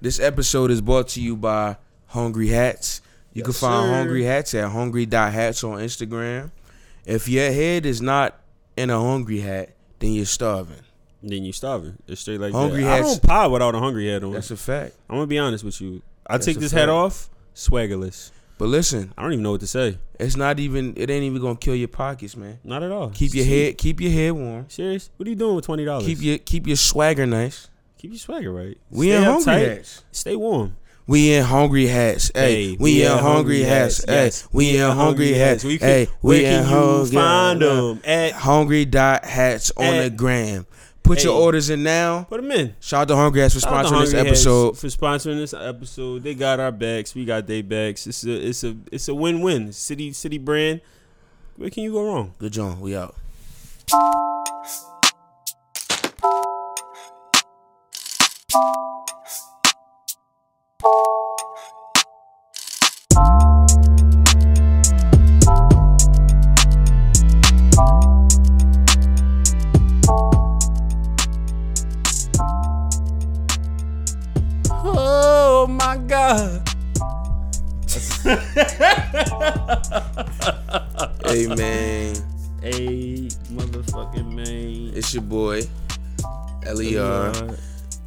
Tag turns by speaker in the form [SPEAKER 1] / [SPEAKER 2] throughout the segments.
[SPEAKER 1] This episode is brought to you by Hungry Hats. You can
[SPEAKER 2] Yes,
[SPEAKER 1] find
[SPEAKER 2] sir.
[SPEAKER 1] Hungry Hats at hungry.hats on Instagram. If your head is not in a hungry hat, then you're starving.
[SPEAKER 2] Then you starving. It's straight like
[SPEAKER 1] Hungry
[SPEAKER 2] that. I
[SPEAKER 1] hats-
[SPEAKER 2] don't pie without a hungry head on.
[SPEAKER 1] That's a fact.
[SPEAKER 2] I'm gonna be honest with you. I
[SPEAKER 1] That's
[SPEAKER 2] take
[SPEAKER 1] a
[SPEAKER 2] this hat
[SPEAKER 1] fact.
[SPEAKER 2] off, swaggerless.
[SPEAKER 1] But listen,
[SPEAKER 2] I don't even know what to say.
[SPEAKER 1] it's not even it ain't even gonna kill your pockets, man.
[SPEAKER 2] Not at all.
[SPEAKER 1] Keep your
[SPEAKER 2] See?
[SPEAKER 1] head keep your head warm.
[SPEAKER 2] Serious? What are you doing with twenty dollars?
[SPEAKER 1] Keep your keep your swagger nice.
[SPEAKER 2] keep your swagger right.
[SPEAKER 1] We
[SPEAKER 2] Stay
[SPEAKER 1] in hungry
[SPEAKER 2] uptight.
[SPEAKER 1] hats.
[SPEAKER 2] Stay warm.
[SPEAKER 1] We in hungry hats, hey. We in hungry hats, hey.
[SPEAKER 2] yes.
[SPEAKER 1] We in hungry hats,
[SPEAKER 2] We
[SPEAKER 1] hey.
[SPEAKER 2] can-
[SPEAKER 1] We
[SPEAKER 2] where
[SPEAKER 1] in
[SPEAKER 2] can you
[SPEAKER 1] hungry
[SPEAKER 2] find them? At
[SPEAKER 1] Hungry dot hats on
[SPEAKER 2] Hey.
[SPEAKER 1] the gram. Put your
[SPEAKER 2] Hey.
[SPEAKER 1] orders in now.
[SPEAKER 2] put them in.
[SPEAKER 1] Shout out to Hungry Hats for
[SPEAKER 2] Shout out to
[SPEAKER 1] sponsoring this
[SPEAKER 2] Hungry Heads
[SPEAKER 1] episode.
[SPEAKER 2] For sponsoring this episode, they got our backs. We got their backs. It's a it's a it's a win win. City city brand. Where can you go wrong?
[SPEAKER 1] Good John, we out.
[SPEAKER 2] Oh my god.
[SPEAKER 1] Hey man,
[SPEAKER 2] Hey, motherfucking man.
[SPEAKER 1] it's your boy, L.E.R.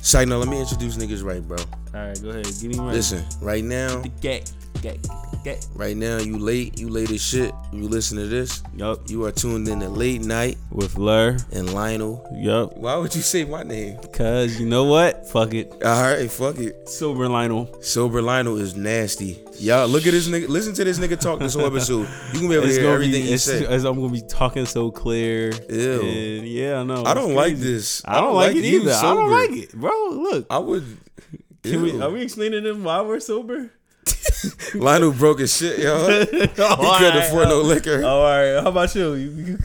[SPEAKER 1] Sight, no, let me introduce niggas right, bro.
[SPEAKER 2] All E right, go ahead. Give me right.
[SPEAKER 1] Listen, right now,
[SPEAKER 2] Get, get, get.
[SPEAKER 1] right now, you late, you late as shit. You listen to this,
[SPEAKER 2] Yup.
[SPEAKER 1] you are tuned in to Late Night
[SPEAKER 2] With Lur.
[SPEAKER 1] and Lionel.
[SPEAKER 2] Yup.
[SPEAKER 1] Why would you say my name?
[SPEAKER 2] Cause you know what? Fuck it.
[SPEAKER 1] All right, fuck it.
[SPEAKER 2] Silver Lionel.
[SPEAKER 1] Sober Lionel is nasty. Y'all, look at this nigga. Listen to this nigga talk this whole episode. You gonna be able to
[SPEAKER 2] It's
[SPEAKER 1] hear
[SPEAKER 2] gonna be,
[SPEAKER 1] everything he
[SPEAKER 2] it's,
[SPEAKER 1] said.
[SPEAKER 2] it's- I'm gonna be talking so clear.
[SPEAKER 1] Ew.
[SPEAKER 2] And yeah, I know.
[SPEAKER 1] I don't
[SPEAKER 2] It's
[SPEAKER 1] like
[SPEAKER 2] crazy.
[SPEAKER 1] this.
[SPEAKER 2] I don't, like, it
[SPEAKER 1] you
[SPEAKER 2] either. I don't
[SPEAKER 1] sober.
[SPEAKER 2] like it, bro. Look,
[SPEAKER 1] I would.
[SPEAKER 2] can we,
[SPEAKER 1] Ew.
[SPEAKER 2] are we explaining them why we're sober?
[SPEAKER 1] Lionel broke his shit, yo. He
[SPEAKER 2] he
[SPEAKER 1] couldn't afford no liquor.
[SPEAKER 2] all right. uh, How about you? you, you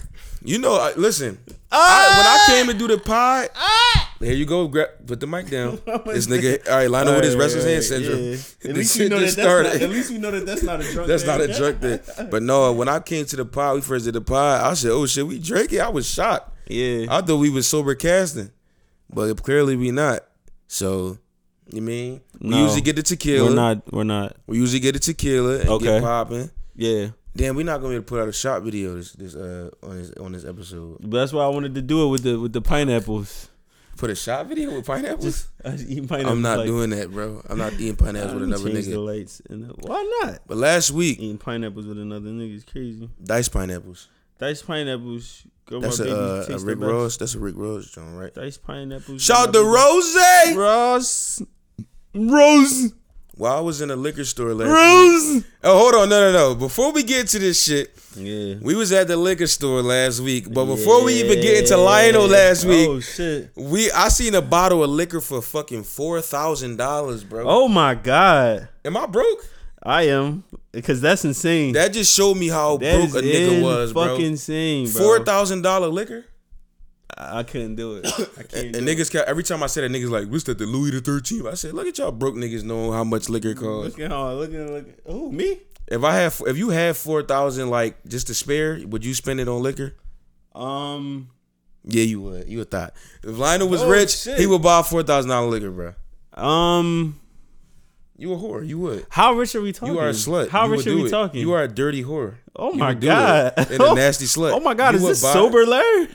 [SPEAKER 1] You know, I, listen. I, when I came to do the
[SPEAKER 2] Ah!
[SPEAKER 1] pod, here you go. Grab, put the mic down. this nigga, all right, Lionel with his restless hand syndrome.
[SPEAKER 2] At
[SPEAKER 1] This
[SPEAKER 2] least, we
[SPEAKER 1] shit
[SPEAKER 2] know that
[SPEAKER 1] just
[SPEAKER 2] that's not,
[SPEAKER 1] started.
[SPEAKER 2] at least we know that that's not a drunk.
[SPEAKER 1] That's
[SPEAKER 2] thing.
[SPEAKER 1] not a drug thing. But no, when I came to the pod, we first did the pod. I said, "Oh shit, we drinking." I was shocked.
[SPEAKER 2] Yeah.
[SPEAKER 1] I thought we was sober casting, but clearly we not. So, you mean we
[SPEAKER 2] No.
[SPEAKER 1] usually get the tequila.
[SPEAKER 2] We're not. We're not.
[SPEAKER 1] We usually get the tequila and
[SPEAKER 2] Okay.
[SPEAKER 1] get popping.
[SPEAKER 2] Yeah.
[SPEAKER 1] Damn, we're not gonna be able to put out a shot video this this uh on this on this episode.
[SPEAKER 2] But that's why I wanted to do it with the with the pineapples.
[SPEAKER 1] Put a shot video with pineapples.
[SPEAKER 2] Just I just eat pineapples.
[SPEAKER 1] I'm not
[SPEAKER 2] like,
[SPEAKER 1] doing that, bro. I'm not eating pineapples with
[SPEAKER 2] I
[SPEAKER 1] another
[SPEAKER 2] changed The
[SPEAKER 1] nigga.
[SPEAKER 2] lights. And the, why not?
[SPEAKER 1] But last week,
[SPEAKER 2] Eating pineapples with another nigga is crazy.
[SPEAKER 1] diced pineapples.
[SPEAKER 2] Diced pineapples. Girl,
[SPEAKER 1] That's
[SPEAKER 2] my
[SPEAKER 1] a,
[SPEAKER 2] baby
[SPEAKER 1] uh, a
[SPEAKER 2] tastes the
[SPEAKER 1] Rick
[SPEAKER 2] best.
[SPEAKER 1] Ross. That's a Rick Ross joint, right?
[SPEAKER 2] Diced pineapples.
[SPEAKER 1] Shout out to
[SPEAKER 2] girl, my
[SPEAKER 1] Rose.
[SPEAKER 2] baby- Ross. Rose.
[SPEAKER 1] While I was in a liquor store last week.
[SPEAKER 2] Rose.
[SPEAKER 1] Oh, hold on, no, no, no. Before we get to this shit,
[SPEAKER 2] Yeah.
[SPEAKER 1] we was at the liquor store last week. But before we even get into Lionel last week,
[SPEAKER 2] Oh shit.
[SPEAKER 1] we I seen a bottle of liquor for fucking four thousand dollars, bro.
[SPEAKER 2] Oh my god.
[SPEAKER 1] Am I broke?
[SPEAKER 2] I am because that's insane.
[SPEAKER 1] That just showed me how
[SPEAKER 2] that is
[SPEAKER 1] broke a nigga
[SPEAKER 2] in
[SPEAKER 1] was, bro.
[SPEAKER 2] fucking insane, bro.
[SPEAKER 1] Four thousand dollar liquor.
[SPEAKER 2] I I couldn't do it. I can't.
[SPEAKER 1] And
[SPEAKER 2] do
[SPEAKER 1] niggas, ca- every time I said that, niggas like, what's that, the Louis the 13th? I said, look at y'all broke niggas knowing how much liquor
[SPEAKER 2] it.
[SPEAKER 1] costs.
[SPEAKER 2] Look at how look at look. Oh me.
[SPEAKER 1] If I have, if you had 4,000, like, just to spare, would you spend it on liquor?
[SPEAKER 2] Um.
[SPEAKER 1] Yeah, you would. You would thought. If Lionel was
[SPEAKER 2] Oh,
[SPEAKER 1] rich,
[SPEAKER 2] shit.
[SPEAKER 1] he would buy $4,000 liquor, bro.
[SPEAKER 2] Um.
[SPEAKER 1] You a whore. You would.
[SPEAKER 2] How rich are we talking?
[SPEAKER 1] You are a slut.
[SPEAKER 2] How
[SPEAKER 1] You
[SPEAKER 2] rich
[SPEAKER 1] would
[SPEAKER 2] are
[SPEAKER 1] do
[SPEAKER 2] we
[SPEAKER 1] it.
[SPEAKER 2] talking?
[SPEAKER 1] You are a dirty whore.
[SPEAKER 2] Oh
[SPEAKER 1] You
[SPEAKER 2] my
[SPEAKER 1] would do it.
[SPEAKER 2] god.
[SPEAKER 1] And a nasty slut.
[SPEAKER 2] Oh my god.
[SPEAKER 1] You
[SPEAKER 2] is
[SPEAKER 1] would
[SPEAKER 2] this
[SPEAKER 1] buy-
[SPEAKER 2] sober Larry?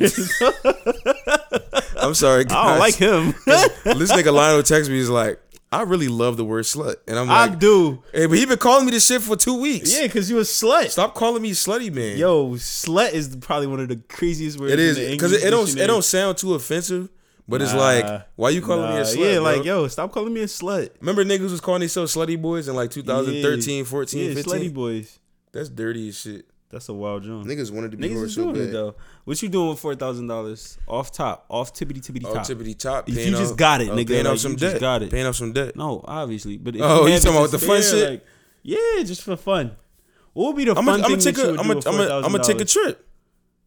[SPEAKER 1] I'm sorry, guys.
[SPEAKER 2] I don't like him.
[SPEAKER 1] this nigga Lionel texts me, he's like, I really love the word slut. And I'm
[SPEAKER 2] I
[SPEAKER 1] like,
[SPEAKER 2] do.
[SPEAKER 1] hey, but he been calling me this shit for two weeks.
[SPEAKER 2] Yeah, cause you a slut.
[SPEAKER 1] Stop calling me slutty man.
[SPEAKER 2] Yo, slut is probably one of the craziest words.
[SPEAKER 1] It is
[SPEAKER 2] in the
[SPEAKER 1] because it,
[SPEAKER 2] English
[SPEAKER 1] it don't it
[SPEAKER 2] dictionary.
[SPEAKER 1] don't sound too offensive, but it's
[SPEAKER 2] Nah.
[SPEAKER 1] like why you calling me a
[SPEAKER 2] Nah,
[SPEAKER 1] slut?
[SPEAKER 2] yeah, like
[SPEAKER 1] bro?
[SPEAKER 2] yo, stop calling me a slut.
[SPEAKER 1] Remember niggas was calling themselves slutty boys in like 2013, 14,
[SPEAKER 2] yeah,
[SPEAKER 1] 15.
[SPEAKER 2] slutty boys.
[SPEAKER 1] That's dirty as shit.
[SPEAKER 2] That's a wild jump.
[SPEAKER 1] Niggas wanted to be
[SPEAKER 2] Niggas
[SPEAKER 1] whores
[SPEAKER 2] is
[SPEAKER 1] so
[SPEAKER 2] doing it
[SPEAKER 1] bad.
[SPEAKER 2] though. What you doing with four thousand dollars off top, off tippity tippity
[SPEAKER 1] Oh,
[SPEAKER 2] top?
[SPEAKER 1] tippity top.
[SPEAKER 2] If
[SPEAKER 1] paying
[SPEAKER 2] you just
[SPEAKER 1] off-
[SPEAKER 2] got it,
[SPEAKER 1] oh,
[SPEAKER 2] nigga,
[SPEAKER 1] Paying
[SPEAKER 2] like,
[SPEAKER 1] off some
[SPEAKER 2] you just
[SPEAKER 1] debt.
[SPEAKER 2] got it.
[SPEAKER 1] Paying off some debt.
[SPEAKER 2] No, obviously. But if
[SPEAKER 1] Oh, you
[SPEAKER 2] have
[SPEAKER 1] talking
[SPEAKER 2] it
[SPEAKER 1] about
[SPEAKER 2] to
[SPEAKER 1] the fun
[SPEAKER 2] spare,
[SPEAKER 1] shit?
[SPEAKER 2] Like, yeah, just for fun. What would be the
[SPEAKER 1] I'm
[SPEAKER 2] fun
[SPEAKER 1] gonna
[SPEAKER 2] thing
[SPEAKER 1] take
[SPEAKER 2] that you
[SPEAKER 1] a
[SPEAKER 2] would
[SPEAKER 1] I'm
[SPEAKER 2] do
[SPEAKER 1] gonna
[SPEAKER 2] with four thousand
[SPEAKER 1] take a
[SPEAKER 2] dollars?
[SPEAKER 1] trip.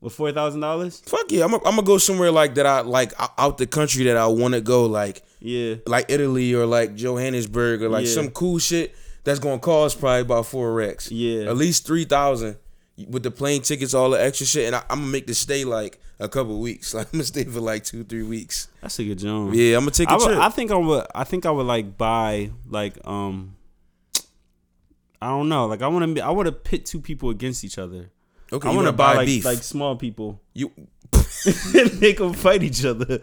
[SPEAKER 2] With four thousand dollars?
[SPEAKER 1] Fuck yeah, I'm gonna I'm go somewhere like that. I like o- out the country that I want to go, like
[SPEAKER 2] Yeah.
[SPEAKER 1] like Italy or like Johannesburg or like
[SPEAKER 2] Yeah.
[SPEAKER 1] some cool shit that's gonna cost probably about four racks.
[SPEAKER 2] Yeah.
[SPEAKER 1] At least three thousand with the plane tickets, all the extra shit, and I, I'm gonna make the stay like a couple weeks. Like I'm gonna stay for like two, three weeks.
[SPEAKER 2] That's a good job.
[SPEAKER 1] Yeah, I'm gonna take a
[SPEAKER 2] I, would,
[SPEAKER 1] trip.
[SPEAKER 2] I think I would. I think I would like buy like um. I don't know. Like I want to. I want to pit two people against each other.
[SPEAKER 1] okay,
[SPEAKER 2] I
[SPEAKER 1] you
[SPEAKER 2] want
[SPEAKER 1] wanna
[SPEAKER 2] to buy,
[SPEAKER 1] buy
[SPEAKER 2] like
[SPEAKER 1] beef?
[SPEAKER 2] like small people.
[SPEAKER 1] you
[SPEAKER 2] make them fight each other.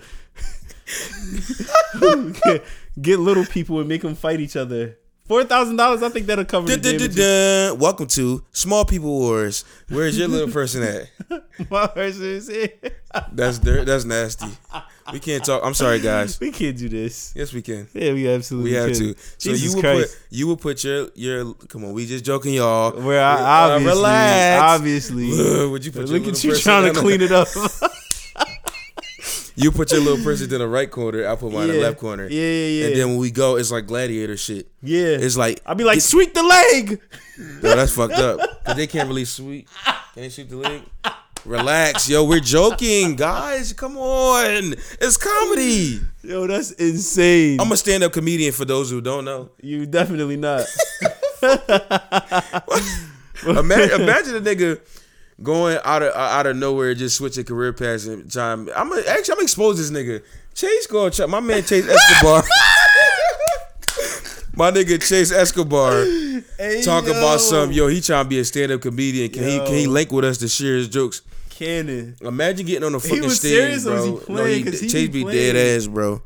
[SPEAKER 2] get, get little people and make them fight each other. Four thousand dollars. I think that'll cover the
[SPEAKER 1] Dun, dun, dun,
[SPEAKER 2] damages.
[SPEAKER 1] dun. Welcome to Small People Wars. Where's your little person at?
[SPEAKER 2] My person is here.
[SPEAKER 1] That's dirt. That's nasty. We can't talk. I'm sorry, guys.
[SPEAKER 2] We can't do this.
[SPEAKER 1] Yes, we can.
[SPEAKER 2] Yeah, we absolutely
[SPEAKER 1] We have
[SPEAKER 2] can.
[SPEAKER 1] to. So
[SPEAKER 2] Jesus
[SPEAKER 1] you would
[SPEAKER 2] Christ.
[SPEAKER 1] put you would put your your. Come on, we just joking, y'all.
[SPEAKER 2] Where I
[SPEAKER 1] Uh,
[SPEAKER 2] obviously,
[SPEAKER 1] relax.
[SPEAKER 2] obviously,
[SPEAKER 1] Ugh, would you put your
[SPEAKER 2] look at
[SPEAKER 1] little
[SPEAKER 2] you
[SPEAKER 1] person
[SPEAKER 2] trying
[SPEAKER 1] down
[SPEAKER 2] to
[SPEAKER 1] the-
[SPEAKER 2] clean it up.
[SPEAKER 1] You put your little person in the right corner. I put mine in the
[SPEAKER 2] Yeah.
[SPEAKER 1] left corner.
[SPEAKER 2] Yeah, yeah,
[SPEAKER 1] And
[SPEAKER 2] yeah.
[SPEAKER 1] then when we go, it's like gladiator shit.
[SPEAKER 2] yeah,
[SPEAKER 1] It's like
[SPEAKER 2] I'll be like, sweep the leg.
[SPEAKER 1] No, that's fucked up. 'Cause they can't really sweep. Can they sweep the leg? Relax, yo. We're joking, guys. Come on, it's comedy.
[SPEAKER 2] Yo, that's insane.
[SPEAKER 1] I'm a stand-up comedian for those who don't know.
[SPEAKER 2] you definitely not.
[SPEAKER 1] Imagine, imagine a nigga going out of out of nowhere, just switching career paths and time. I'm a, actually I'm gonna expose this nigga. Chase going to my man Chase Escobar. my nigga Chase Escobar talk about some yo. He trying to be a stand-up comedian. Can he can he
[SPEAKER 2] Yo.
[SPEAKER 1] link with us to share his jokes?
[SPEAKER 2] cannon.
[SPEAKER 1] Imagine getting on a fucking
[SPEAKER 2] was
[SPEAKER 1] stage,
[SPEAKER 2] serious or was
[SPEAKER 1] bro.
[SPEAKER 2] he playing?
[SPEAKER 1] no,
[SPEAKER 2] 'Cause
[SPEAKER 1] he,
[SPEAKER 2] he
[SPEAKER 1] Chase
[SPEAKER 2] be
[SPEAKER 1] be dead
[SPEAKER 2] playing.
[SPEAKER 1] ass, bro.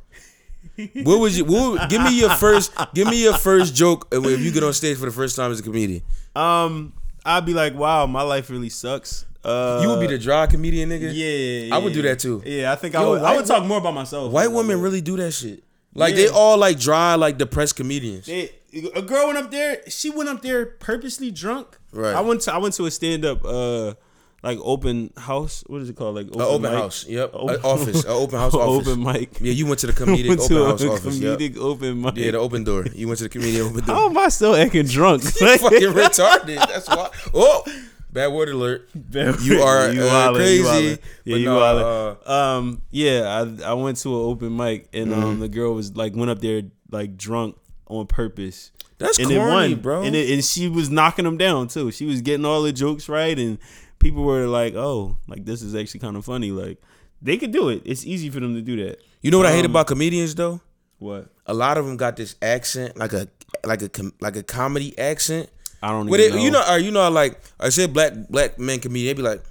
[SPEAKER 1] what was you? What, would- give me your first. Give me your first joke if you get on stage for the first time as a comedian.
[SPEAKER 2] Um, I'd be like, wow, my life really sucks. Uh,
[SPEAKER 1] You would be the dry comedian, nigga.
[SPEAKER 2] yeah.
[SPEAKER 1] I would do
[SPEAKER 2] yeah.
[SPEAKER 1] that too.
[SPEAKER 2] Yeah, I think I
[SPEAKER 1] Yo,
[SPEAKER 2] would. I
[SPEAKER 1] white
[SPEAKER 2] would talk more about myself.
[SPEAKER 1] White women really do that shit. Like
[SPEAKER 2] Yeah.
[SPEAKER 1] they all like dry, like depressed comedians.
[SPEAKER 2] They, a girl went up there. She went up there purposely drunk.
[SPEAKER 1] Right.
[SPEAKER 2] I went to I went to a stand up uh like open house. What is it called? Like open,
[SPEAKER 1] An open
[SPEAKER 2] mic?
[SPEAKER 1] house, yep.
[SPEAKER 2] Open-
[SPEAKER 1] An office, an open house office.
[SPEAKER 2] Open mic.
[SPEAKER 1] yeah, you went to the
[SPEAKER 2] I
[SPEAKER 1] comedic
[SPEAKER 2] went
[SPEAKER 1] open
[SPEAKER 2] to a
[SPEAKER 1] house office. yep.
[SPEAKER 2] comedic open mic.
[SPEAKER 1] Yeah, the open door. You went to the comedian open
[SPEAKER 2] How
[SPEAKER 1] door.
[SPEAKER 2] am I still acting drunk?
[SPEAKER 1] Fucking retarded. That's why. Oh, bad word alert. You are, uh,
[SPEAKER 2] wildin',
[SPEAKER 1] crazy,
[SPEAKER 2] wildin'. Yeah,
[SPEAKER 1] but uh,
[SPEAKER 2] you
[SPEAKER 1] no,
[SPEAKER 2] wildin'. um, yeah, I I went to an open mic and
[SPEAKER 1] Mm-hmm.
[SPEAKER 2] um the girl was like went up there like drunk on purpose.
[SPEAKER 1] That's
[SPEAKER 2] and
[SPEAKER 1] corny,
[SPEAKER 2] it won,
[SPEAKER 1] bro.
[SPEAKER 2] And it, and she was knocking them down too. She was getting all the jokes right, and people were like, "Oh, like this is actually kind of funny." Like they could do it. It's easy for them to do that.
[SPEAKER 1] You know what I hate
[SPEAKER 2] Um,
[SPEAKER 1] about comedians though?
[SPEAKER 2] What?
[SPEAKER 1] A lot of them got this accent, like a like a com- like a comedy accent.
[SPEAKER 2] I don't
[SPEAKER 1] But
[SPEAKER 2] even
[SPEAKER 1] it,
[SPEAKER 2] know.
[SPEAKER 1] you know, or you know, like I said, black black men comedian, they be like,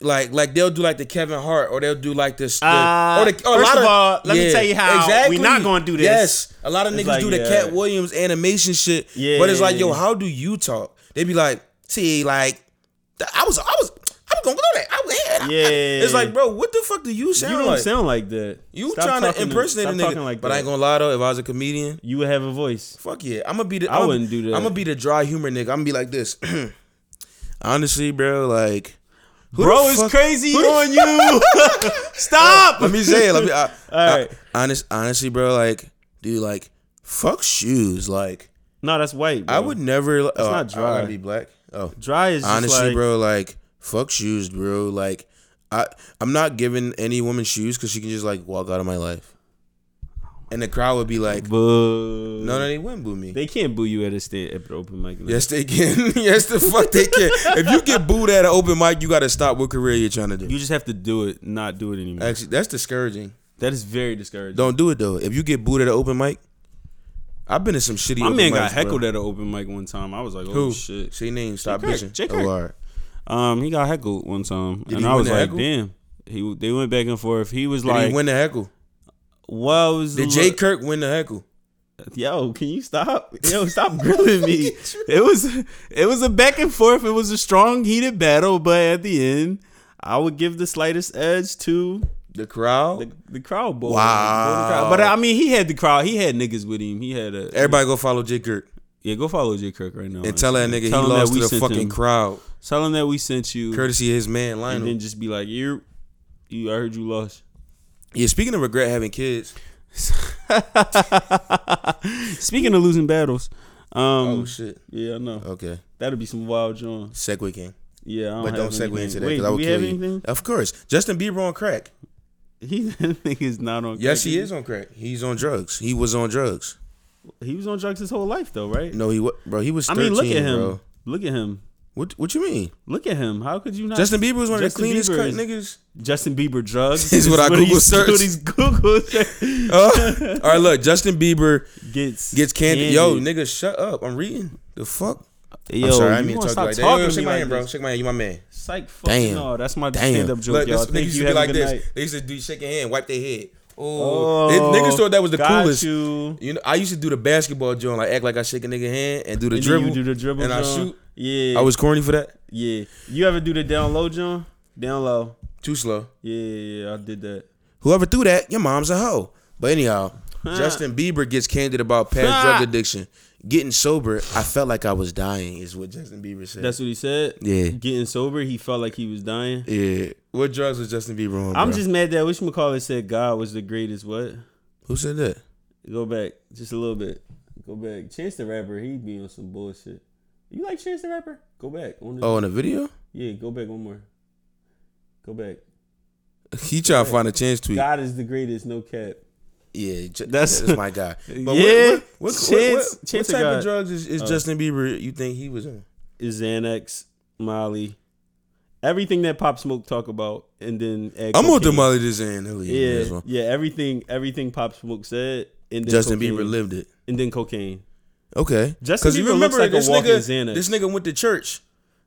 [SPEAKER 1] like like they'll do like the Kevin Hart, or they'll do like this. the-
[SPEAKER 2] Uh,
[SPEAKER 1] or the, or a
[SPEAKER 2] first
[SPEAKER 1] lot
[SPEAKER 2] of all, let me tell you how we not gonna do this.
[SPEAKER 1] Yes, a lot of niggas
[SPEAKER 2] like,
[SPEAKER 1] do the
[SPEAKER 2] yeah.
[SPEAKER 1] Cat Williams animation shit.
[SPEAKER 2] Yeah.
[SPEAKER 1] but it's like, yo, how do you talk? They be like, see, like th- I was, I was, I was gonna go that. I, was- I-
[SPEAKER 2] Yeah.
[SPEAKER 1] it's like, bro, what the fuck do you
[SPEAKER 2] you
[SPEAKER 1] sound
[SPEAKER 2] don't
[SPEAKER 1] like?
[SPEAKER 2] sound like that.
[SPEAKER 1] you
[SPEAKER 2] Stop
[SPEAKER 1] trying to
[SPEAKER 2] talking
[SPEAKER 1] impersonate
[SPEAKER 2] stop
[SPEAKER 1] a
[SPEAKER 2] talking
[SPEAKER 1] nigga?
[SPEAKER 2] like
[SPEAKER 1] but
[SPEAKER 2] that.
[SPEAKER 1] I ain't gonna lie though, if I was a comedian,
[SPEAKER 2] you would have a voice.
[SPEAKER 1] Fuck yeah, I'm gonna be the.
[SPEAKER 2] I
[SPEAKER 1] I'ma-
[SPEAKER 2] wouldn't do that.
[SPEAKER 1] I'm gonna be the dry humor nigga. I'm gonna be like this. Honestly, bro, like, who
[SPEAKER 2] Bro,
[SPEAKER 1] the
[SPEAKER 2] it's
[SPEAKER 1] fuck-
[SPEAKER 2] crazy on you. Stop.
[SPEAKER 1] Let me say it. Let me. I, I-
[SPEAKER 2] right.
[SPEAKER 1] honest, honestly, bro, like, dude, like, fuck shoes. Like,
[SPEAKER 2] No, that's white. Bro.
[SPEAKER 1] I would never. That's
[SPEAKER 2] not
[SPEAKER 1] I
[SPEAKER 2] dry.
[SPEAKER 1] gotta be black. Oh,
[SPEAKER 2] dry is just
[SPEAKER 1] honestly,
[SPEAKER 2] like,
[SPEAKER 1] bro, like, fuck shoes, bro. Like, I I'm not giving any woman shoes because she can just like walk out of my life, and the crowd would be like,
[SPEAKER 2] Boo.
[SPEAKER 1] no, no, they wouldn't boo me.
[SPEAKER 2] They can't boo you at a stand at an open mic.
[SPEAKER 1] Yes, they can. yes, the fuck they can. If you get booed at an open mic, you got to stop what career you're trying to do.
[SPEAKER 2] You just have to do it, not do it anymore.
[SPEAKER 1] Actually, that's discouraging.
[SPEAKER 2] That is very discouraging.
[SPEAKER 1] Don't do it though. If you get booed at an open mic, I've been in some shitty.
[SPEAKER 2] My
[SPEAKER 1] open
[SPEAKER 2] man got
[SPEAKER 1] mics,
[SPEAKER 2] heckled
[SPEAKER 1] Bro.
[SPEAKER 2] at an open mic one time. I was like, oh
[SPEAKER 1] Who?
[SPEAKER 2] shit.
[SPEAKER 1] Say names. Stop
[SPEAKER 2] Kirk.
[SPEAKER 1] bitching.
[SPEAKER 2] Jay
[SPEAKER 1] Oh,
[SPEAKER 2] Kirk.
[SPEAKER 1] all right.
[SPEAKER 2] Um, he got heckled one time, and
[SPEAKER 1] he
[SPEAKER 2] I
[SPEAKER 1] win
[SPEAKER 2] was
[SPEAKER 1] the
[SPEAKER 2] like,
[SPEAKER 1] heckle?
[SPEAKER 2] damn. He they went back and forth. He was
[SPEAKER 1] Did
[SPEAKER 2] like,
[SPEAKER 1] he win the heckle?
[SPEAKER 2] well, it was
[SPEAKER 1] Did
[SPEAKER 2] a
[SPEAKER 1] Jay
[SPEAKER 2] little-
[SPEAKER 1] Kirk win the heckle?
[SPEAKER 2] yo, can you stop? Yo, stop grilling me. It was it was a back and forth. It was a strong, heated battle, but at the end, I would give the slightest edge to
[SPEAKER 1] The crowd.
[SPEAKER 2] the, the crowd boy.
[SPEAKER 1] Wow.
[SPEAKER 2] But I mean, he had the crowd. He had niggas with him. He had a
[SPEAKER 1] Everybody go follow Jay Kirk
[SPEAKER 2] yeah. Go follow Jay Kirk right now
[SPEAKER 1] and tell that nigga he lost to the fucking
[SPEAKER 2] him.
[SPEAKER 1] crowd,
[SPEAKER 2] Tell him that we sent you,
[SPEAKER 1] courtesy of his man
[SPEAKER 2] and
[SPEAKER 1] Lionel.
[SPEAKER 2] then just be like, you, you. I heard you lost.
[SPEAKER 1] Yeah. Speaking of regret having kids.
[SPEAKER 2] Speaking of losing battles, um,
[SPEAKER 1] Oh shit.
[SPEAKER 2] yeah, I know
[SPEAKER 1] Okay.
[SPEAKER 2] that'd be some wild John.
[SPEAKER 1] Segway King.
[SPEAKER 2] Yeah, I don't
[SPEAKER 1] But don't
[SPEAKER 2] have
[SPEAKER 1] segue
[SPEAKER 2] anything.
[SPEAKER 1] into that
[SPEAKER 2] Wait,
[SPEAKER 1] because I
[SPEAKER 2] do
[SPEAKER 1] will
[SPEAKER 2] we
[SPEAKER 1] kill
[SPEAKER 2] have
[SPEAKER 1] you.
[SPEAKER 2] anything?
[SPEAKER 1] Of course, Justin Bieber on crack.
[SPEAKER 2] He that nigga's not on.
[SPEAKER 1] Yes,
[SPEAKER 2] crack.
[SPEAKER 1] he is on crack. He's on drugs. He was on drugs.
[SPEAKER 2] He was on drugs his whole life, though, right?
[SPEAKER 1] No, he was, bro. He was.
[SPEAKER 2] I
[SPEAKER 1] 13,
[SPEAKER 2] mean, look at him.
[SPEAKER 1] Bro.
[SPEAKER 2] Look at him.
[SPEAKER 1] What What you mean?
[SPEAKER 2] Look at him. How could you not?
[SPEAKER 1] Justin Bieber was one of
[SPEAKER 2] Justin
[SPEAKER 1] the cleanest
[SPEAKER 2] Bieber
[SPEAKER 1] cut
[SPEAKER 2] is-
[SPEAKER 1] niggas.
[SPEAKER 2] Justin Bieber drugs
[SPEAKER 1] Is what I Google
[SPEAKER 2] he's-
[SPEAKER 1] searched.
[SPEAKER 2] what he's Google search-
[SPEAKER 1] Uh, all right, look, Justin Bieber
[SPEAKER 2] gets
[SPEAKER 1] Oh, gets candy.
[SPEAKER 2] candid.
[SPEAKER 1] Yo, nigga, shut up. I'm reading. The fuck?
[SPEAKER 2] Yo,
[SPEAKER 1] I'm sorry, I
[SPEAKER 2] you
[SPEAKER 1] didn't mean to
[SPEAKER 2] wanna
[SPEAKER 1] talk to you like
[SPEAKER 2] stop
[SPEAKER 1] that. Yo, yo,
[SPEAKER 2] talking to
[SPEAKER 1] shake
[SPEAKER 2] me
[SPEAKER 1] my
[SPEAKER 2] like
[SPEAKER 1] hand, bro.
[SPEAKER 2] this?
[SPEAKER 1] Shake my hand. You my man.
[SPEAKER 2] Psych, fucking
[SPEAKER 1] Damn.
[SPEAKER 2] no. That's my
[SPEAKER 1] Damn.
[SPEAKER 2] stand-up joke,
[SPEAKER 1] Look,
[SPEAKER 2] y'all.
[SPEAKER 1] this nigga
[SPEAKER 2] Thank
[SPEAKER 1] used
[SPEAKER 2] you.
[SPEAKER 1] to be
[SPEAKER 2] Have
[SPEAKER 1] like
[SPEAKER 2] a good
[SPEAKER 1] this.
[SPEAKER 2] night.
[SPEAKER 1] They used to do shake your hand, wipe their head. Oh,
[SPEAKER 2] Oh,
[SPEAKER 1] It- niggas thought that was the
[SPEAKER 2] got
[SPEAKER 1] coolest. You.
[SPEAKER 2] You.
[SPEAKER 1] know, I used to do the basketball joint, like act like I shake a nigga hand and do the
[SPEAKER 2] And then
[SPEAKER 1] dribble.
[SPEAKER 2] you do the dribble
[SPEAKER 1] and I
[SPEAKER 2] John.
[SPEAKER 1] shoot.
[SPEAKER 2] Yeah,
[SPEAKER 1] I was corny for that.
[SPEAKER 2] yeah. You ever do the down low, John? Down low.
[SPEAKER 1] Too slow.
[SPEAKER 2] Yeah, yeah, I did that.
[SPEAKER 1] Whoever threw that, your mom's a hoe. But anyhow, Justin Bieber gets candid about past drug addiction. Getting sober, I felt like I was dying, is what Justin Bieber said.
[SPEAKER 2] That's what he said.
[SPEAKER 1] Yeah.
[SPEAKER 2] Getting sober, he felt like he was dying.
[SPEAKER 1] yeah. What drugs was Justin Bieber on?
[SPEAKER 2] I'm
[SPEAKER 1] bro?
[SPEAKER 2] just mad that Wish McCauley said God was the greatest. What?
[SPEAKER 1] Who said that?
[SPEAKER 2] Go back just a little bit. Go back. Chance the Rapper, he be on some bullshit. You like Chance the Rapper? Go back. On the,
[SPEAKER 1] Oh, in a video?
[SPEAKER 2] Yeah, go back one more. Go back.
[SPEAKER 1] He tried to find a chance tweet.
[SPEAKER 2] God is the greatest, no cap.
[SPEAKER 1] Yeah, J-
[SPEAKER 2] That's-
[SPEAKER 1] that's that's my guy. But what-
[SPEAKER 2] Yeah,
[SPEAKER 1] what, what, what,
[SPEAKER 2] Chance-
[SPEAKER 1] what, what
[SPEAKER 2] Chance Oh.
[SPEAKER 1] type
[SPEAKER 2] of God.
[SPEAKER 1] of drugs is, is Justin Bieber? You think he was on?
[SPEAKER 2] Is Xanax, Molly, everything that Pop Smoke talk about, and then add
[SPEAKER 1] I'm gonna
[SPEAKER 2] cocaine.
[SPEAKER 1] demolish this and Elliott.
[SPEAKER 2] Yeah,
[SPEAKER 1] as well.
[SPEAKER 2] yeah. Everything, everything Pop Smoke said, and then
[SPEAKER 1] Justin
[SPEAKER 2] cocaine,
[SPEAKER 1] Bieber lived it.
[SPEAKER 2] and then cocaine.
[SPEAKER 1] Okay,
[SPEAKER 2] Justin
[SPEAKER 1] 'Cause you
[SPEAKER 2] Bieber looks like a
[SPEAKER 1] this
[SPEAKER 2] walking
[SPEAKER 1] nigga,
[SPEAKER 2] Xanax.
[SPEAKER 1] this nigga went to church.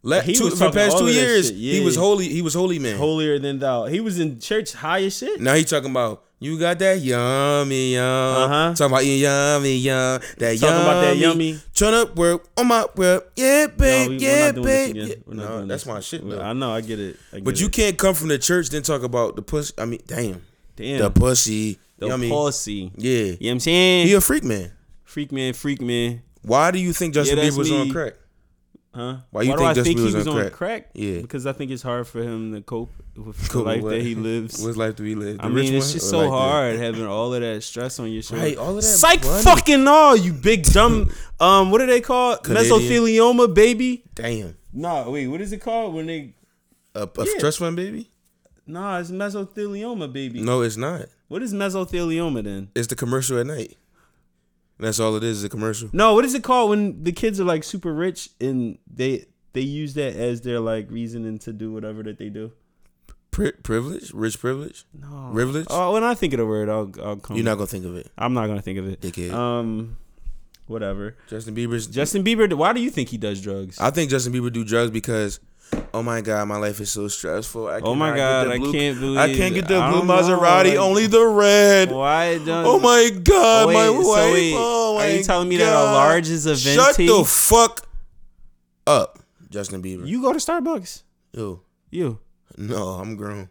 [SPEAKER 1] La-
[SPEAKER 2] He
[SPEAKER 1] two,
[SPEAKER 2] was
[SPEAKER 1] for the
[SPEAKER 2] talking all
[SPEAKER 1] past two
[SPEAKER 2] of that
[SPEAKER 1] years,
[SPEAKER 2] shit, yeah.
[SPEAKER 1] he was holy. He was holy man.
[SPEAKER 2] Holier than thou. He was in church high as shit.
[SPEAKER 1] Now he talking about you got that yummy yum.
[SPEAKER 2] Uh-huh.
[SPEAKER 1] Talking about eating yummy yum. That
[SPEAKER 2] Talking
[SPEAKER 1] yummy.
[SPEAKER 2] about that yummy.
[SPEAKER 1] Turn up work on my work. Yeah, babe.
[SPEAKER 2] we-
[SPEAKER 1] yeah, babe.
[SPEAKER 2] again.
[SPEAKER 1] yeah.
[SPEAKER 2] We're not
[SPEAKER 1] No,
[SPEAKER 2] doing
[SPEAKER 1] that's
[SPEAKER 2] this.
[SPEAKER 1] my shit.
[SPEAKER 2] We-
[SPEAKER 1] Though.
[SPEAKER 2] I know. I get it. I get
[SPEAKER 1] But you
[SPEAKER 2] it.
[SPEAKER 1] can't come from the church then talk about the pussy. I mean, damn,
[SPEAKER 2] damn
[SPEAKER 1] the pussy.
[SPEAKER 2] the
[SPEAKER 1] yummy.
[SPEAKER 2] pussy.
[SPEAKER 1] Yeah.
[SPEAKER 2] You know what I'm saying?
[SPEAKER 1] he a freak man.
[SPEAKER 2] freak man, freak man.
[SPEAKER 1] Why do you think Justin
[SPEAKER 2] Yeah, that's
[SPEAKER 1] Bieber was on
[SPEAKER 2] me.
[SPEAKER 1] crack?
[SPEAKER 2] Huh?
[SPEAKER 1] Why you
[SPEAKER 2] do
[SPEAKER 1] think
[SPEAKER 2] I
[SPEAKER 1] Justin
[SPEAKER 2] think he
[SPEAKER 1] Bieber's
[SPEAKER 2] was
[SPEAKER 1] on
[SPEAKER 2] on crack?
[SPEAKER 1] crack? Yeah.
[SPEAKER 2] Because I think it's hard for him to cope with
[SPEAKER 1] Cool,
[SPEAKER 2] the life
[SPEAKER 1] what-
[SPEAKER 2] that he lives.
[SPEAKER 1] What's life do we live? The
[SPEAKER 2] I
[SPEAKER 1] rich
[SPEAKER 2] mean, it's
[SPEAKER 1] one
[SPEAKER 2] just
[SPEAKER 1] or
[SPEAKER 2] so
[SPEAKER 1] like the-
[SPEAKER 2] hard having all of that stress on your shoulders.
[SPEAKER 1] Right, all of that
[SPEAKER 2] Psych
[SPEAKER 1] money.
[SPEAKER 2] fucking all, you big dumb. um, what are they called?
[SPEAKER 1] Canadian.
[SPEAKER 2] Mesothelioma, baby.
[SPEAKER 1] Damn,
[SPEAKER 2] Nah, wait, what is it called when they?
[SPEAKER 1] a, a trust fund baby?
[SPEAKER 2] Nah, it's mesothelioma, baby.
[SPEAKER 1] No, it's not.
[SPEAKER 2] What is mesothelioma then?
[SPEAKER 1] It's the commercial at night. That's all it is. Is a commercial.
[SPEAKER 2] No, what is it called when the kids are like super rich and they they use that as their like reasoning to do whatever that they do?
[SPEAKER 1] Pri- privilege, rich privilge,
[SPEAKER 2] No.
[SPEAKER 1] privilege.
[SPEAKER 2] Oh, when I think of the word, I'll I'll come.
[SPEAKER 1] You're not gonna think of it.
[SPEAKER 2] I'm not gonna think of it.
[SPEAKER 1] Dickhead.
[SPEAKER 2] Um, whatever.
[SPEAKER 1] Justin Bieber's.
[SPEAKER 2] Justin Bieber. Why do you think he does drugs?
[SPEAKER 1] I think Justin Bieber do drugs because, oh my god, my life is so stressful. I
[SPEAKER 2] Oh my
[SPEAKER 1] cannot
[SPEAKER 2] God,
[SPEAKER 1] get the
[SPEAKER 2] I
[SPEAKER 1] blue-
[SPEAKER 2] can't believe
[SPEAKER 1] I can't get the
[SPEAKER 2] I
[SPEAKER 1] blue
[SPEAKER 2] don't know,
[SPEAKER 1] Maserati,
[SPEAKER 2] like-
[SPEAKER 1] only the red.
[SPEAKER 2] Why does?
[SPEAKER 1] Oh my god,
[SPEAKER 2] Oh, wait,
[SPEAKER 1] my
[SPEAKER 2] so
[SPEAKER 1] wife.
[SPEAKER 2] wait,
[SPEAKER 1] oh
[SPEAKER 2] are
[SPEAKER 1] my
[SPEAKER 2] you telling me that a
[SPEAKER 1] God.
[SPEAKER 2] large is a
[SPEAKER 1] Shut
[SPEAKER 2] venti?
[SPEAKER 1] the fuck up, Justin Bieber.
[SPEAKER 2] You go to Starbucks.
[SPEAKER 1] Yo,
[SPEAKER 2] You
[SPEAKER 1] no, I'm grown.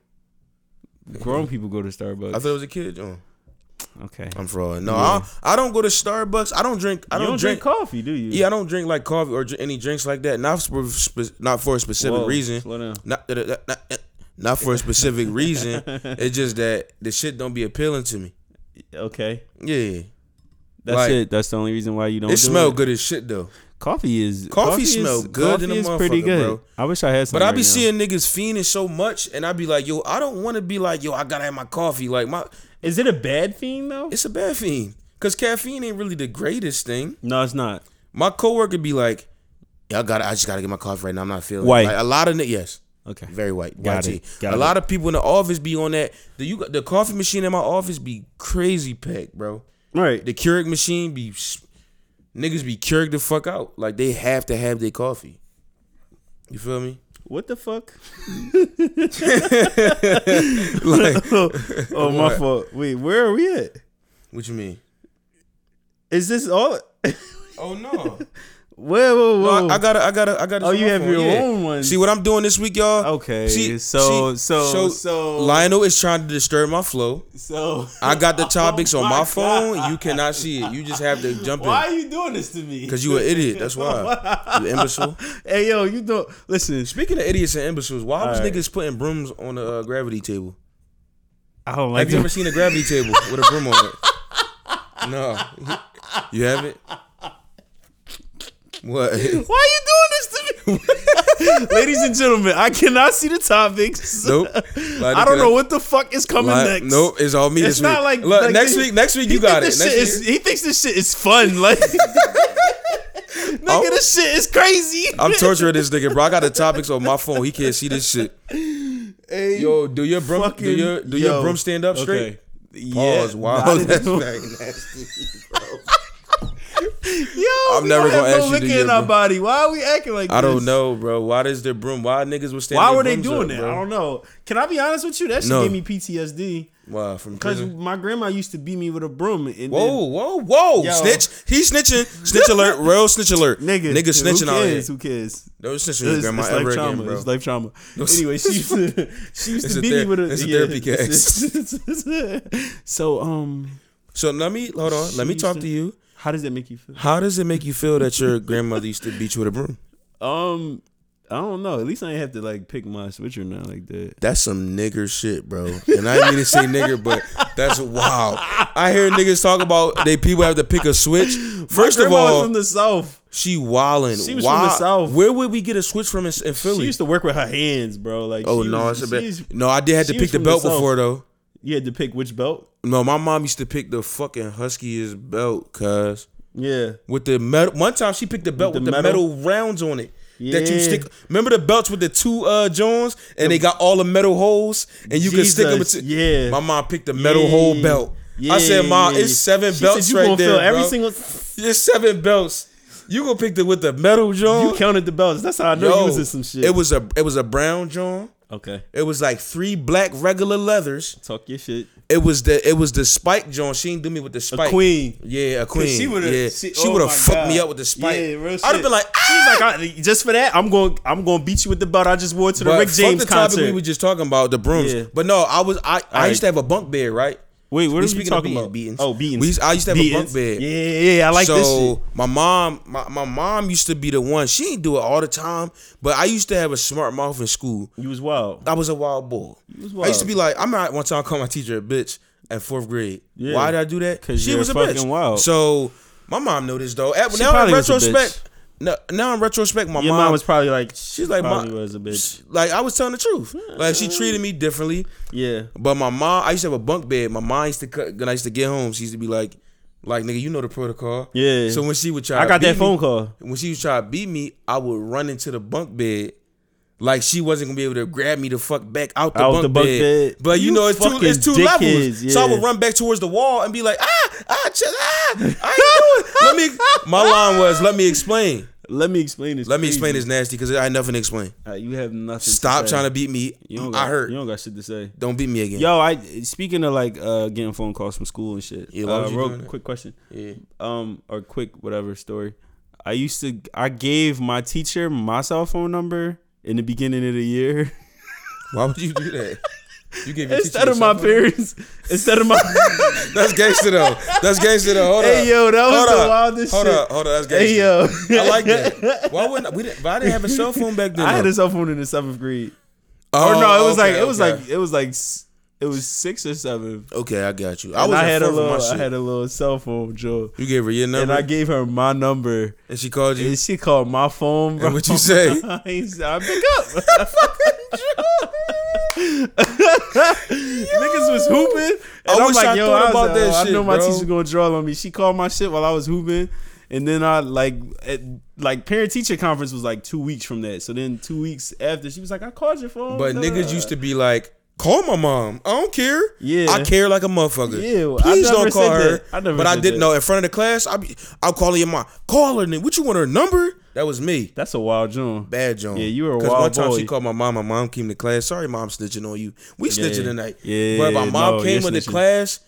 [SPEAKER 2] grown people go to
[SPEAKER 1] I
[SPEAKER 2] Starbucks.
[SPEAKER 1] thought it was a kid. Oh,
[SPEAKER 2] Okay.
[SPEAKER 1] I'm fraud. No, I, I don't go to Starbucks. I don't drink. I
[SPEAKER 2] you
[SPEAKER 1] don't,
[SPEAKER 2] don't drink,
[SPEAKER 1] drink.
[SPEAKER 2] coffee, do you?
[SPEAKER 1] yeah, I don't drink like coffee or dr- any drinks like that. Not for spe- not for a specific
[SPEAKER 2] Whoa,
[SPEAKER 1] reason.
[SPEAKER 2] Slow down.
[SPEAKER 1] Not, that- that- not eh, not for a specific reason. It's just that the shit don't be appealing to me.
[SPEAKER 2] Okay.
[SPEAKER 1] Yeah,
[SPEAKER 2] That's
[SPEAKER 1] Like-
[SPEAKER 2] it. That's the only reason why you don't.
[SPEAKER 1] it
[SPEAKER 2] do
[SPEAKER 1] smell good as shit though.
[SPEAKER 2] Coffee is
[SPEAKER 1] Coffee smell good
[SPEAKER 2] Coffee
[SPEAKER 1] in a
[SPEAKER 2] is pretty
[SPEAKER 1] motherfucker,
[SPEAKER 2] good.
[SPEAKER 1] bro.
[SPEAKER 2] I wish I had some.
[SPEAKER 1] But I
[SPEAKER 2] right
[SPEAKER 1] be
[SPEAKER 2] now.
[SPEAKER 1] seeing niggas fiending so much, and I be like, yo, I don't want to be like, yo, I gotta have my coffee. Like my,
[SPEAKER 2] Is it a bad thing though?
[SPEAKER 1] it's a bad fiend, cause caffeine ain't really the greatest thing.
[SPEAKER 2] No, it's not.
[SPEAKER 1] My coworker be like, y'all gotta, I just gotta get my coffee right now. I'm not feeling it."
[SPEAKER 2] White.
[SPEAKER 1] Like, a lot of ni- yes,
[SPEAKER 2] Okay.
[SPEAKER 1] very white.
[SPEAKER 2] Got
[SPEAKER 1] YT.
[SPEAKER 2] it, got
[SPEAKER 1] a
[SPEAKER 2] it.
[SPEAKER 1] lot of people in the office be on that. The you the coffee machine in my office be crazy packed, bro.
[SPEAKER 2] Right.
[SPEAKER 1] The Keurig machine be s- niggas be Keurig the fuck out. Like they have to have their coffee. You feel me?
[SPEAKER 2] What the fuck?
[SPEAKER 1] Like
[SPEAKER 2] Oh my fault. Wait, where are we at?
[SPEAKER 1] what you mean?
[SPEAKER 2] Is this all? whoa,
[SPEAKER 1] Oh no.
[SPEAKER 2] whoa, whoa!
[SPEAKER 1] No, I, I gotta, I gotta, I gotta.
[SPEAKER 2] Oh,
[SPEAKER 1] show
[SPEAKER 2] you
[SPEAKER 1] my
[SPEAKER 2] have
[SPEAKER 1] phone,
[SPEAKER 2] your own one.
[SPEAKER 1] See what I'm doing this week, y'all?
[SPEAKER 2] Okay,
[SPEAKER 1] See-
[SPEAKER 2] so-
[SPEAKER 1] see-
[SPEAKER 2] so- so-
[SPEAKER 1] Lionel is trying to disturb my flow.
[SPEAKER 2] so oh
[SPEAKER 1] I got the topics on
[SPEAKER 2] my
[SPEAKER 1] my
[SPEAKER 2] God.
[SPEAKER 1] phone. You cannot see it. You just have to jump
[SPEAKER 2] why
[SPEAKER 1] in
[SPEAKER 2] are you doing this to me?
[SPEAKER 1] because you an idiot. That's why you imbecile.
[SPEAKER 2] hey yo, you don't listen.
[SPEAKER 1] Speaking of idiots and imbeciles, why was
[SPEAKER 2] Alright.
[SPEAKER 1] niggas putting brooms on a uh, gravity table?
[SPEAKER 2] I don't like
[SPEAKER 1] Have you
[SPEAKER 2] you.
[SPEAKER 1] ever seen a gravity table with a broom on it? No, you haven't. What?
[SPEAKER 2] Why are you doing this to me, ladies and gentlemen? I cannot see the topics.
[SPEAKER 1] Nope.
[SPEAKER 2] I don't know what the fuck is coming
[SPEAKER 1] Like,
[SPEAKER 2] next.
[SPEAKER 1] nope, it's all me.
[SPEAKER 2] It's
[SPEAKER 1] this
[SPEAKER 2] not
[SPEAKER 1] week.
[SPEAKER 2] like-
[SPEAKER 1] Look,
[SPEAKER 2] like
[SPEAKER 1] next
[SPEAKER 2] this-
[SPEAKER 1] week. Next week
[SPEAKER 2] He
[SPEAKER 1] you got
[SPEAKER 2] think
[SPEAKER 1] it.
[SPEAKER 2] this
[SPEAKER 1] Next
[SPEAKER 2] shit
[SPEAKER 1] week,
[SPEAKER 2] is- he thinks this shit is fun. Like, no, nigga, this shit is crazy.
[SPEAKER 1] I'm torturing this nigga, bro. I got the topics on my phone. He can't see this shit.
[SPEAKER 2] Hey,
[SPEAKER 1] Yo, do your broom, do
[SPEAKER 2] fucking-
[SPEAKER 1] your do your
[SPEAKER 2] yo.
[SPEAKER 1] broom stand up straight?
[SPEAKER 2] Yeah.
[SPEAKER 1] Pause. Wow,
[SPEAKER 2] Nah,
[SPEAKER 1] that's
[SPEAKER 2] yo,
[SPEAKER 1] very nasty.
[SPEAKER 2] I'm
[SPEAKER 1] never gonna ask you to
[SPEAKER 2] look
[SPEAKER 1] get
[SPEAKER 2] in our
[SPEAKER 1] bro-
[SPEAKER 2] body. Why are we acting like
[SPEAKER 1] I don't
[SPEAKER 2] this?
[SPEAKER 1] know, bro. Why does the broom? Why niggas was standing?
[SPEAKER 2] Why were they doing that? I don't know. Can I be honest with you? That shit
[SPEAKER 1] No.
[SPEAKER 2] gave me PTSD
[SPEAKER 1] Wow, from
[SPEAKER 2] because
[SPEAKER 1] prison.
[SPEAKER 2] my grandma used to beat me with a broom. And then-
[SPEAKER 1] Whoa, whoa, whoa!
[SPEAKER 2] Yo.
[SPEAKER 1] Snitch. He snitching. Snitch alert. Real snitch alert.
[SPEAKER 2] nigga,
[SPEAKER 1] nigga snitching
[SPEAKER 2] who
[SPEAKER 1] out here.
[SPEAKER 2] cares? Who cares?
[SPEAKER 1] Don't snitch on your
[SPEAKER 2] It's,
[SPEAKER 1] grandma
[SPEAKER 2] it's
[SPEAKER 1] ever
[SPEAKER 2] life trauma.
[SPEAKER 1] again, bro.
[SPEAKER 2] It's life trauma.
[SPEAKER 1] it's-
[SPEAKER 2] Anyway, she used to she used
[SPEAKER 1] it's
[SPEAKER 2] to
[SPEAKER 1] a
[SPEAKER 2] beat
[SPEAKER 1] ther-
[SPEAKER 2] me with a,
[SPEAKER 1] it's a
[SPEAKER 2] yeah.
[SPEAKER 1] therapy case.
[SPEAKER 2] so um,
[SPEAKER 1] so let me hold on. Let me
[SPEAKER 2] She
[SPEAKER 1] talk
[SPEAKER 2] used
[SPEAKER 1] to you.
[SPEAKER 2] how does that make you feel?
[SPEAKER 1] How does it make you feel that your grandmother used to beat you with a broom?
[SPEAKER 2] Um, I don't know. At least I didn't have to like pick my switcher now like that.
[SPEAKER 1] That's some nigger shit, bro. And I didn't mean to say nigger, but that's wild. I hear niggas talk about they people have to pick a switch. First
[SPEAKER 2] My
[SPEAKER 1] of
[SPEAKER 2] grandma was
[SPEAKER 1] all,
[SPEAKER 2] from the south.
[SPEAKER 1] she wildin'.
[SPEAKER 2] She was from
[SPEAKER 1] Why-
[SPEAKER 2] the South.
[SPEAKER 1] Where would we get a switch from in, in
[SPEAKER 2] She
[SPEAKER 1] Philly?
[SPEAKER 2] used to work with her hands, bro. Like,
[SPEAKER 1] oh
[SPEAKER 2] she
[SPEAKER 1] no,
[SPEAKER 2] was,
[SPEAKER 1] it's a
[SPEAKER 2] she's-
[SPEAKER 1] bit. No, I did have to
[SPEAKER 2] she
[SPEAKER 1] pick
[SPEAKER 2] was
[SPEAKER 1] the
[SPEAKER 2] from the
[SPEAKER 1] belt
[SPEAKER 2] South.
[SPEAKER 1] before though.
[SPEAKER 2] You had to pick which belt.
[SPEAKER 1] No, my mom used to pick the fucking huskiest belt, cuz.
[SPEAKER 2] Yeah,
[SPEAKER 1] with the metal. One time she picked the belt with,
[SPEAKER 2] With
[SPEAKER 1] the,
[SPEAKER 2] the
[SPEAKER 1] metal? rounds on it. That you
[SPEAKER 2] Yeah.
[SPEAKER 1] stick. Remember the belts with the two uh Jones, and they got all the metal holes, and you can
[SPEAKER 2] Jesus,
[SPEAKER 1] stick them.
[SPEAKER 2] yeah.
[SPEAKER 1] my mom picked the metal hole
[SPEAKER 2] Yeah.
[SPEAKER 1] belt.
[SPEAKER 2] Yeah.
[SPEAKER 1] I said, "Mom, it's seven
[SPEAKER 2] She
[SPEAKER 1] belts
[SPEAKER 2] said, you
[SPEAKER 1] right
[SPEAKER 2] gonna
[SPEAKER 1] there.
[SPEAKER 2] Feel every
[SPEAKER 1] bro.
[SPEAKER 2] single.
[SPEAKER 1] it's seven belts. You gonna pick the with the metal
[SPEAKER 2] You
[SPEAKER 1] John?
[SPEAKER 2] counted the belts. That's how I know
[SPEAKER 1] Yo,
[SPEAKER 2] you was in some shit.
[SPEAKER 1] It was a it was a brown John.
[SPEAKER 2] okay.
[SPEAKER 1] It was like three black regular leathers.
[SPEAKER 2] Talk your shit.
[SPEAKER 1] It was the it was the spike John. She didn't do me with the spike.
[SPEAKER 2] Queen.
[SPEAKER 1] Yeah, a queen.
[SPEAKER 2] she would've-
[SPEAKER 1] yeah.
[SPEAKER 2] she-
[SPEAKER 1] she,
[SPEAKER 2] oh
[SPEAKER 1] would have
[SPEAKER 2] my
[SPEAKER 1] fucked
[SPEAKER 2] God.
[SPEAKER 1] me up with the spike.
[SPEAKER 2] Yeah, real
[SPEAKER 1] I'd have
[SPEAKER 2] shit.
[SPEAKER 1] been like, ah!
[SPEAKER 2] She's like, I, just for that, I'm going. I'm going to beat you with the belt I just wore to the
[SPEAKER 1] But
[SPEAKER 2] Rick
[SPEAKER 1] fuck
[SPEAKER 2] James
[SPEAKER 1] the topic
[SPEAKER 2] concert.
[SPEAKER 1] we were just talking about the brooms.
[SPEAKER 2] Yeah.
[SPEAKER 1] But no, I was I, I
[SPEAKER 2] Alright.
[SPEAKER 1] used to have a bunk bed, right?
[SPEAKER 2] Wait, what
[SPEAKER 1] We
[SPEAKER 2] are you
[SPEAKER 1] speaking of
[SPEAKER 2] talking about?
[SPEAKER 1] beatings, beatings.
[SPEAKER 2] Oh, beatings.
[SPEAKER 1] We used- I used to have a bunk bed.
[SPEAKER 2] Beatings. Yeah, yeah, yeah. I like
[SPEAKER 1] so
[SPEAKER 2] this shit.
[SPEAKER 1] my mom, my, my mom used to be the one. She didn't do it all the time, but I used to have a smart mouth in school.
[SPEAKER 2] You was wild.
[SPEAKER 1] I was a wild boy.
[SPEAKER 2] was
[SPEAKER 1] I used to
[SPEAKER 2] wild.
[SPEAKER 1] be like, I'm not one time I called my teacher a bitch at fourth grade.
[SPEAKER 2] Yeah.
[SPEAKER 1] Why did I do that?
[SPEAKER 2] 'Cause you're fucking wild.
[SPEAKER 1] So my mom knew this though. At, now in
[SPEAKER 2] probably was a
[SPEAKER 1] retrospect, no, now in retrospect, my
[SPEAKER 2] Your mom, was probably like, she's
[SPEAKER 1] like,
[SPEAKER 2] like, probably
[SPEAKER 1] "Ma-
[SPEAKER 2] was a bitch.
[SPEAKER 1] like I was telling the truth. Like she treated me differently.
[SPEAKER 2] Yeah.
[SPEAKER 1] But my mom, I used to have a bunk bed. My mom used to cut when I used to get home. She used to be like, like nigga, you know the protocol.
[SPEAKER 2] Yeah.
[SPEAKER 1] So when she would try,
[SPEAKER 2] I
[SPEAKER 1] to
[SPEAKER 2] got
[SPEAKER 1] beat
[SPEAKER 2] that phone
[SPEAKER 1] me-
[SPEAKER 2] call.
[SPEAKER 1] When she would try to beat me, I would run into the bunk bed. Like she wasn't gonna be able to grab me the fuck back out the,
[SPEAKER 2] Out
[SPEAKER 1] bunk,
[SPEAKER 2] the bunk
[SPEAKER 1] bed.
[SPEAKER 2] bed.
[SPEAKER 1] But you,
[SPEAKER 2] You
[SPEAKER 1] know it's two
[SPEAKER 2] fucking
[SPEAKER 1] it's two levels.
[SPEAKER 2] dickheads,
[SPEAKER 1] So I
[SPEAKER 2] yeah.
[SPEAKER 1] would run back towards the wall and be like, ah, ah, ch- ah, I ain't doing. it. Let me. My line was, let me explain.
[SPEAKER 2] Let me explain this.
[SPEAKER 1] Let me explain this nasty because I had nothing to explain.
[SPEAKER 2] you have nothing.
[SPEAKER 1] Stop
[SPEAKER 2] to
[SPEAKER 1] trying to beat me. I hurt.
[SPEAKER 2] You don't got shit to say.
[SPEAKER 1] Don't beat me again.
[SPEAKER 2] Yo, I speaking of like uh, getting phone calls from school and shit.
[SPEAKER 1] Yeah, why
[SPEAKER 2] uh,
[SPEAKER 1] was you
[SPEAKER 2] real
[SPEAKER 1] doing that?
[SPEAKER 2] quick question.
[SPEAKER 1] Yeah.
[SPEAKER 2] Um, or quick whatever story. I used to. I gave my teacher my cell phone number in the beginning of the year.
[SPEAKER 1] Why would you do that? You gave your
[SPEAKER 2] instead
[SPEAKER 1] teacher
[SPEAKER 2] of my
[SPEAKER 1] something?
[SPEAKER 2] parents, instead of my
[SPEAKER 1] That's gangster though. That's gangster though. Hold
[SPEAKER 2] hey
[SPEAKER 1] up.
[SPEAKER 2] yo, that was
[SPEAKER 1] hold
[SPEAKER 2] the
[SPEAKER 1] up.
[SPEAKER 2] wildest
[SPEAKER 1] hold
[SPEAKER 2] shit.
[SPEAKER 1] up. Hold up. That's gangster.
[SPEAKER 2] Hey yo,
[SPEAKER 1] I like that. Why wouldn't we? Didn't, but I didn't have a cell phone back then.
[SPEAKER 2] I had
[SPEAKER 1] though.
[SPEAKER 2] a cell phone in the seventh grade.
[SPEAKER 1] Oh,
[SPEAKER 2] or no, it was
[SPEAKER 1] okay,
[SPEAKER 2] like it was
[SPEAKER 1] okay.
[SPEAKER 2] like it was like s- it was six or seven.
[SPEAKER 1] Okay, I got you. I
[SPEAKER 2] I, and
[SPEAKER 1] was
[SPEAKER 2] I had a
[SPEAKER 1] My
[SPEAKER 2] little
[SPEAKER 1] shit.
[SPEAKER 2] I had a little cell phone, Joe.
[SPEAKER 1] you gave her your
[SPEAKER 2] And
[SPEAKER 1] number,
[SPEAKER 2] I
[SPEAKER 1] and,
[SPEAKER 2] gave her my number.
[SPEAKER 1] she called you.
[SPEAKER 2] And she called my phone, bro.
[SPEAKER 1] And what you say?
[SPEAKER 2] I said, I pick up. Niggas was hooping.
[SPEAKER 1] I
[SPEAKER 2] And I am
[SPEAKER 1] wish
[SPEAKER 2] like,
[SPEAKER 1] I
[SPEAKER 2] yo,
[SPEAKER 1] thought
[SPEAKER 2] I, was
[SPEAKER 1] about
[SPEAKER 2] like,
[SPEAKER 1] that
[SPEAKER 2] oh, I
[SPEAKER 1] shit,
[SPEAKER 2] know my
[SPEAKER 1] bro.
[SPEAKER 2] teacher gonna draw on me. She called my shit while I was hooping. And then I like at, like parent teacher conference was like two weeks from that. So then two weeks after she was like, I called your phone.
[SPEAKER 1] but niggas used to be like, "Call my mom. I don't care.
[SPEAKER 2] Yeah.
[SPEAKER 1] I care like a motherfucker.
[SPEAKER 2] Yeah, well, I
[SPEAKER 1] please
[SPEAKER 2] never
[SPEAKER 1] don't call
[SPEAKER 2] said
[SPEAKER 1] her.
[SPEAKER 2] that. I never
[SPEAKER 1] but I
[SPEAKER 2] said
[SPEAKER 1] didn't
[SPEAKER 2] that.
[SPEAKER 1] know in front of the class. I be, I'm calling your mom. Call her. Nigga. What you want her number? That was me.
[SPEAKER 2] That's a wild June.
[SPEAKER 1] bad John.
[SPEAKER 2] Yeah, you were a
[SPEAKER 1] Because
[SPEAKER 2] wild
[SPEAKER 1] one time
[SPEAKER 2] boy.
[SPEAKER 1] she called my mom. My mom came to class. Sorry, mom, snitching on you. We snitching tonight.
[SPEAKER 2] Yeah,
[SPEAKER 1] but my mom
[SPEAKER 2] no,
[SPEAKER 1] came
[SPEAKER 2] you're
[SPEAKER 1] into
[SPEAKER 2] snitching.
[SPEAKER 1] class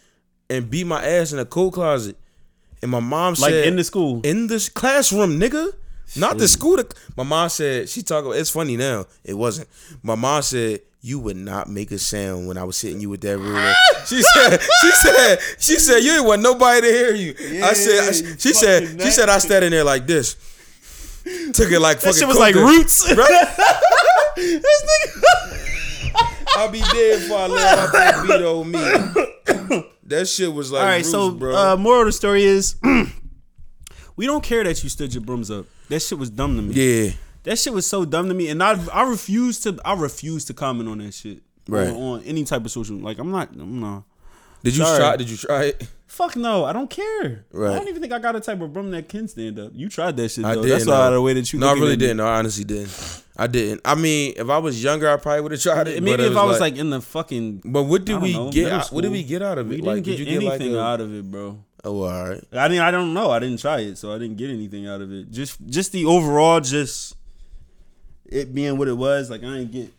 [SPEAKER 1] and beat my ass in a coat closet, and my mom
[SPEAKER 2] Like
[SPEAKER 1] said,
[SPEAKER 2] in the school.
[SPEAKER 1] in this classroom, nigga." Not the school. To, my mom said she talked. It's funny now. It wasn't. My mom said you would not make a sound when I was hitting you with that ruler. she said. She said. She said you didn't want nobody to hear you. I said.
[SPEAKER 2] Yeah, you
[SPEAKER 1] she said.
[SPEAKER 2] fucking
[SPEAKER 1] She said I stood in there like this. Took it like
[SPEAKER 2] that
[SPEAKER 1] fucking
[SPEAKER 2] shit was like
[SPEAKER 1] Coca.
[SPEAKER 2] roots. this nigga
[SPEAKER 1] I'll be dead before I let out that beat on me. That shit was like,
[SPEAKER 2] All right,
[SPEAKER 1] Bruce,
[SPEAKER 2] so
[SPEAKER 1] bro.
[SPEAKER 2] Uh, moral of the story is we don't care that you stood your brooms up. That shit was dumb to me.
[SPEAKER 1] yeah,
[SPEAKER 2] That shit was so dumb to me, and I I refuse to I refuse to comment on that shit.
[SPEAKER 1] Right.
[SPEAKER 2] On, on any type of social, like I'm not, I'm not.
[SPEAKER 1] Did you
[SPEAKER 2] Sorry.
[SPEAKER 1] try? Did you try it?
[SPEAKER 2] Fuck no, I don't care. I
[SPEAKER 1] Right.
[SPEAKER 2] don't even think I got a type of broom that can stand up. You tried that shit though.
[SPEAKER 1] I did.
[SPEAKER 2] That's
[SPEAKER 1] no.
[SPEAKER 2] why the way that you.
[SPEAKER 1] No, I
[SPEAKER 2] looking
[SPEAKER 1] really
[SPEAKER 2] at me.
[SPEAKER 1] didn't. No, I honestly didn't. I didn't. I mean, if I was younger, I probably would have tried it. but
[SPEAKER 2] Maybe
[SPEAKER 1] it
[SPEAKER 2] if I was like, in the fucking,
[SPEAKER 1] but what
[SPEAKER 2] I
[SPEAKER 1] did
[SPEAKER 2] don't
[SPEAKER 1] we
[SPEAKER 2] know,
[SPEAKER 1] get?
[SPEAKER 2] middle
[SPEAKER 1] Out, what did we
[SPEAKER 2] school.
[SPEAKER 1] get out of it?
[SPEAKER 2] we didn't
[SPEAKER 1] like,
[SPEAKER 2] get
[SPEAKER 1] did you get
[SPEAKER 2] anything
[SPEAKER 1] like a,
[SPEAKER 2] out of it, bro.
[SPEAKER 1] Oh, well, all right.
[SPEAKER 2] I mean, I don't know. I didn't try it, so I didn't get anything out of it. Just, just the overall, just it being what it was. Like I didn't get.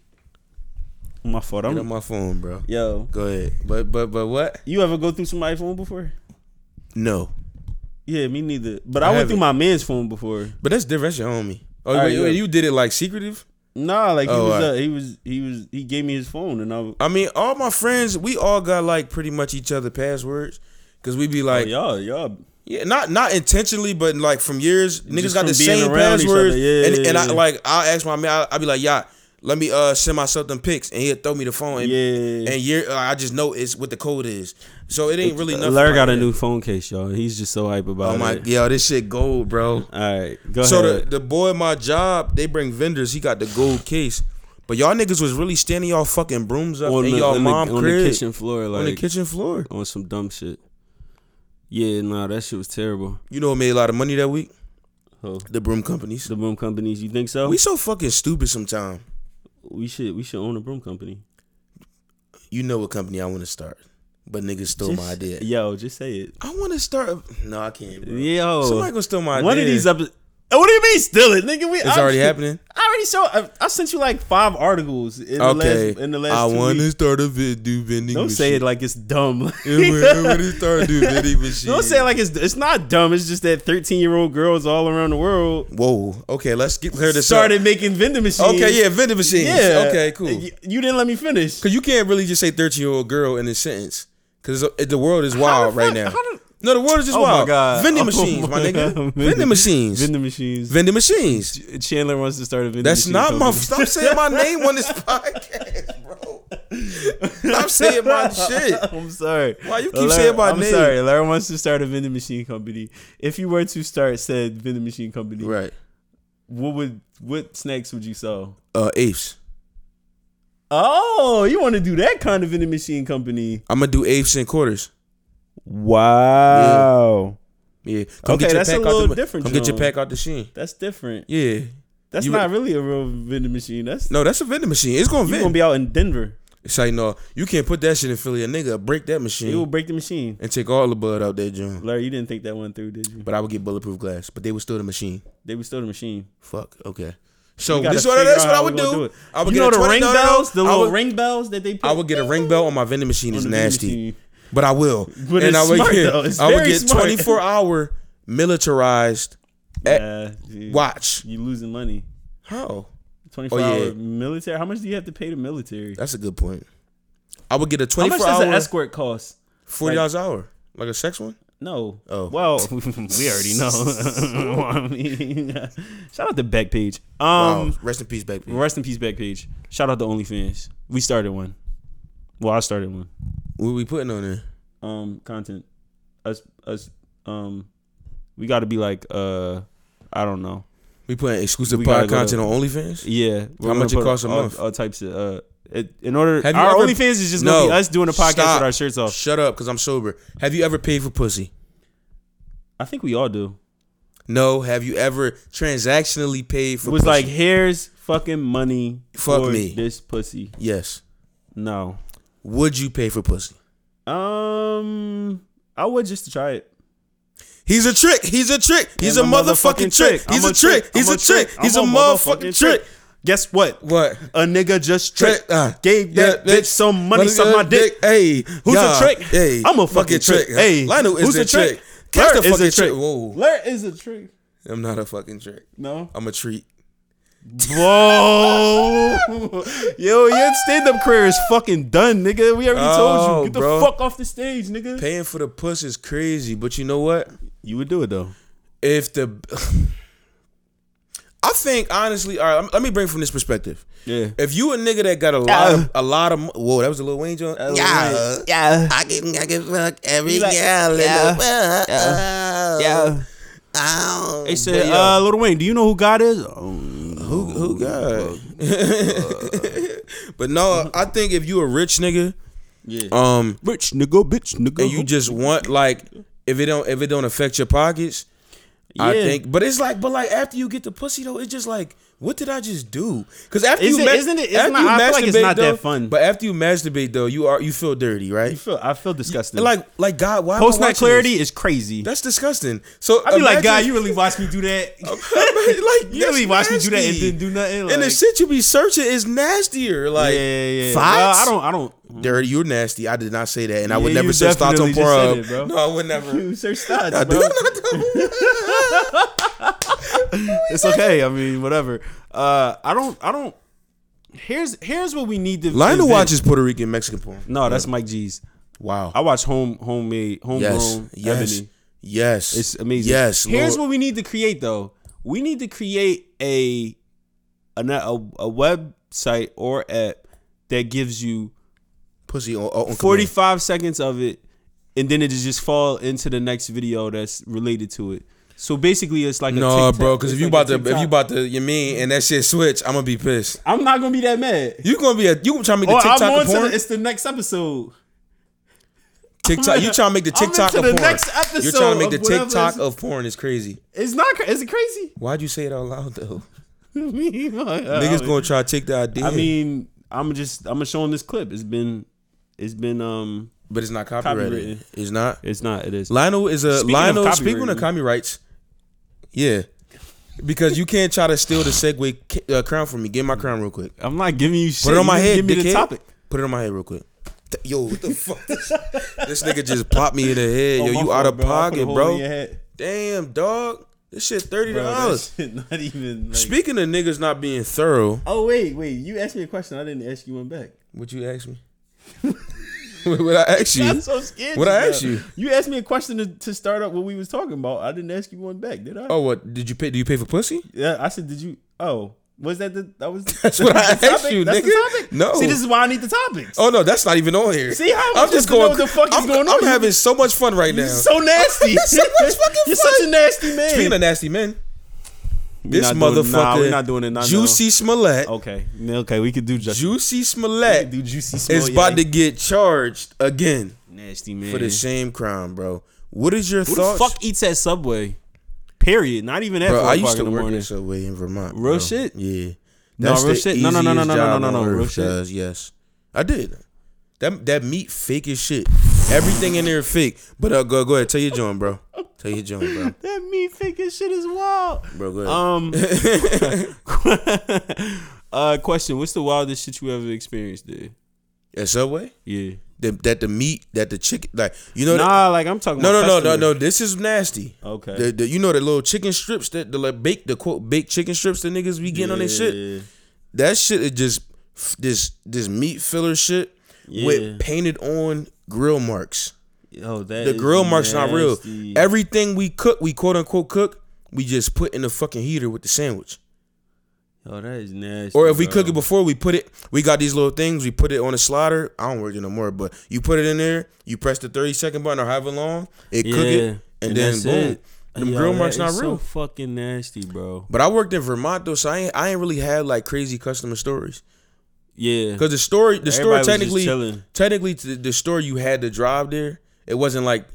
[SPEAKER 2] My fault.
[SPEAKER 1] Get on
[SPEAKER 2] I'm,
[SPEAKER 1] my phone, bro.
[SPEAKER 2] yo,
[SPEAKER 1] Go ahead. But but but what?
[SPEAKER 2] you ever go through somebody's phone before?
[SPEAKER 1] No.
[SPEAKER 2] Yeah, me neither. But
[SPEAKER 1] I
[SPEAKER 2] I, went through
[SPEAKER 1] haven't.
[SPEAKER 2] my man's phone before.
[SPEAKER 1] But that's different. That's your homie. Oh,
[SPEAKER 2] All
[SPEAKER 1] wait,
[SPEAKER 2] right,
[SPEAKER 1] wait,
[SPEAKER 2] yeah.
[SPEAKER 1] you did it like secretive?
[SPEAKER 2] Nah, like he
[SPEAKER 1] Oh,
[SPEAKER 2] was,
[SPEAKER 1] all
[SPEAKER 2] uh, he was, he was, he gave me his phone, and I, was
[SPEAKER 1] I mean, all my friends, we all got like pretty much each other passwords. Cause we be like,
[SPEAKER 2] y'all, y'all,
[SPEAKER 1] yeah, not not intentionally, but like from years, niggas
[SPEAKER 2] Just
[SPEAKER 1] got the
[SPEAKER 2] from being
[SPEAKER 1] same
[SPEAKER 2] around each other.
[SPEAKER 1] passwords.
[SPEAKER 2] Yeah,
[SPEAKER 1] and
[SPEAKER 2] yeah,
[SPEAKER 1] and I
[SPEAKER 2] yeah.
[SPEAKER 1] like I ask my man, I, I be like, yeah, let me uh send myself them pics, and he'll throw me the phone. And,
[SPEAKER 2] yeah.
[SPEAKER 1] And year, uh, I just know it's what the code is. So it ain't really nothing.
[SPEAKER 2] Lur
[SPEAKER 1] like
[SPEAKER 2] uh, got a
[SPEAKER 1] that.
[SPEAKER 2] new phone case, y'all. He's just so hype about
[SPEAKER 1] Oh my,
[SPEAKER 2] it.
[SPEAKER 1] yo, this shit gold, bro.
[SPEAKER 2] All right, go
[SPEAKER 1] So
[SPEAKER 2] ahead.
[SPEAKER 1] the, the boy at my job, they bring vendors. He got the gold case, but y'all niggas was really standing y'all fucking brooms up in y'all mom
[SPEAKER 2] on
[SPEAKER 1] crib
[SPEAKER 2] the kitchen floor, like
[SPEAKER 1] on the kitchen floor.
[SPEAKER 2] on some dumb shit. Yeah, nah, that shit was terrible.
[SPEAKER 1] You know, who made a lot of money that week.
[SPEAKER 2] Who?
[SPEAKER 1] The broom companies.
[SPEAKER 2] The broom companies, you think so?
[SPEAKER 1] We
[SPEAKER 2] We,
[SPEAKER 1] so fucking stupid sometimes.
[SPEAKER 2] should, we should own a broom company.
[SPEAKER 1] You know what company I want to start, but niggas stole Oh my
[SPEAKER 2] Just-
[SPEAKER 1] idea.
[SPEAKER 2] Yo, just say it.
[SPEAKER 1] I want to start. a- No, I can't. Bro.
[SPEAKER 2] Yo,
[SPEAKER 1] Somebody gonna steal my idea.
[SPEAKER 2] one of these up. Oh, what do you mean, steal it, nigga? We
[SPEAKER 1] It's already happening.
[SPEAKER 2] I already saw. I, I sent you like five articles in the
[SPEAKER 1] Okay.
[SPEAKER 2] last in the last.
[SPEAKER 1] I
[SPEAKER 2] two
[SPEAKER 1] want
[SPEAKER 2] weeks.
[SPEAKER 1] to start a vid- do vending.
[SPEAKER 2] Don't say it like it's dumb.
[SPEAKER 1] when it started doing vending machine.
[SPEAKER 2] Don't say it like it's it's not dumb. It's just that thirteen year old girls all around the world
[SPEAKER 1] Whoa. Okay, let's get clear this
[SPEAKER 2] started
[SPEAKER 1] up.
[SPEAKER 2] making vending machines.
[SPEAKER 1] Okay, yeah, vending machines.
[SPEAKER 2] yeah.
[SPEAKER 1] Okay, cool.
[SPEAKER 2] You, you didn't let me finish.
[SPEAKER 1] Because you can't really just say 13 year old girl in a sentence. Because the world is wild
[SPEAKER 2] the
[SPEAKER 1] right
[SPEAKER 2] fuck-
[SPEAKER 1] now.
[SPEAKER 2] how the-
[SPEAKER 1] No, the world is just
[SPEAKER 2] Oh my
[SPEAKER 1] wild.
[SPEAKER 2] God.
[SPEAKER 1] Vending
[SPEAKER 2] Oh
[SPEAKER 1] machines, my
[SPEAKER 2] my
[SPEAKER 1] nigga.
[SPEAKER 2] God.
[SPEAKER 1] Vending machines. Vending,
[SPEAKER 2] Vending machines.
[SPEAKER 1] machines.
[SPEAKER 2] Chandler wants to start a vending.
[SPEAKER 1] That's
[SPEAKER 2] machine
[SPEAKER 1] not my.
[SPEAKER 2] company.
[SPEAKER 1] Stop saying my name on this podcast, bro. Stop saying my shit.
[SPEAKER 2] I'm sorry.
[SPEAKER 1] Why you keep saying my
[SPEAKER 2] I'm
[SPEAKER 1] name?
[SPEAKER 2] sorry. Larry wants to start a vending machine company. If you were to start said vending machine company,
[SPEAKER 1] Right.
[SPEAKER 2] what would what snacks would you sell?
[SPEAKER 1] Uh, apes.
[SPEAKER 2] Oh, you want to do that kind of vending machine company?
[SPEAKER 1] I'm gonna do apes and quarters.
[SPEAKER 2] Wow,
[SPEAKER 1] Yeah.
[SPEAKER 2] Okay, that's a
[SPEAKER 1] out
[SPEAKER 2] little
[SPEAKER 1] the,
[SPEAKER 2] different,
[SPEAKER 1] Come get your
[SPEAKER 2] John.
[SPEAKER 1] pack out the sheen.
[SPEAKER 2] that's different.
[SPEAKER 1] Yeah.
[SPEAKER 2] That's
[SPEAKER 1] You
[SPEAKER 2] not really a real vending machine. That's
[SPEAKER 1] No, that's a vending machine. It's gonna
[SPEAKER 2] you're gonna
[SPEAKER 1] vend.
[SPEAKER 2] be out in Denver.
[SPEAKER 1] it's like no, you can't put that shit in Philly. A nigga break that
[SPEAKER 2] It
[SPEAKER 1] machine
[SPEAKER 2] will break the machine.
[SPEAKER 1] and take all the blood out there, John.
[SPEAKER 2] Larry, you didn't think that one through, did you?
[SPEAKER 1] But I would get bulletproof glass. But they would steal the machine.
[SPEAKER 2] They would steal the machine.
[SPEAKER 1] Fuck. Okay. So
[SPEAKER 2] We gotta
[SPEAKER 1] this is what,
[SPEAKER 2] figure
[SPEAKER 1] that's
[SPEAKER 2] out
[SPEAKER 1] what I
[SPEAKER 2] how
[SPEAKER 1] would
[SPEAKER 2] we
[SPEAKER 1] do.
[SPEAKER 2] gonna do it.
[SPEAKER 1] I would
[SPEAKER 2] you
[SPEAKER 1] get
[SPEAKER 2] know
[SPEAKER 1] a $20
[SPEAKER 2] the ring bells, the
[SPEAKER 1] I
[SPEAKER 2] little
[SPEAKER 1] would-
[SPEAKER 2] ring bells that they put.
[SPEAKER 1] I would get a ring bell on my vending machine. It's
[SPEAKER 2] on the vending
[SPEAKER 1] nasty,
[SPEAKER 2] machine.
[SPEAKER 1] but I will.
[SPEAKER 2] But it's
[SPEAKER 1] I would
[SPEAKER 2] smart,
[SPEAKER 1] get.
[SPEAKER 2] though. It's
[SPEAKER 1] I would
[SPEAKER 2] very
[SPEAKER 1] get
[SPEAKER 2] smart.
[SPEAKER 1] 24 hour militarized
[SPEAKER 2] Yeah, dude.
[SPEAKER 1] watch.
[SPEAKER 2] You losing money.
[SPEAKER 1] How?
[SPEAKER 2] Twenty four
[SPEAKER 1] Oh, yeah.
[SPEAKER 2] hour military. How much do you have to pay the military?
[SPEAKER 1] That's a good point. I would get a
[SPEAKER 2] How
[SPEAKER 1] 24
[SPEAKER 2] much does
[SPEAKER 1] hour
[SPEAKER 2] an escort cost?
[SPEAKER 1] forty dollars an hour, like a sex one.
[SPEAKER 2] No.
[SPEAKER 1] Oh.
[SPEAKER 2] Well, we already know. I mean, shout out to Backpage.
[SPEAKER 1] Wow.
[SPEAKER 2] Um,
[SPEAKER 1] Rest in peace, baby.
[SPEAKER 2] rest in peace, Backpage. Shout out to OnlyFans. We started one. Well, I started one.
[SPEAKER 1] What we putting on there?
[SPEAKER 2] Um, content. Us, us. Um, we got to be like, uh, I don't know.
[SPEAKER 1] We putting exclusive
[SPEAKER 2] We gotta
[SPEAKER 1] pod
[SPEAKER 2] go
[SPEAKER 1] content on OnlyFans.
[SPEAKER 2] Yeah. we're
[SPEAKER 1] How much
[SPEAKER 2] gonna
[SPEAKER 1] it
[SPEAKER 2] put
[SPEAKER 1] costs a
[SPEAKER 2] all-
[SPEAKER 1] month?
[SPEAKER 2] All types of. Uh, it, in order,
[SPEAKER 1] Have you
[SPEAKER 2] our
[SPEAKER 1] ever-
[SPEAKER 2] OnlyFans is just gonna be
[SPEAKER 1] No.
[SPEAKER 2] us doing a podcast
[SPEAKER 1] Stop.
[SPEAKER 2] with our shirts off.
[SPEAKER 1] Shut up, cause I'm sober. Have you ever paid for pussy?
[SPEAKER 2] I think we all do.
[SPEAKER 1] No. Have you ever transactionally paid for?
[SPEAKER 2] It was
[SPEAKER 1] pussy?
[SPEAKER 2] like, here's fucking money
[SPEAKER 1] Fuck
[SPEAKER 2] for
[SPEAKER 1] me.
[SPEAKER 2] this pussy.
[SPEAKER 1] yes.
[SPEAKER 2] No.
[SPEAKER 1] Would you pay for pussy?
[SPEAKER 2] Um, I would just to try it.
[SPEAKER 1] He's a trick. He's a trick. He's a, motherfucking, trick. He's
[SPEAKER 2] I'm
[SPEAKER 1] a trick. He's
[SPEAKER 2] I'm
[SPEAKER 1] a trick. He's a
[SPEAKER 2] I'm
[SPEAKER 1] motherfucking trick.
[SPEAKER 2] Guess what?
[SPEAKER 1] What?
[SPEAKER 2] A nigga just
[SPEAKER 1] Trick,
[SPEAKER 2] tricked.
[SPEAKER 1] uh,
[SPEAKER 2] Gave
[SPEAKER 1] yeah,
[SPEAKER 2] that bitch some money,
[SPEAKER 1] Look
[SPEAKER 2] suck
[SPEAKER 1] at
[SPEAKER 2] my
[SPEAKER 1] that
[SPEAKER 2] dick.
[SPEAKER 1] Hey,
[SPEAKER 2] Who's
[SPEAKER 1] yeah,
[SPEAKER 2] a trick?
[SPEAKER 1] Hey,
[SPEAKER 2] I'm a fucking trick. Hey,
[SPEAKER 1] Lionel is
[SPEAKER 2] who's
[SPEAKER 1] the
[SPEAKER 2] a trick?
[SPEAKER 1] trick. Catch
[SPEAKER 2] Lur
[SPEAKER 1] the
[SPEAKER 2] is a
[SPEAKER 1] fucking
[SPEAKER 2] trick.
[SPEAKER 1] trick. Whoa,
[SPEAKER 2] Lur is a trick.
[SPEAKER 1] I'm not a fucking trick.
[SPEAKER 2] No.
[SPEAKER 1] I'm a treat.
[SPEAKER 2] Whoa. Yo, your stand up career is fucking done, nigga. We already
[SPEAKER 1] Oh,
[SPEAKER 2] told you. Get the
[SPEAKER 1] bro.
[SPEAKER 2] fuck off the stage, nigga.
[SPEAKER 1] Paying for the puss is crazy, but you know what?
[SPEAKER 2] You would do it though.
[SPEAKER 1] If the, I think honestly, all right. Let me bring from this perspective.
[SPEAKER 2] Yeah.
[SPEAKER 1] If you a nigga that got a lot,
[SPEAKER 2] Yeah.
[SPEAKER 1] of, a lot of, mo- whoa, that was a little Wayne John. Yeah,
[SPEAKER 2] Yeah.
[SPEAKER 1] I can, I can fuck every
[SPEAKER 2] like,
[SPEAKER 1] girl in
[SPEAKER 2] yeah,
[SPEAKER 1] the world.
[SPEAKER 2] Yeah.
[SPEAKER 1] Oh,
[SPEAKER 2] They said,
[SPEAKER 1] but,
[SPEAKER 2] uh, Lil Wayne, do you know who God is? Oh,
[SPEAKER 1] yo, who, who got? but no, I think if you a rich nigga
[SPEAKER 2] Yeah.
[SPEAKER 1] Um,
[SPEAKER 2] Bitch nigga, bitch nigga.
[SPEAKER 1] and you just want like if it don't if it don't affect your pockets, I
[SPEAKER 2] Yeah.
[SPEAKER 1] think. But it's like, but like after you get the pussy though, it's just like, what did I just do? Because after
[SPEAKER 2] Isn't-
[SPEAKER 1] you, ma-
[SPEAKER 2] isn't it- it's
[SPEAKER 1] after
[SPEAKER 2] not-
[SPEAKER 1] you
[SPEAKER 2] I feel like it's
[SPEAKER 1] masturbate,
[SPEAKER 2] not that
[SPEAKER 1] though-
[SPEAKER 2] fun.
[SPEAKER 1] But after you masturbate though, you are you feel dirty, right?
[SPEAKER 2] I feel I feel disgusting.
[SPEAKER 1] And like like God, why am I
[SPEAKER 2] post night
[SPEAKER 1] watching
[SPEAKER 2] clarity
[SPEAKER 1] this?
[SPEAKER 2] is crazy.
[SPEAKER 1] That's disgusting. So
[SPEAKER 2] I'd be like,
[SPEAKER 1] imagine-
[SPEAKER 2] God, you really watched me do that.
[SPEAKER 1] like
[SPEAKER 2] you really
[SPEAKER 1] that's
[SPEAKER 2] watched me do that and
[SPEAKER 1] nasty.
[SPEAKER 2] didn't do nothing. Like,
[SPEAKER 1] and the shit you be searching is nastier. Like
[SPEAKER 2] yeah, yeah, yeah.
[SPEAKER 1] thoughts?
[SPEAKER 2] Well, I don't. I don't.
[SPEAKER 1] Dirty, you're nasty. I did not say that, and I would
[SPEAKER 2] Yeah,
[SPEAKER 1] never
[SPEAKER 2] you
[SPEAKER 1] search thoughts on
[SPEAKER 2] definitely just said
[SPEAKER 1] Pornhub.
[SPEAKER 2] it, bro.
[SPEAKER 1] No, I would never.
[SPEAKER 2] You search thoughts,
[SPEAKER 1] I
[SPEAKER 2] bro.
[SPEAKER 1] do not.
[SPEAKER 2] It's okay. I mean, whatever. Uh, I don't. I don't. Here's here's what we need to.
[SPEAKER 1] Lionel
[SPEAKER 2] invent.
[SPEAKER 1] watches Puerto Rican Mexican porn.
[SPEAKER 2] No, that's Mike G's.
[SPEAKER 1] Wow.
[SPEAKER 2] I watch home homemade homegrown
[SPEAKER 1] yes. Yes.
[SPEAKER 2] ebony.
[SPEAKER 1] Yes.
[SPEAKER 2] It's amazing.
[SPEAKER 1] Yes.
[SPEAKER 2] Here's
[SPEAKER 1] Lord.
[SPEAKER 2] what we need to create though. We need to create a a a, a website or app that gives you
[SPEAKER 1] pussy on, on
[SPEAKER 2] 45
[SPEAKER 1] forty.
[SPEAKER 2] seconds of it and then it just fall into the next video that's related to it. So basically it's like a
[SPEAKER 1] No,
[SPEAKER 2] TikTok-
[SPEAKER 1] bro. Because if
[SPEAKER 2] it's
[SPEAKER 1] you about
[SPEAKER 2] like a
[SPEAKER 1] to, if
[SPEAKER 2] TikTok.
[SPEAKER 1] you about to, you mean, and that shit switch, I'm gonna be pissed.
[SPEAKER 2] I'm not going to be that mad.
[SPEAKER 1] You gonna be a, you trying to make the
[SPEAKER 2] Or
[SPEAKER 1] TikTok
[SPEAKER 2] Oh, I'm
[SPEAKER 1] a
[SPEAKER 2] on to
[SPEAKER 1] porn?
[SPEAKER 2] the, it's the next episode.
[SPEAKER 1] TikTok. You trying to make the
[SPEAKER 2] I'm
[SPEAKER 1] TikTok
[SPEAKER 2] into
[SPEAKER 1] of
[SPEAKER 2] the
[SPEAKER 1] porn?
[SPEAKER 2] next
[SPEAKER 1] You're
[SPEAKER 2] episode
[SPEAKER 1] trying to make
[SPEAKER 2] of
[SPEAKER 1] the
[SPEAKER 2] whatever
[SPEAKER 1] TikTok
[SPEAKER 2] is-
[SPEAKER 1] of porn is crazy.
[SPEAKER 2] It's not cra- is it crazy?
[SPEAKER 1] Why'd you say it out loud though?
[SPEAKER 2] Niggas
[SPEAKER 1] Niggas gonna try to take the idea.
[SPEAKER 2] I mean, I'm just I'm showing this clip. It's been, it's been um,
[SPEAKER 1] but it's not copyrighted.
[SPEAKER 2] Copyrighted.
[SPEAKER 1] It's not.
[SPEAKER 2] it's not. It is.
[SPEAKER 1] Lionel is a
[SPEAKER 2] Speaking of
[SPEAKER 1] Lionel.
[SPEAKER 2] copyright,
[SPEAKER 1] Speaking of
[SPEAKER 2] man.
[SPEAKER 1] copyrights, yeah, because you can't try to steal the segue ki- uh, crown from me. Get my crown real quick.
[SPEAKER 2] I'm not giving you shit.
[SPEAKER 1] Put it on my
[SPEAKER 2] You
[SPEAKER 1] head.
[SPEAKER 2] Give me the
[SPEAKER 1] dickhead.
[SPEAKER 2] topic.
[SPEAKER 1] Put it on my head real quick. Th- Yo, what the fuck? This, this nigga just popped me in the head. Yo,
[SPEAKER 2] Oh, my
[SPEAKER 1] you
[SPEAKER 2] fault,
[SPEAKER 1] out of
[SPEAKER 2] bro. I put a
[SPEAKER 1] pocket,
[SPEAKER 2] hole in your
[SPEAKER 1] bro.
[SPEAKER 2] head.
[SPEAKER 1] Damn, dog. This shit thirty
[SPEAKER 2] Bro, that
[SPEAKER 1] dollars.
[SPEAKER 2] shit not even. Like,
[SPEAKER 1] Speaking of niggas not being thorough,
[SPEAKER 2] oh wait, wait. You asked me a question. I didn't ask you one back.
[SPEAKER 1] what you ask me? what I ask you?
[SPEAKER 2] I'm so scared.
[SPEAKER 1] What'd I
[SPEAKER 2] bro.
[SPEAKER 1] ask you?
[SPEAKER 2] You asked me a question to, to start up what we was talking about. I didn't ask you one back, did I?
[SPEAKER 1] Oh, what did you pay? Do you pay for pussy?
[SPEAKER 2] Yeah, I said, did you? Oh, was that the that was?
[SPEAKER 1] That's what I
[SPEAKER 2] the
[SPEAKER 1] asked
[SPEAKER 2] topic?
[SPEAKER 1] you,
[SPEAKER 2] That's the
[SPEAKER 1] nigga.
[SPEAKER 2] topic?
[SPEAKER 1] No.
[SPEAKER 2] See, this is why I need the topics.
[SPEAKER 1] Oh no, that's not even on here.
[SPEAKER 2] See, how am I supposed to know what the fuck is
[SPEAKER 1] I'm,
[SPEAKER 2] going on?
[SPEAKER 1] I'm having so much fun right now.
[SPEAKER 2] You're so nasty.
[SPEAKER 1] You're so much fucking
[SPEAKER 2] You're
[SPEAKER 1] fun.
[SPEAKER 2] such a nasty man.
[SPEAKER 1] Speaking of nasty men, this
[SPEAKER 2] not doing-
[SPEAKER 1] motherfucker,
[SPEAKER 2] nah, we're not doing it, not
[SPEAKER 1] Juicy Smollett,
[SPEAKER 2] Okay. Okay, we could do just
[SPEAKER 1] Juicy Smollett
[SPEAKER 2] do juicy smell.
[SPEAKER 1] is about to get charged again
[SPEAKER 2] nasty man.
[SPEAKER 1] for the same crime, bro. What is your
[SPEAKER 2] Who
[SPEAKER 1] thoughts?
[SPEAKER 2] the fuck eats at Subway? Period. Not even at
[SPEAKER 1] bro,
[SPEAKER 2] four
[SPEAKER 1] I
[SPEAKER 2] o'clock
[SPEAKER 1] used to
[SPEAKER 2] in the
[SPEAKER 1] work in
[SPEAKER 2] morning.
[SPEAKER 1] Subway in Vermont.
[SPEAKER 2] Real
[SPEAKER 1] bro.
[SPEAKER 2] shit?
[SPEAKER 1] Yeah.
[SPEAKER 2] No, real shit? No, no, no, no,
[SPEAKER 1] easiest
[SPEAKER 2] no, no,
[SPEAKER 1] job
[SPEAKER 2] no, no,
[SPEAKER 1] on
[SPEAKER 2] no, real
[SPEAKER 1] earth,
[SPEAKER 2] shit?
[SPEAKER 1] cuz, Yes, I did. That that meat fake as shit. Everything in there fake. But uh, go go ahead, tell your joint, bro. Tell your joint, bro.
[SPEAKER 2] That meat faking shit is wild.
[SPEAKER 1] Bro, go ahead.
[SPEAKER 2] Um Uh question, what's the wildest shit you ever experienced there?
[SPEAKER 1] At Subway,
[SPEAKER 2] Yeah.
[SPEAKER 1] the, that the meat, that the chicken, like you know,
[SPEAKER 2] Nah, like I'm talking
[SPEAKER 1] the, no, no,
[SPEAKER 2] about
[SPEAKER 1] no, no, no.
[SPEAKER 2] customer.
[SPEAKER 1] This is nasty.
[SPEAKER 2] Okay.
[SPEAKER 1] The, the, you know the little chicken strips that the like baked the quote baked chicken strips the niggas be getting on this shit.
[SPEAKER 2] Yeah.
[SPEAKER 1] That shit is just f- this this meat filler shit
[SPEAKER 2] Yeah.
[SPEAKER 1] with painted on grill marks.
[SPEAKER 2] Oh, that
[SPEAKER 1] The
[SPEAKER 2] is
[SPEAKER 1] grill marks not real.
[SPEAKER 2] nasty.
[SPEAKER 1] Everything we cook, we quote unquote cook, we just put in the fucking heater with the sandwich.
[SPEAKER 2] Oh, that is nasty.
[SPEAKER 1] Or if we
[SPEAKER 2] bro.
[SPEAKER 1] cook it before, we put it. We got these little things. We put it on a slider. I don't work it no more, but you put it in there. You press the thirty second button or however long it cook
[SPEAKER 2] Yeah,
[SPEAKER 1] it, and, then
[SPEAKER 2] that's
[SPEAKER 1] boom,
[SPEAKER 2] it.
[SPEAKER 1] them
[SPEAKER 2] Yo,
[SPEAKER 1] grill
[SPEAKER 2] that
[SPEAKER 1] marks not
[SPEAKER 2] is So
[SPEAKER 1] real.
[SPEAKER 2] fucking nasty, bro.
[SPEAKER 1] But I worked in Vermont though, so I ain't, I ain't really had like crazy customer stories.
[SPEAKER 2] Yeah,
[SPEAKER 1] Because the story, the
[SPEAKER 2] Everybody was
[SPEAKER 1] store
[SPEAKER 2] just
[SPEAKER 1] technically,
[SPEAKER 2] chilling.
[SPEAKER 1] technically, the, the store you had to drive there. It wasn't like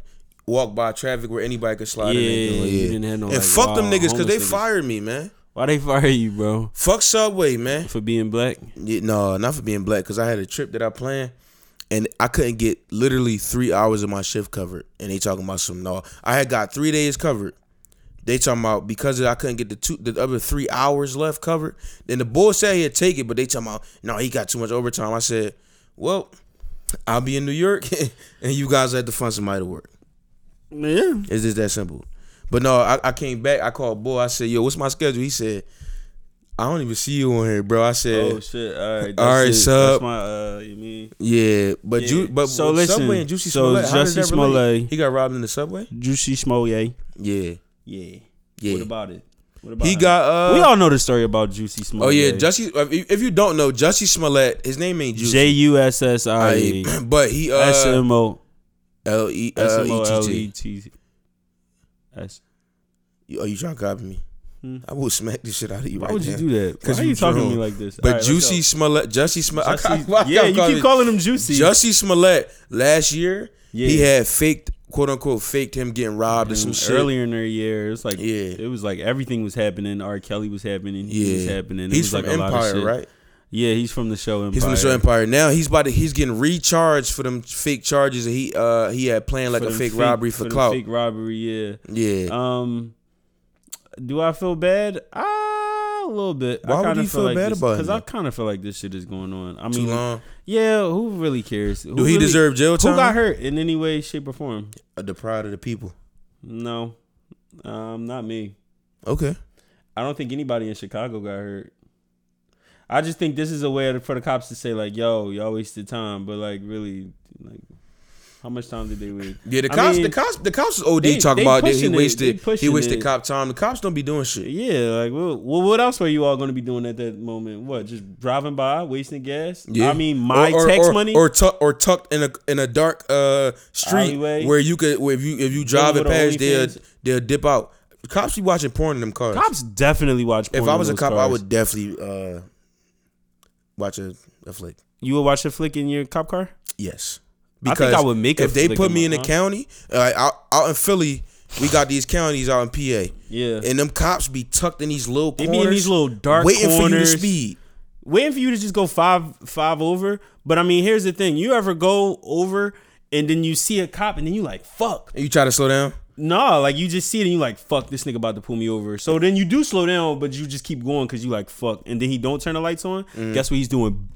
[SPEAKER 1] walk by traffic where anybody could slide in.
[SPEAKER 2] Yeah,
[SPEAKER 1] And, do it.
[SPEAKER 2] you didn't have no,
[SPEAKER 1] and
[SPEAKER 2] like,
[SPEAKER 1] fuck them
[SPEAKER 2] wild
[SPEAKER 1] niggas because they
[SPEAKER 2] homeless niggas.
[SPEAKER 1] fired me, man.
[SPEAKER 2] why they fire you, bro,
[SPEAKER 1] Fuck Subway, man.
[SPEAKER 2] for being black?
[SPEAKER 1] Yeah, no, not for being black. Because I had a trip that I planned, and I couldn't get literally three hours of my shift covered. And they talking about some no. I had got three days covered. They talking about because I couldn't get the two the other three hours left covered. Then the boy said he'd take it, but they talking about no, he got too much overtime. I said, well. I'll be in New York, and you guys had to find somebody to work.
[SPEAKER 2] Yeah,
[SPEAKER 1] It's just that simple. But no, I, I came back. I called boy. I said, "Yo, what's my schedule?" He said, "I don't even see you on here, bro." I said,
[SPEAKER 2] Oh shit! All right,
[SPEAKER 1] All right,
[SPEAKER 2] that's it.
[SPEAKER 1] sub.
[SPEAKER 2] That's my uh, you mean
[SPEAKER 1] Yeah, but
[SPEAKER 2] Yeah.
[SPEAKER 1] Ju- but
[SPEAKER 2] So
[SPEAKER 1] Subway
[SPEAKER 2] listen,
[SPEAKER 1] and Juicy
[SPEAKER 2] so
[SPEAKER 1] Smollett, how does
[SPEAKER 2] Jussie
[SPEAKER 1] that relate?
[SPEAKER 2] Smollett-
[SPEAKER 1] he got robbed in the subway.
[SPEAKER 2] Juicy Smollett?
[SPEAKER 1] Yeah,
[SPEAKER 2] Yeah, What
[SPEAKER 1] yeah.
[SPEAKER 2] about it? What about
[SPEAKER 1] He
[SPEAKER 2] him?
[SPEAKER 1] got uh.
[SPEAKER 2] we all know the story about Juicy Smollett.
[SPEAKER 1] oh yeah, Jussie. If, if you don't know, Jussie Smollett, his name ain't Juicy,
[SPEAKER 2] J U S S I E
[SPEAKER 1] I- but he
[SPEAKER 2] S
[SPEAKER 1] uh
[SPEAKER 2] M O
[SPEAKER 1] L E
[SPEAKER 2] S
[SPEAKER 1] L
[SPEAKER 2] M O
[SPEAKER 1] E
[SPEAKER 2] L
[SPEAKER 1] T
[SPEAKER 2] E
[SPEAKER 1] T.
[SPEAKER 2] T S.
[SPEAKER 1] You- Oh, you trying to copy me? I will smack the shit out of you
[SPEAKER 2] Hmm. Why
[SPEAKER 1] right
[SPEAKER 2] would you
[SPEAKER 1] now.
[SPEAKER 2] do that?
[SPEAKER 1] 'Cause
[SPEAKER 2] Why are you talking to me
[SPEAKER 1] drunk.
[SPEAKER 2] like this?
[SPEAKER 1] But
[SPEAKER 2] All right, let's
[SPEAKER 1] Juicy
[SPEAKER 2] go.
[SPEAKER 1] Smollett, Jussie Smollett. I-
[SPEAKER 2] Jussie-
[SPEAKER 1] why
[SPEAKER 2] yeah,
[SPEAKER 1] y'all
[SPEAKER 2] you
[SPEAKER 1] calling
[SPEAKER 2] keep
[SPEAKER 1] it-
[SPEAKER 2] calling him Juicy.
[SPEAKER 1] Jussie Smollett last year, he
[SPEAKER 2] Yeah. Mm,
[SPEAKER 1] had faked, quote unquote, faked him getting robbed or some shit.
[SPEAKER 2] earlier in their year, it's like
[SPEAKER 1] Yeah.
[SPEAKER 2] it was like everything was happening. R. Kelly was happening. He was
[SPEAKER 1] Yeah,
[SPEAKER 2] happening. It
[SPEAKER 1] he's
[SPEAKER 2] was
[SPEAKER 1] from
[SPEAKER 2] like a lot of
[SPEAKER 1] Empire,
[SPEAKER 2] shit.
[SPEAKER 1] right?
[SPEAKER 2] Yeah, he's from the show Empire.
[SPEAKER 1] He's from the show Empire. Now he's about to, he's getting recharged for them fake charges that he uh he had planned like
[SPEAKER 2] For
[SPEAKER 1] a
[SPEAKER 2] them
[SPEAKER 1] fake, robbery for,
[SPEAKER 2] them
[SPEAKER 1] clout.
[SPEAKER 2] Fake robbery, yeah.
[SPEAKER 1] yeah.
[SPEAKER 2] Um, do I feel bad? Ah, a little bit.
[SPEAKER 1] Why
[SPEAKER 2] I
[SPEAKER 1] would
[SPEAKER 2] kinda
[SPEAKER 1] you feel bad about it,
[SPEAKER 2] Because I
[SPEAKER 1] man?
[SPEAKER 2] kind of feel like this shit is going on. I
[SPEAKER 1] Too
[SPEAKER 2] mean,
[SPEAKER 1] long.
[SPEAKER 2] yeah, who really cares? Who
[SPEAKER 1] Do he
[SPEAKER 2] really-
[SPEAKER 1] deserve jail time?
[SPEAKER 2] Who got hurt in any way, shape, or form?
[SPEAKER 1] Uh, Deprived of the people.
[SPEAKER 2] No, um, not me.
[SPEAKER 1] Okay.
[SPEAKER 2] I don't think anybody in Chicago got hurt. I just think this is a way for the cops to say like, "Yo, y'all wasted time," but like, really, like, how much time did they waste?
[SPEAKER 1] Yeah, the
[SPEAKER 2] I
[SPEAKER 1] cops, the
[SPEAKER 2] mean,
[SPEAKER 1] cops, the cops. OD
[SPEAKER 2] they-
[SPEAKER 1] talking
[SPEAKER 2] they
[SPEAKER 1] about that he
[SPEAKER 2] pushing it. They
[SPEAKER 1] wasted, he
[SPEAKER 2] pushing
[SPEAKER 1] wasted
[SPEAKER 2] it.
[SPEAKER 1] cop time. The cops don't be doing shit.
[SPEAKER 2] Yeah, like well, well, what else were you all going to be doing at that moment? What, just driving by, wasting gas?
[SPEAKER 1] Yeah.
[SPEAKER 2] I mean, my
[SPEAKER 1] Or- or-
[SPEAKER 2] tax
[SPEAKER 1] or-
[SPEAKER 2] money.
[SPEAKER 1] or tuck, or tucked in a in a dark uh street
[SPEAKER 2] Alleyway.
[SPEAKER 1] where you could where if you if you drive it
[SPEAKER 2] with the
[SPEAKER 1] past they'll
[SPEAKER 2] OnlyFans.
[SPEAKER 1] they'll dip out. Cops be watching porn in them cars.
[SPEAKER 2] cops definitely watch. Porn
[SPEAKER 1] if I
[SPEAKER 2] in
[SPEAKER 1] was a
[SPEAKER 2] those
[SPEAKER 1] cop, I
[SPEAKER 2] cars.
[SPEAKER 1] would definitely uh watch a, a flick.
[SPEAKER 2] You would watch a flick in your cop car?
[SPEAKER 1] Yes,
[SPEAKER 2] I think I would make a
[SPEAKER 1] if they
[SPEAKER 2] flick
[SPEAKER 1] put
[SPEAKER 2] in
[SPEAKER 1] me
[SPEAKER 2] my-
[SPEAKER 1] in the
[SPEAKER 2] huh?
[SPEAKER 1] county uh, out out in Philly. We got these counties out in PA,
[SPEAKER 2] Yeah.
[SPEAKER 1] and them cops be tucked in these little
[SPEAKER 2] They
[SPEAKER 1] corners,
[SPEAKER 2] be in these little dark
[SPEAKER 1] waiting for you to
[SPEAKER 2] corners.
[SPEAKER 1] speed.
[SPEAKER 2] waiting for you to just go five five over. But I mean, here's the thing: you ever go over and then you see a cop and then you like fuck,
[SPEAKER 1] And you try to slow down.
[SPEAKER 2] nah, like you just see it and you like fuck, this nigga about to pull me over. So then you do slow down, but you just keep going because you like fuck, and then he don't turn the lights on. Guess what he's doing?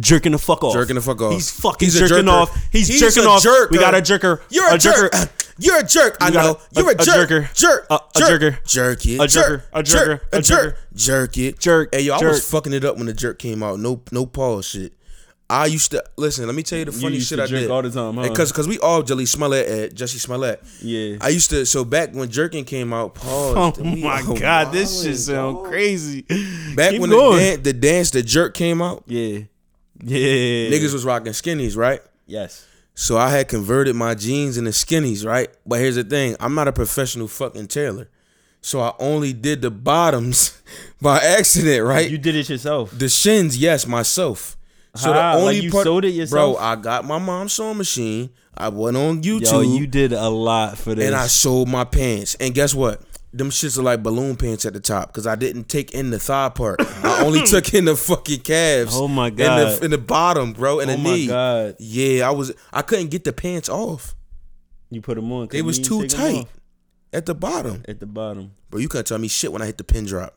[SPEAKER 2] Jerking the fuck off.
[SPEAKER 1] Mm. Jerking the fuck off.
[SPEAKER 2] He's fucking
[SPEAKER 1] He's a
[SPEAKER 2] jerking
[SPEAKER 1] jerker.
[SPEAKER 2] off. He's,
[SPEAKER 1] He's
[SPEAKER 2] jerking
[SPEAKER 1] a
[SPEAKER 2] off. We
[SPEAKER 1] jerker.
[SPEAKER 2] got a jerker.
[SPEAKER 1] You're a, jerk. You're a jerk. I
[SPEAKER 2] You got
[SPEAKER 1] know.
[SPEAKER 2] a-
[SPEAKER 1] You're a,
[SPEAKER 2] a- a
[SPEAKER 1] jerk.
[SPEAKER 2] jerker.
[SPEAKER 1] Jerk.
[SPEAKER 2] A- a
[SPEAKER 1] jerk.
[SPEAKER 2] jerker.
[SPEAKER 1] Jerk it.
[SPEAKER 2] A
[SPEAKER 1] jerk.
[SPEAKER 2] jerker. A jerker.
[SPEAKER 1] jerk.
[SPEAKER 2] A
[SPEAKER 1] A jerk.
[SPEAKER 2] jerker.
[SPEAKER 1] Jerk it.
[SPEAKER 2] Jerk.
[SPEAKER 1] Hey yo, I
[SPEAKER 2] Jerk.
[SPEAKER 1] was fucking it up when the jerk came out. No, no pause shit. I used to listen. Let me tell you the funny
[SPEAKER 2] used
[SPEAKER 1] shit
[SPEAKER 2] to
[SPEAKER 1] I
[SPEAKER 2] jerk
[SPEAKER 1] did
[SPEAKER 2] all the time, huh?
[SPEAKER 1] Because because we all Jelly Smollett at Jesse Smollett.
[SPEAKER 2] Yeah.
[SPEAKER 1] I used to. So back when jerking came out, pause.
[SPEAKER 2] Oh
[SPEAKER 1] We
[SPEAKER 2] my
[SPEAKER 1] all
[SPEAKER 2] god, this
[SPEAKER 1] wildin',
[SPEAKER 2] shit sound
[SPEAKER 1] dog.
[SPEAKER 2] crazy.
[SPEAKER 1] Back
[SPEAKER 2] Keep
[SPEAKER 1] when
[SPEAKER 2] going.
[SPEAKER 1] the dan- the dance the jerk came out,
[SPEAKER 2] yeah, yeah,
[SPEAKER 1] niggas was rocking skinnies, right?
[SPEAKER 2] yes.
[SPEAKER 1] So I had converted my jeans into skinnies, right? But here's the thing, I'm not a professional fucking tailor. So I only did the bottoms by accident, right?
[SPEAKER 2] You did it yourself.
[SPEAKER 1] the shins, yes, myself. So
[SPEAKER 2] Ah, like you sewed it yourself?
[SPEAKER 1] Bro, I got my mom's sewing machine. I went on YouTube
[SPEAKER 2] Yo, you did a lot for this.
[SPEAKER 1] and I sold my pants. And guess what? Them shits are like balloon pants at the top because I didn't take in the thigh part. I only took in the fucking calves.
[SPEAKER 2] Oh my
[SPEAKER 1] And
[SPEAKER 2] God.
[SPEAKER 1] the, and the bottom, bro, and
[SPEAKER 2] oh
[SPEAKER 1] the
[SPEAKER 2] my
[SPEAKER 1] knee.
[SPEAKER 2] god,
[SPEAKER 1] Yeah, I was. I couldn't get the pants off.
[SPEAKER 2] you put them on. 'cause
[SPEAKER 1] They was
[SPEAKER 2] you
[SPEAKER 1] too
[SPEAKER 2] didn't take 'em
[SPEAKER 1] tight
[SPEAKER 2] off
[SPEAKER 1] at the bottom.
[SPEAKER 2] at the bottom.
[SPEAKER 1] Bro, you couldn't tell me shit when I hit the pin drop.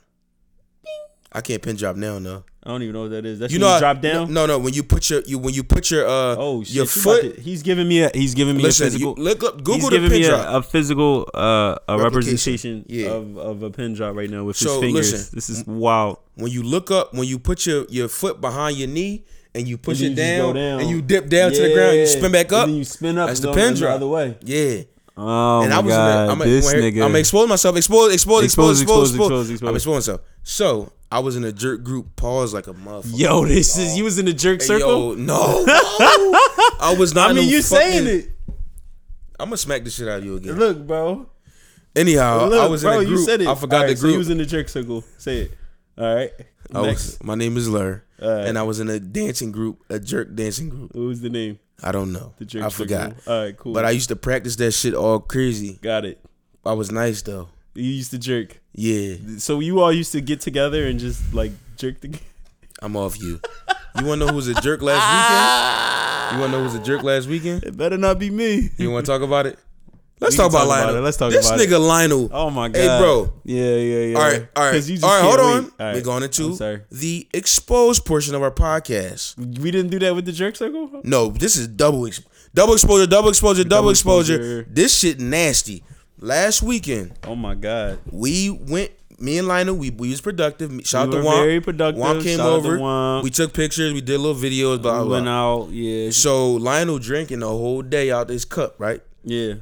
[SPEAKER 1] I can't pin drop now, no.
[SPEAKER 2] I don't even know what that is. That's
[SPEAKER 1] You
[SPEAKER 2] when
[SPEAKER 1] know,
[SPEAKER 2] you
[SPEAKER 1] how-
[SPEAKER 2] drop down.
[SPEAKER 1] No, no. When you put your, you when you put your, uh,
[SPEAKER 2] oh shit,
[SPEAKER 1] your
[SPEAKER 2] you about
[SPEAKER 1] foot.
[SPEAKER 2] to- he's giving me a. He's giving me a
[SPEAKER 1] listen, you,
[SPEAKER 2] physical.
[SPEAKER 1] look up.
[SPEAKER 2] he's
[SPEAKER 1] Google the
[SPEAKER 2] giving
[SPEAKER 1] pin
[SPEAKER 2] me
[SPEAKER 1] drop.
[SPEAKER 2] a, a physical uh, a
[SPEAKER 1] Replication.
[SPEAKER 2] representation
[SPEAKER 1] Yeah.
[SPEAKER 2] of, of a pin drop right now with
[SPEAKER 1] So,
[SPEAKER 2] his fingers.
[SPEAKER 1] listen.
[SPEAKER 2] this is wild.
[SPEAKER 1] when you look up, when you put your your foot behind your knee and you push
[SPEAKER 2] then
[SPEAKER 1] it
[SPEAKER 2] you just go
[SPEAKER 1] down,
[SPEAKER 2] down.
[SPEAKER 1] and you dip down to the ground, and you
[SPEAKER 2] Yeah.
[SPEAKER 1] spin back
[SPEAKER 2] And
[SPEAKER 1] up.
[SPEAKER 2] then you spin up
[SPEAKER 1] That's
[SPEAKER 2] and
[SPEAKER 1] the
[SPEAKER 2] go
[SPEAKER 1] pin
[SPEAKER 2] the
[SPEAKER 1] drop.
[SPEAKER 2] other way.
[SPEAKER 1] Yeah.
[SPEAKER 2] Oh
[SPEAKER 1] and
[SPEAKER 2] my
[SPEAKER 1] I was
[SPEAKER 2] god,
[SPEAKER 1] in a, I'm
[SPEAKER 2] this
[SPEAKER 1] a,
[SPEAKER 2] nigga.
[SPEAKER 1] I'm exposing myself. Expose, expose, expose,
[SPEAKER 2] Expose,
[SPEAKER 1] expose,
[SPEAKER 2] expose,
[SPEAKER 1] expose,
[SPEAKER 2] expose, expose.
[SPEAKER 1] I'm exposing myself. So I was in a jerk group. Pause like a motherfucker.
[SPEAKER 2] Yo, this is you was in the jerk circle.
[SPEAKER 1] Yo, no, no. I was not.
[SPEAKER 2] I mean,
[SPEAKER 1] no
[SPEAKER 2] you
[SPEAKER 1] fucking-
[SPEAKER 2] saying it.
[SPEAKER 1] I'm gonna smack the shit out of you again.
[SPEAKER 2] Look, bro.
[SPEAKER 1] Anyhow,
[SPEAKER 2] Look,
[SPEAKER 1] I was
[SPEAKER 2] bro,
[SPEAKER 1] in a group.
[SPEAKER 2] You said it.
[SPEAKER 1] I forgot
[SPEAKER 2] All
[SPEAKER 1] the
[SPEAKER 2] right, So
[SPEAKER 1] group.
[SPEAKER 2] you was in the jerk circle. Say it. All right.
[SPEAKER 1] I was-
[SPEAKER 2] Next.
[SPEAKER 1] my name is Lur,
[SPEAKER 2] Alright.
[SPEAKER 1] and I was in a dancing group, a jerk dancing group.
[SPEAKER 2] What was the name?
[SPEAKER 1] I don't know.
[SPEAKER 2] The jerk
[SPEAKER 1] I
[SPEAKER 2] circle.
[SPEAKER 1] forgot.
[SPEAKER 2] All right, cool.
[SPEAKER 1] But I used to practice that shit all crazy.
[SPEAKER 2] got it.
[SPEAKER 1] I was nice though.
[SPEAKER 2] You used to jerk.
[SPEAKER 1] Yeah,
[SPEAKER 2] So you all used to get together and just like jerk the.
[SPEAKER 1] I'm off you. You wanna know who was a jerk last weekend? You wanna know who was a jerk last weekend?
[SPEAKER 2] It better not be me.
[SPEAKER 1] You wanna talk about it? Let's
[SPEAKER 2] We can
[SPEAKER 1] talk about
[SPEAKER 2] talk about
[SPEAKER 1] Lionel.
[SPEAKER 2] it. Let's talk
[SPEAKER 1] this
[SPEAKER 2] about it.
[SPEAKER 1] nigga Lionel.
[SPEAKER 2] Oh my god.
[SPEAKER 1] Hey, bro.
[SPEAKER 2] Yeah, yeah, yeah.
[SPEAKER 1] All right, all right,
[SPEAKER 2] 'Cause you just
[SPEAKER 1] all right. Hold
[SPEAKER 2] can't
[SPEAKER 1] on.
[SPEAKER 2] wait. All right.
[SPEAKER 1] We're going into
[SPEAKER 2] I'm sorry.
[SPEAKER 1] the exposed portion of our podcast.
[SPEAKER 2] We didn't do that with the jerk circle.
[SPEAKER 1] No, this is double exp- double exposure, double exposure, double,
[SPEAKER 2] Double
[SPEAKER 1] exposure.
[SPEAKER 2] exposure.
[SPEAKER 1] This shit nasty. Last weekend,
[SPEAKER 2] Oh my god.
[SPEAKER 1] we went. Me and Lionel, we, we was productive. Shout
[SPEAKER 2] We
[SPEAKER 1] out to
[SPEAKER 2] were
[SPEAKER 1] Womp.
[SPEAKER 2] very productive.
[SPEAKER 1] Womp came
[SPEAKER 2] Shout out to
[SPEAKER 1] over.
[SPEAKER 2] Womp.
[SPEAKER 1] We took pictures. We did little videos. Blah
[SPEAKER 2] we
[SPEAKER 1] blah.
[SPEAKER 2] went
[SPEAKER 1] blah.
[SPEAKER 2] out. Yeah.
[SPEAKER 1] So Lionel drinking the whole day out this cup, right?
[SPEAKER 2] Yeah.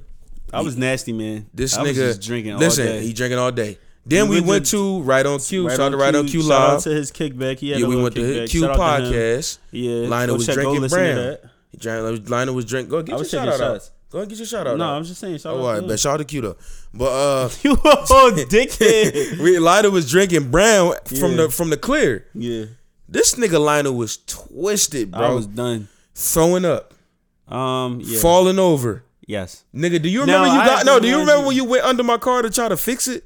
[SPEAKER 2] I was nasty, man.
[SPEAKER 1] This
[SPEAKER 2] I
[SPEAKER 1] nigga
[SPEAKER 2] was just drinking
[SPEAKER 1] Listen,
[SPEAKER 2] all day.
[SPEAKER 1] he drinking all day. Then
[SPEAKER 2] We
[SPEAKER 1] we,
[SPEAKER 2] went
[SPEAKER 1] went
[SPEAKER 2] to-
[SPEAKER 1] to right on Q.
[SPEAKER 2] Right
[SPEAKER 1] shout out to right on Q
[SPEAKER 2] Shout out
[SPEAKER 1] live.
[SPEAKER 2] to his kickback. He had
[SPEAKER 1] Yeah,
[SPEAKER 2] a
[SPEAKER 1] we
[SPEAKER 2] little
[SPEAKER 1] went to
[SPEAKER 2] kickback.
[SPEAKER 1] Q
[SPEAKER 2] Shout out to him.
[SPEAKER 1] podcast.
[SPEAKER 2] Yeah,
[SPEAKER 1] Lionel
[SPEAKER 2] go
[SPEAKER 1] was
[SPEAKER 2] check- go
[SPEAKER 1] drinking
[SPEAKER 2] listen to
[SPEAKER 1] brown.
[SPEAKER 2] that.
[SPEAKER 1] He drank, Lionel was drinking. Go get
[SPEAKER 2] I
[SPEAKER 1] your
[SPEAKER 2] was
[SPEAKER 1] shout
[SPEAKER 2] taking
[SPEAKER 1] out.
[SPEAKER 2] shots.
[SPEAKER 1] out. Go ahead, get your shout out.
[SPEAKER 2] No,
[SPEAKER 1] out.
[SPEAKER 2] I'm just saying. Shout
[SPEAKER 1] Oh, all
[SPEAKER 2] out
[SPEAKER 1] right,
[SPEAKER 2] to
[SPEAKER 1] but shout out to Q though. But uh,
[SPEAKER 2] you a whole dickhead.
[SPEAKER 1] we Lionel was drinking brown from
[SPEAKER 2] Yeah.
[SPEAKER 1] the from the clear.
[SPEAKER 2] yeah,
[SPEAKER 1] This nigga Lionel was twisted, bro.
[SPEAKER 2] I was done.
[SPEAKER 1] throwing up,
[SPEAKER 2] Um, yeah.
[SPEAKER 1] falling over.
[SPEAKER 2] yes.
[SPEAKER 1] Nigga, do you
[SPEAKER 2] No,
[SPEAKER 1] remember you
[SPEAKER 2] I
[SPEAKER 1] got
[SPEAKER 2] have
[SPEAKER 1] no?
[SPEAKER 2] no
[SPEAKER 1] Do you
[SPEAKER 2] idea.
[SPEAKER 1] remember when you went under my car to try to fix it?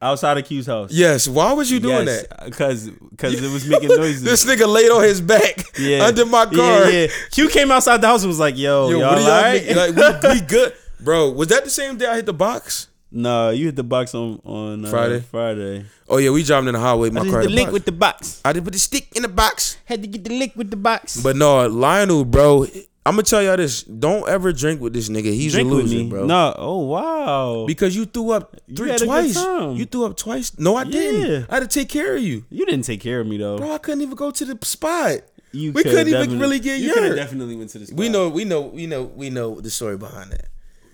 [SPEAKER 2] Outside of Q's house.
[SPEAKER 1] Yes. Why was you doing that?
[SPEAKER 2] Because uh, it was making noises.
[SPEAKER 1] this nigga laid on his back
[SPEAKER 2] yeah.
[SPEAKER 1] under my
[SPEAKER 2] Yeah,
[SPEAKER 1] car.
[SPEAKER 2] Yeah, Q came outside the house and was like, "Yo,
[SPEAKER 1] Yo,
[SPEAKER 2] y'all
[SPEAKER 1] what are y'all
[SPEAKER 2] alright?"
[SPEAKER 1] niggas- like? We, we good, bro. Was that the same day I hit the box?
[SPEAKER 2] no, you hit the box on on uh,
[SPEAKER 1] Friday?
[SPEAKER 2] Friday.
[SPEAKER 1] Oh yeah, we driving in the highway. My car. hit the box.
[SPEAKER 2] the box.
[SPEAKER 1] I did put the stick in the box.
[SPEAKER 2] Had to get the lick with the box.
[SPEAKER 1] But no, Lionel, bro. I'm gonna tell y'all this: don't ever drink with this nigga. He's
[SPEAKER 2] Drink
[SPEAKER 1] a
[SPEAKER 2] with
[SPEAKER 1] loser,
[SPEAKER 2] me,
[SPEAKER 1] bro.
[SPEAKER 2] no. Oh wow.
[SPEAKER 1] Because you threw up three
[SPEAKER 2] had a good
[SPEAKER 1] twice.
[SPEAKER 2] time.
[SPEAKER 1] You threw up twice. No, I
[SPEAKER 2] Yeah.
[SPEAKER 1] didn't. I had to take care of you,
[SPEAKER 2] you didn't take care of me though.
[SPEAKER 1] bro. I couldn't even go to the spot.
[SPEAKER 2] you
[SPEAKER 1] we
[SPEAKER 2] coulda
[SPEAKER 1] couldn't even
[SPEAKER 2] definitely-
[SPEAKER 1] really get
[SPEAKER 2] You coulda
[SPEAKER 1] yurt.
[SPEAKER 2] definitely went to this.
[SPEAKER 1] We know, we know, we know, we know the story behind that.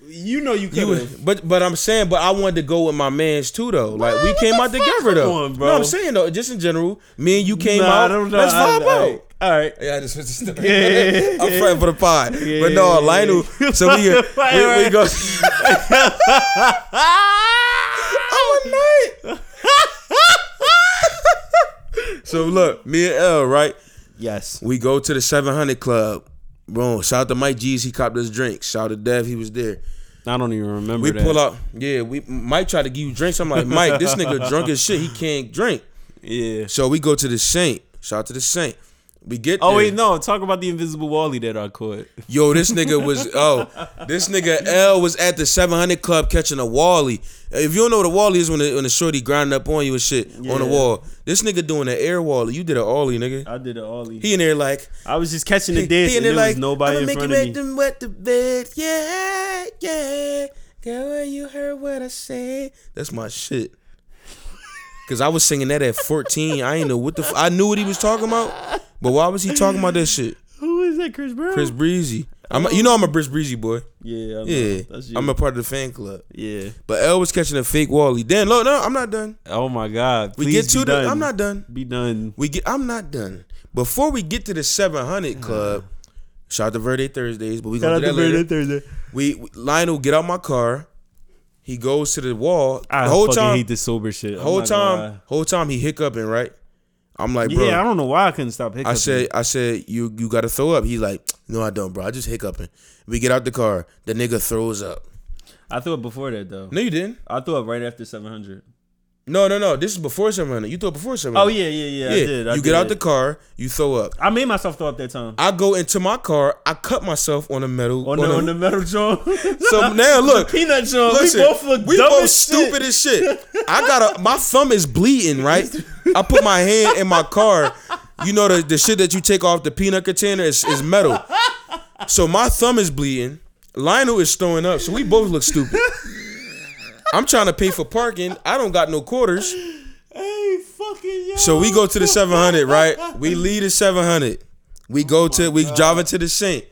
[SPEAKER 2] You know
[SPEAKER 1] You
[SPEAKER 2] you could
[SPEAKER 1] was, but but I'm saying, but I wanted to go with my man's too though. Like we
[SPEAKER 2] what
[SPEAKER 1] came
[SPEAKER 2] the
[SPEAKER 1] out
[SPEAKER 2] fuck?
[SPEAKER 1] together though.
[SPEAKER 2] Come on, bro.
[SPEAKER 1] No, I'm saying though, just in general, me and you came out. Let's vibe out.
[SPEAKER 2] All right.
[SPEAKER 1] Oh, Yeah, I just was just
[SPEAKER 2] yeah,
[SPEAKER 1] I'm fighting for the pod. but no,
[SPEAKER 2] yeah, yeah.
[SPEAKER 1] Lionel. So we, we, we go. Ah! I'm a knight. so look, me and L, right?
[SPEAKER 2] Yes.
[SPEAKER 1] We go to the 700 Club. Bro, shout out to Mike G's. He copped us drinks. Shout out to Dev. He was there.
[SPEAKER 2] I don't even remember.
[SPEAKER 1] We
[SPEAKER 2] that.
[SPEAKER 1] pull up. Yeah, we Mike tried to give you drinks. I'm like, Mike, this nigga drunk as shit. He can't drink.
[SPEAKER 2] Yeah.
[SPEAKER 1] So we go to the Saint. Shout out to the Saint. We get
[SPEAKER 2] Oh
[SPEAKER 1] there.
[SPEAKER 2] wait, no. Talk about the invisible Wally that I caught.
[SPEAKER 1] Yo, this nigga was oh, this nigga L was at the 700 Club catching a wally. If you don't know what a wally is, when the, when the shorty grinding up on you and shit on the
[SPEAKER 2] Yeah.
[SPEAKER 1] wall, this nigga doing an air wally. You did an ollie, nigga.
[SPEAKER 2] I did an ollie.
[SPEAKER 1] He in there like
[SPEAKER 2] I was just catching
[SPEAKER 1] he,
[SPEAKER 2] the dance,
[SPEAKER 1] he in
[SPEAKER 2] and
[SPEAKER 1] there
[SPEAKER 2] there
[SPEAKER 1] like
[SPEAKER 2] was nobody
[SPEAKER 1] I'ma
[SPEAKER 2] in
[SPEAKER 1] make
[SPEAKER 2] front
[SPEAKER 1] you
[SPEAKER 2] of
[SPEAKER 1] make
[SPEAKER 2] me.
[SPEAKER 1] them wet the bed, yeah, yeah. Girl, you heard what I said. That's my shit. Cause I was singing that at 14. I ain't know what the f- I knew what he was talking about, but why was he talking about that shit?
[SPEAKER 2] Who is that, Chris Brown?
[SPEAKER 1] Chris Breezy. I'm a, you know I'm a Chris Breezy boy.
[SPEAKER 2] Yeah, I know.
[SPEAKER 1] Yeah,
[SPEAKER 2] That's you.
[SPEAKER 1] I'm a part of the fan club.
[SPEAKER 2] yeah.
[SPEAKER 1] But L was catching a fake Wally. Then look, no, I'm not done.
[SPEAKER 2] Oh my God.
[SPEAKER 1] We
[SPEAKER 2] Please
[SPEAKER 1] get to
[SPEAKER 2] be
[SPEAKER 1] the.
[SPEAKER 2] done.
[SPEAKER 1] I'm not done.
[SPEAKER 2] Be done.
[SPEAKER 1] We get. I'm not done. Before we get to the 700 club, shout out to Verde Thursdays, but we gonna do that later.
[SPEAKER 2] Thursday.
[SPEAKER 1] We, we Lionel get out my car. He goes to the wall.
[SPEAKER 2] I
[SPEAKER 1] the whole
[SPEAKER 2] fucking
[SPEAKER 1] time,
[SPEAKER 2] hate this sober shit. I'm
[SPEAKER 1] whole
[SPEAKER 2] not gonna
[SPEAKER 1] time, whole time he hiccuping. Right. I'm like,
[SPEAKER 2] lie.
[SPEAKER 1] bro.
[SPEAKER 2] Yeah, I don't know why I couldn't stop hiccuping.
[SPEAKER 1] I said, I said, you you gotta throw up. He's like, no, I don't, bro. I just hiccuping. We get out the car. The nigga throws up.
[SPEAKER 2] I threw up before that though.
[SPEAKER 1] No, you didn't.
[SPEAKER 2] I threw up right after 700.
[SPEAKER 1] No, no, no. This is before 700. You throw up before 700.
[SPEAKER 2] Oh yeah, yeah, yeah. I did. I
[SPEAKER 1] you get out the
[SPEAKER 2] did.
[SPEAKER 1] car, you throw up.
[SPEAKER 2] I made myself throw up that time.
[SPEAKER 1] I go into my car, I cut myself on a metal.
[SPEAKER 2] On
[SPEAKER 1] on
[SPEAKER 2] the,
[SPEAKER 1] a-
[SPEAKER 2] on the metal joint.
[SPEAKER 1] so now look,
[SPEAKER 2] Peanut joint.
[SPEAKER 1] listen,
[SPEAKER 2] we both look
[SPEAKER 1] we
[SPEAKER 2] dumb
[SPEAKER 1] both
[SPEAKER 2] as shit.
[SPEAKER 1] stupid as shit. I got a my thumb is bleeding, right? I put my hand in my car. You know the, the shit that you take off the peanut container is, is metal. So my thumb is bleeding. Lionel is throwing up. So we both look stupid. I'm trying to pay for parking. I don't got no quarters.
[SPEAKER 2] Hey, fucking yo.
[SPEAKER 1] So we go to the 700, right? We lead the 700. We go to, we driving to the sink.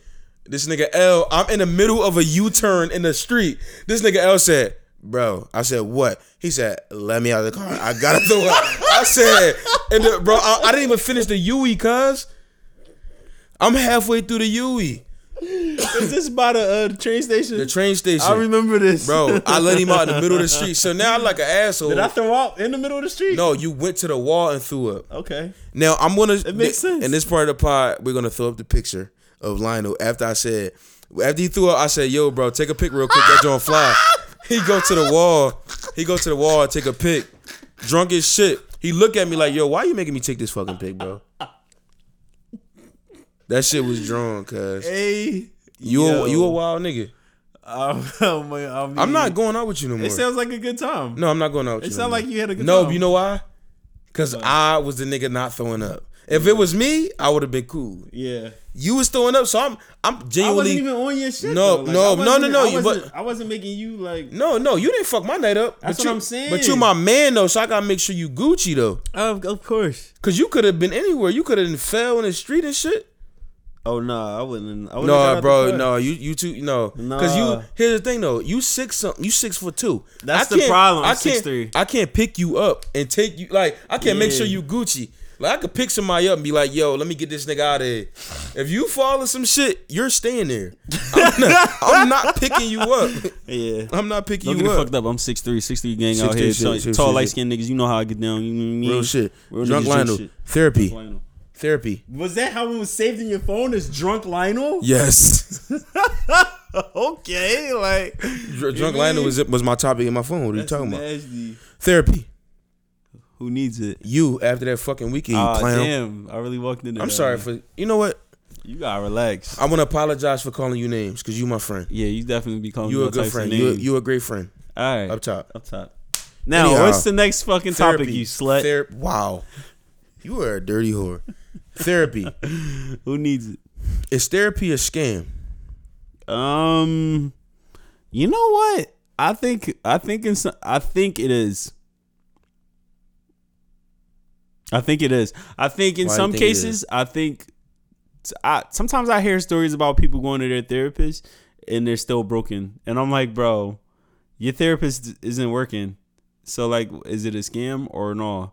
[SPEAKER 1] This nigga L, I'm in the middle of a U-turn in the street. This nigga L said, bro, I said, what? He said, let me out of the car. I gotta throw up. I said, and the, bro, I, I didn't even finish the UE, cuz. I'm halfway through the UE,
[SPEAKER 2] Is this by the uh, train station?
[SPEAKER 1] the train station.
[SPEAKER 2] I remember this,
[SPEAKER 1] bro, I let him out in the middle of the street. So now I'm like an asshole.
[SPEAKER 2] Did I throw up in the middle of the street?
[SPEAKER 1] no, you went to the wall and threw up.
[SPEAKER 2] Okay.
[SPEAKER 1] Now I'm gonna. It
[SPEAKER 2] makes sense.
[SPEAKER 1] In this part of the pod, we're gonna throw up the picture of Lionel after I said, after he threw up, I said, "Yo, bro, take a pic real quick. That joint fly." He go to the wall. He go to the wall. Take a pic. Drunk as shit. He look at me like, "Yo, why you making me take this fucking pic, bro?" That shit was drawn, cuz
[SPEAKER 2] Hey.
[SPEAKER 1] you
[SPEAKER 2] yo.
[SPEAKER 1] a, you a wild nigga.
[SPEAKER 2] Um, oh my- I mean,
[SPEAKER 1] I'm not going out with you no more.
[SPEAKER 2] It sounds like a good time.
[SPEAKER 1] no, I'm not going out. With
[SPEAKER 2] It
[SPEAKER 1] you
[SPEAKER 2] sounds
[SPEAKER 1] no more.
[SPEAKER 2] like you had a good
[SPEAKER 1] No,
[SPEAKER 2] time.
[SPEAKER 1] you know why? Cause I was the nigga not throwing up. If it was me, I would have been cool.
[SPEAKER 2] Yeah.
[SPEAKER 1] You was throwing up, so I'm I'm
[SPEAKER 2] I wasn't
[SPEAKER 1] genuinely
[SPEAKER 2] even on your shit.
[SPEAKER 1] No,
[SPEAKER 2] though. Like,
[SPEAKER 1] no,
[SPEAKER 2] I wasn't
[SPEAKER 1] no, no,
[SPEAKER 2] even-
[SPEAKER 1] no,
[SPEAKER 2] I
[SPEAKER 1] you- but-
[SPEAKER 2] wasn't, I wasn't making you like.
[SPEAKER 1] no no. You didn't fuck my night up.
[SPEAKER 2] That's
[SPEAKER 1] but
[SPEAKER 2] what
[SPEAKER 1] you,
[SPEAKER 2] I'm saying.
[SPEAKER 1] But you my man though, so I gotta make sure you Gucci though,
[SPEAKER 2] Oh, Of, of course.
[SPEAKER 1] cause you could have been anywhere. You could have fell in the street and shit.
[SPEAKER 2] Oh no, I wouldn't. I wouldn't
[SPEAKER 1] No, bro, no. You you too no. Cause
[SPEAKER 2] Nah.
[SPEAKER 1] you here's the thing though. You six something. You six foot two.
[SPEAKER 2] That's
[SPEAKER 1] I
[SPEAKER 2] the
[SPEAKER 1] can't-
[SPEAKER 2] problem, I'm
[SPEAKER 1] I can't.
[SPEAKER 2] 6'3".
[SPEAKER 1] I can't pick you up and take you like I can't make
[SPEAKER 2] Yeah.
[SPEAKER 1] sure you Gucci. Like I could pick somebody up and be like, "Yo, let me get this nigga out of here." If you fall in some shit, you're staying there. I'm not, I'm not picking you up.
[SPEAKER 2] Yeah.
[SPEAKER 1] I'm not picking
[SPEAKER 2] Don't
[SPEAKER 1] you
[SPEAKER 2] get it
[SPEAKER 1] up.
[SPEAKER 2] fucked up. I'm 6'3, 6'3 gang out
[SPEAKER 1] 6'3",
[SPEAKER 2] here.
[SPEAKER 1] shit,
[SPEAKER 2] Tall-
[SPEAKER 1] shit,
[SPEAKER 2] tall,
[SPEAKER 1] shit,
[SPEAKER 2] light skinned niggas. You know how I get down. You know what I mean?
[SPEAKER 1] Real shit.
[SPEAKER 2] Real
[SPEAKER 1] Drunk
[SPEAKER 2] niggas drink
[SPEAKER 1] Lionel.
[SPEAKER 2] shit.
[SPEAKER 1] Therapy.
[SPEAKER 2] Lionel.
[SPEAKER 1] Therapy.
[SPEAKER 2] Was that how it was saved in your phone? Is drunk Lionel?
[SPEAKER 1] Yes.
[SPEAKER 2] okay, like
[SPEAKER 1] Dr- Drunk
[SPEAKER 2] mean?
[SPEAKER 1] Lionel was was my topic in my phone. What are you talking about?
[SPEAKER 2] nasty.
[SPEAKER 1] Therapy.
[SPEAKER 2] Who needs it?
[SPEAKER 1] You after that fucking weekend, you
[SPEAKER 2] Ah,
[SPEAKER 1] clown.
[SPEAKER 2] damn! I really walked into.
[SPEAKER 1] I'm
[SPEAKER 2] that,
[SPEAKER 1] sorry
[SPEAKER 2] man.
[SPEAKER 1] for you know what?
[SPEAKER 2] you. Gotta relax.
[SPEAKER 1] I want to apologize for calling you names because you my friend.
[SPEAKER 2] Yeah, you definitely be calling
[SPEAKER 1] You
[SPEAKER 2] me
[SPEAKER 1] a
[SPEAKER 2] all
[SPEAKER 1] good
[SPEAKER 2] types of
[SPEAKER 1] friend. You a,
[SPEAKER 2] names.
[SPEAKER 1] you a great friend.
[SPEAKER 2] all right
[SPEAKER 1] Up top.
[SPEAKER 2] up top. Now,
[SPEAKER 1] Anyhow,
[SPEAKER 2] what's the next fucking topic?
[SPEAKER 1] Therapy.
[SPEAKER 2] You slut.
[SPEAKER 1] Thera- wow. You are a dirty whore. therapy.
[SPEAKER 2] Who needs it?
[SPEAKER 1] Is therapy a scam?
[SPEAKER 2] Um, you know what? I think I think in some, I think it is. I think it is. I think in
[SPEAKER 1] Why do you
[SPEAKER 2] some
[SPEAKER 1] think it
[SPEAKER 2] cases, I think I sometimes I hear stories about people going to their therapist and they're still broken, and I'm like, bro, your therapist isn't working. So like, is it a scam or no?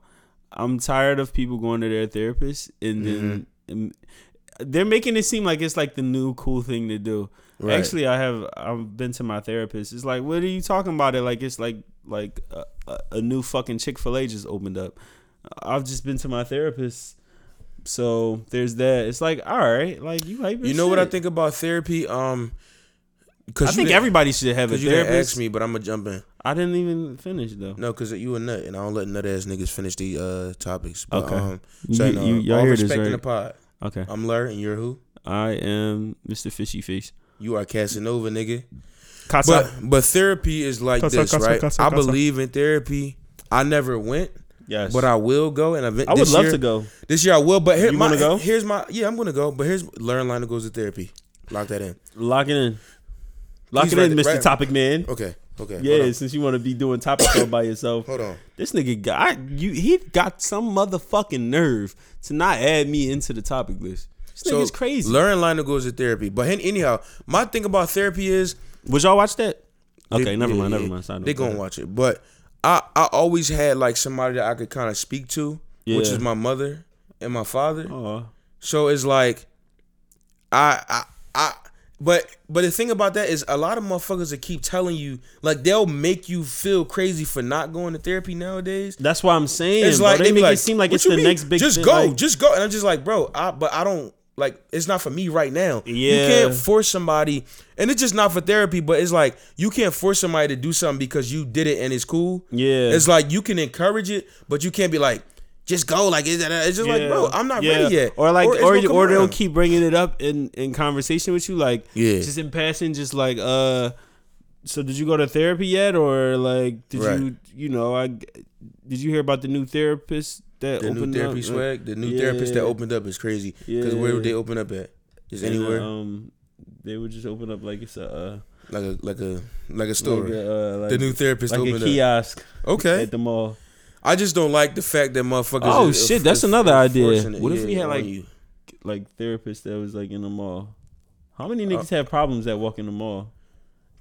[SPEAKER 2] I'm tired of people going to their therapist and then
[SPEAKER 1] Mm-hmm.
[SPEAKER 2] and they're making it seem like it's like the new cool thing to do.
[SPEAKER 1] Right.
[SPEAKER 2] Actually, I have I've been to my therapist. It's like, what are you talking about? It like it's like like a, a- a new fucking Chick Fil A just opened up. I've just been to my therapist, so there's that. It's like, all right, like you hype. as
[SPEAKER 1] You know what I
[SPEAKER 2] shit.
[SPEAKER 1] think about therapy? Um,
[SPEAKER 2] I
[SPEAKER 1] because
[SPEAKER 2] think everybody should have a
[SPEAKER 1] Because you didn't
[SPEAKER 2] therapist.
[SPEAKER 1] ask me, but I'm gonna jump in.
[SPEAKER 2] I didn't even finish though.
[SPEAKER 1] No, because you a nut, and I don't let nut ass niggas finish the uh, topics. But,
[SPEAKER 2] Okay.
[SPEAKER 1] Um,
[SPEAKER 2] You-
[SPEAKER 1] so,
[SPEAKER 2] you-
[SPEAKER 1] no,
[SPEAKER 2] y'all
[SPEAKER 1] all
[SPEAKER 2] hear this,
[SPEAKER 1] respect in
[SPEAKER 2] right?
[SPEAKER 1] the pod.
[SPEAKER 2] Okay,
[SPEAKER 1] I'm Larry, and you're who?
[SPEAKER 2] I am Mr. Fishy Fish.
[SPEAKER 1] You are Casanova, nigga.
[SPEAKER 2] Casa.
[SPEAKER 1] But but therapy is like
[SPEAKER 2] Casa,
[SPEAKER 1] this,
[SPEAKER 2] casa,
[SPEAKER 1] right?
[SPEAKER 2] casa,
[SPEAKER 1] I
[SPEAKER 2] casa.
[SPEAKER 1] believe in therapy. I never went,
[SPEAKER 2] yes,
[SPEAKER 1] but I will go, and I've been,
[SPEAKER 2] I would
[SPEAKER 1] this
[SPEAKER 2] love
[SPEAKER 1] year-
[SPEAKER 2] to go.
[SPEAKER 1] This year I will, but here,
[SPEAKER 2] You
[SPEAKER 1] my,
[SPEAKER 2] wanna go?
[SPEAKER 1] here's my yeah, I'm gonna go. But here's Lauren Lionel goes to therapy. Lock that in.
[SPEAKER 2] Lock it in. Lock
[SPEAKER 1] He's
[SPEAKER 2] it in,
[SPEAKER 1] right-
[SPEAKER 2] Mr.
[SPEAKER 1] right-
[SPEAKER 2] Topic Man.
[SPEAKER 1] Okay, okay.
[SPEAKER 2] Yeah,
[SPEAKER 1] hold on.
[SPEAKER 2] since you want to be doing topic all by yourself.
[SPEAKER 1] hold on.
[SPEAKER 2] This nigga got you he got some motherfucking nerve to not add me into the topic list. This nigga's crazy.
[SPEAKER 1] Lauren Lionel goes to therapy, but hen- anyhow, my thing about therapy is
[SPEAKER 2] Would y'all watch that? Okay,
[SPEAKER 1] They-
[SPEAKER 2] never
[SPEAKER 1] yeah,
[SPEAKER 2] mind,
[SPEAKER 1] yeah.
[SPEAKER 2] never mind. Side
[SPEAKER 1] They
[SPEAKER 2] note.
[SPEAKER 1] gonna watch it, but I I always had like somebody that I could kind of speak to, which
[SPEAKER 2] Yeah. Oh.
[SPEAKER 1] is my mother and my father.
[SPEAKER 2] Aw.
[SPEAKER 1] So it's like, I I I. But but the thing about that is a lot of motherfuckers that keep telling you like they'll make you feel crazy for not going to therapy nowadays.
[SPEAKER 2] That's why I'm saying.
[SPEAKER 1] It's
[SPEAKER 2] bro.
[SPEAKER 1] like
[SPEAKER 2] they
[SPEAKER 1] be
[SPEAKER 2] make it seem like
[SPEAKER 1] "What
[SPEAKER 2] it's
[SPEAKER 1] you
[SPEAKER 2] the
[SPEAKER 1] mean?
[SPEAKER 2] next big
[SPEAKER 1] Just
[SPEAKER 2] thing,
[SPEAKER 1] go,
[SPEAKER 2] like-
[SPEAKER 1] just go. And I'm just like, bro, I but I don't like it's not for me right now. You
[SPEAKER 2] Yeah.
[SPEAKER 1] can't force somebody and it's just not for therapy, but it's like you can't force somebody to do something because you did it and it's cool.
[SPEAKER 2] Yeah.
[SPEAKER 1] It's like you can encourage it, but you can't be like, just go. Like it's, it's just like, bro, I'm not ready yet.
[SPEAKER 2] Or like,
[SPEAKER 1] it's
[SPEAKER 2] or
[SPEAKER 1] gonna
[SPEAKER 2] you,
[SPEAKER 1] come
[SPEAKER 2] or they'll
[SPEAKER 1] around.
[SPEAKER 2] keep bringing it up in in conversation with you, like,
[SPEAKER 1] Yeah.
[SPEAKER 2] just in passing, just like, uh, so did you go to therapy yet, or like, did
[SPEAKER 1] Right.
[SPEAKER 2] you, you know, I, did you hear about the new therapist that
[SPEAKER 1] the
[SPEAKER 2] opened
[SPEAKER 1] new therapy
[SPEAKER 2] up?
[SPEAKER 1] swag, the new
[SPEAKER 2] Yeah.
[SPEAKER 1] therapist that opened up is crazy. Because where would they open up at? Is
[SPEAKER 2] And, uh,
[SPEAKER 1] anywhere
[SPEAKER 2] um, they would just open up like it's a uh,
[SPEAKER 1] like a like a like a store.
[SPEAKER 2] like a, uh, like,
[SPEAKER 1] the new therapist
[SPEAKER 2] like a
[SPEAKER 1] opened up.
[SPEAKER 2] kiosk
[SPEAKER 1] Okay.
[SPEAKER 2] at the mall.
[SPEAKER 1] I just don't like the fact that motherfuckers.
[SPEAKER 2] Oh,
[SPEAKER 1] is-
[SPEAKER 2] shit,
[SPEAKER 1] is-
[SPEAKER 2] that's
[SPEAKER 1] is
[SPEAKER 2] another idea.
[SPEAKER 1] forcing it,
[SPEAKER 2] What if we had,
[SPEAKER 1] on
[SPEAKER 2] like-
[SPEAKER 1] you.
[SPEAKER 2] Like therapist that was like in the mall. How many
[SPEAKER 1] Uh,
[SPEAKER 2] niggas have problems that walk in the mall?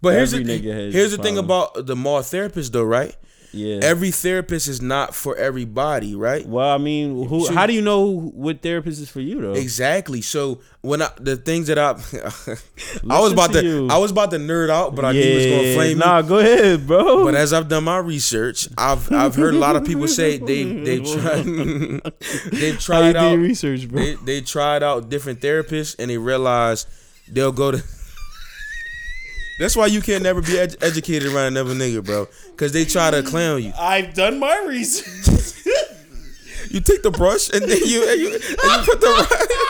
[SPEAKER 1] But here's the
[SPEAKER 2] every nigga has
[SPEAKER 1] here's
[SPEAKER 2] a
[SPEAKER 1] the thing
[SPEAKER 2] problem.
[SPEAKER 1] about the mall therapist though, right?
[SPEAKER 2] Yeah.
[SPEAKER 1] Every therapist is not for everybody, right?
[SPEAKER 2] Well, I mean, who?
[SPEAKER 1] Shoot.
[SPEAKER 2] How do you know what therapist is for you though?
[SPEAKER 1] Exactly. So when I the things that I I was
[SPEAKER 2] Listen
[SPEAKER 1] about
[SPEAKER 2] to
[SPEAKER 1] to,
[SPEAKER 2] you.
[SPEAKER 1] I was about to nerd out, but I knew it was gonna flame me.
[SPEAKER 2] Nah, go ahead, bro.
[SPEAKER 1] But as I've done my research, I've I've heard a lot of people say they they tried they
[SPEAKER 2] How you
[SPEAKER 1] tried
[SPEAKER 2] do your
[SPEAKER 1] out
[SPEAKER 2] research, bro?
[SPEAKER 1] they, they tried out different therapists and they realized they'll go to. That's why you can't never be edu- educated around another nigga, bro. Cause they try to clown you.
[SPEAKER 2] I've done my research.
[SPEAKER 1] You take the brush and then you and you, and you put the.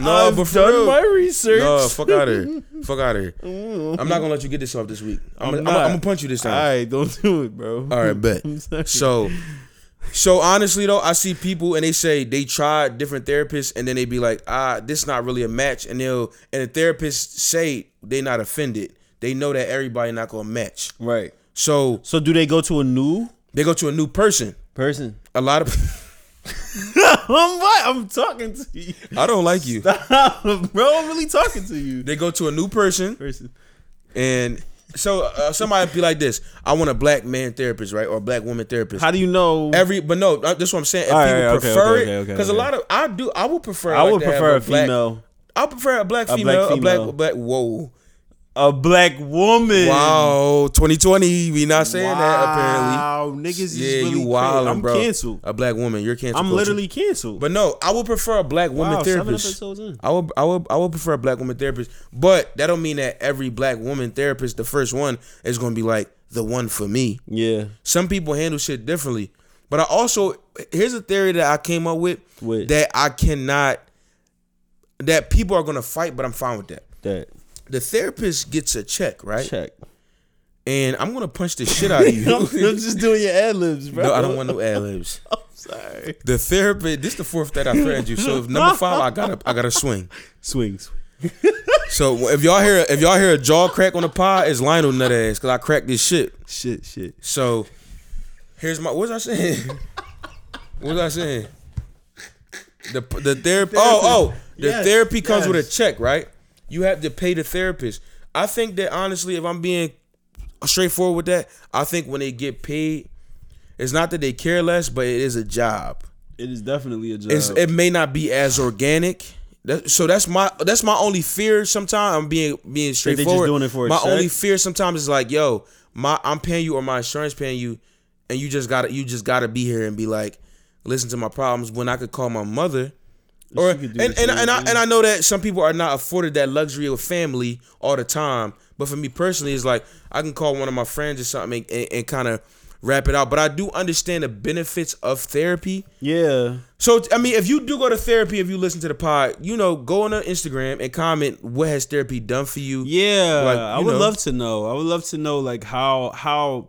[SPEAKER 1] no,
[SPEAKER 2] I've
[SPEAKER 1] but for
[SPEAKER 2] done
[SPEAKER 1] real.
[SPEAKER 2] my research.
[SPEAKER 1] No, fuck out of here. Fuck out of here. I'm not gonna let you get this off this week. I'm,
[SPEAKER 2] I'm
[SPEAKER 1] gonna, I'm,
[SPEAKER 2] not.
[SPEAKER 1] gonna- I'm gonna punch you this
[SPEAKER 2] All
[SPEAKER 1] time.
[SPEAKER 2] right, don't do it, bro.
[SPEAKER 1] All right, bet.
[SPEAKER 2] I'm sorry.
[SPEAKER 1] So, so honestly though, I see people and they say they tried different therapists and then they be like, ah, this not really a match, and they'll and the therapists say they not offended. They know that everybody not gonna match.
[SPEAKER 2] right.
[SPEAKER 1] So
[SPEAKER 2] So, do they go to a new
[SPEAKER 1] they go to a new person.
[SPEAKER 2] person?
[SPEAKER 1] A lot of
[SPEAKER 2] I'm what? I'm talking to you,
[SPEAKER 1] I don't like you.
[SPEAKER 2] bro. I'm really talking to you.
[SPEAKER 1] They go to a new person
[SPEAKER 2] Person.
[SPEAKER 1] and so uh, somebody be like this. I want a black man therapist, right, or a black woman therapist.
[SPEAKER 2] How do you know?
[SPEAKER 1] Every but no, uh, that's what I'm saying. If
[SPEAKER 2] All right,
[SPEAKER 1] people
[SPEAKER 2] all right, okay,
[SPEAKER 1] prefer
[SPEAKER 2] okay,
[SPEAKER 1] it,
[SPEAKER 2] okay, okay,
[SPEAKER 1] because
[SPEAKER 2] okay.
[SPEAKER 1] a lot of I do, I would prefer.
[SPEAKER 2] I
[SPEAKER 1] like,
[SPEAKER 2] would
[SPEAKER 1] to have
[SPEAKER 2] prefer a
[SPEAKER 1] black-
[SPEAKER 2] female,
[SPEAKER 1] I prefer a black
[SPEAKER 2] black
[SPEAKER 1] female, a black,
[SPEAKER 2] female.
[SPEAKER 1] black, Whoa,
[SPEAKER 2] a black woman.
[SPEAKER 1] wow, 2020. We not saying that apparently.
[SPEAKER 2] Wow, niggas is
[SPEAKER 1] Yeah,
[SPEAKER 2] really
[SPEAKER 1] you wild,
[SPEAKER 2] I'm
[SPEAKER 1] bro.
[SPEAKER 2] canceled.
[SPEAKER 1] A black woman, you're canceled.
[SPEAKER 2] I'm literally canceled.
[SPEAKER 1] But no, I would prefer a black woman
[SPEAKER 2] wow, seven
[SPEAKER 1] therapist.
[SPEAKER 2] episodes in.
[SPEAKER 1] I would, I would, I would prefer a black woman therapist, but that don't mean that every black woman therapist, the first one, is gonna be like the one for me.
[SPEAKER 2] Yeah,
[SPEAKER 1] Some people handle shit differently. But I also here's a theory that I came up with
[SPEAKER 2] With?
[SPEAKER 1] that I cannot that people are gonna fight, but I'm fine with that.
[SPEAKER 2] that
[SPEAKER 1] The therapist gets a check, right?
[SPEAKER 2] check.
[SPEAKER 1] And I'm gonna punch the shit out of you.
[SPEAKER 2] I'm, I'm just doing your ad libs, bro.
[SPEAKER 1] no, I don't want no ad libs.
[SPEAKER 2] I'm sorry.
[SPEAKER 1] The therapist. This is the fourth that I read you. So if number five, I gotta, I gotta swing.
[SPEAKER 2] Swings.
[SPEAKER 1] So if y'all hear, if y'all hear a jaw crack on the pod, it's Lionel nut ass because I cracked this shit.
[SPEAKER 2] Shit, shit.
[SPEAKER 1] So here's my what was I saying? what was I saying? The the therapy oh oh the
[SPEAKER 2] Yes,
[SPEAKER 1] therapy comes with a
[SPEAKER 2] yes.
[SPEAKER 1] check, right? You have to pay the therapist. I think that honestly, if I'm being straightforward with that, I think when they get paid, it's not that they care less, but it is a job.
[SPEAKER 2] It is definitely a job.
[SPEAKER 1] It's it may not be as organic. That, so that's my that's my only fear. Sometimes I'm being being
[SPEAKER 2] just
[SPEAKER 1] straightforward.
[SPEAKER 2] doing it for a
[SPEAKER 1] my
[SPEAKER 2] check?
[SPEAKER 1] only fear sometimes is like, yo, my I'm paying you or my insurance paying you, and you just gotta you just gotta be here and be like, listen to my problems when I could call my mother. Or
[SPEAKER 2] could
[SPEAKER 1] and
[SPEAKER 2] do
[SPEAKER 1] and,
[SPEAKER 2] the same
[SPEAKER 1] and, I,
[SPEAKER 2] thing.
[SPEAKER 1] and I know that some people are not afforded that luxury of family all the time. But for me personally, it's like I can call one of my friends or something and, and, and kind of wrap it out. But I do understand the benefits of therapy.
[SPEAKER 2] yeah.
[SPEAKER 1] So I mean, if you do go to therapy, if you listen to the pod, you know, go on the Instagram and comment what has therapy done for you.
[SPEAKER 2] Yeah,
[SPEAKER 1] Like,
[SPEAKER 2] I
[SPEAKER 1] you
[SPEAKER 2] would
[SPEAKER 1] know.
[SPEAKER 2] love to know. I would love to know like how how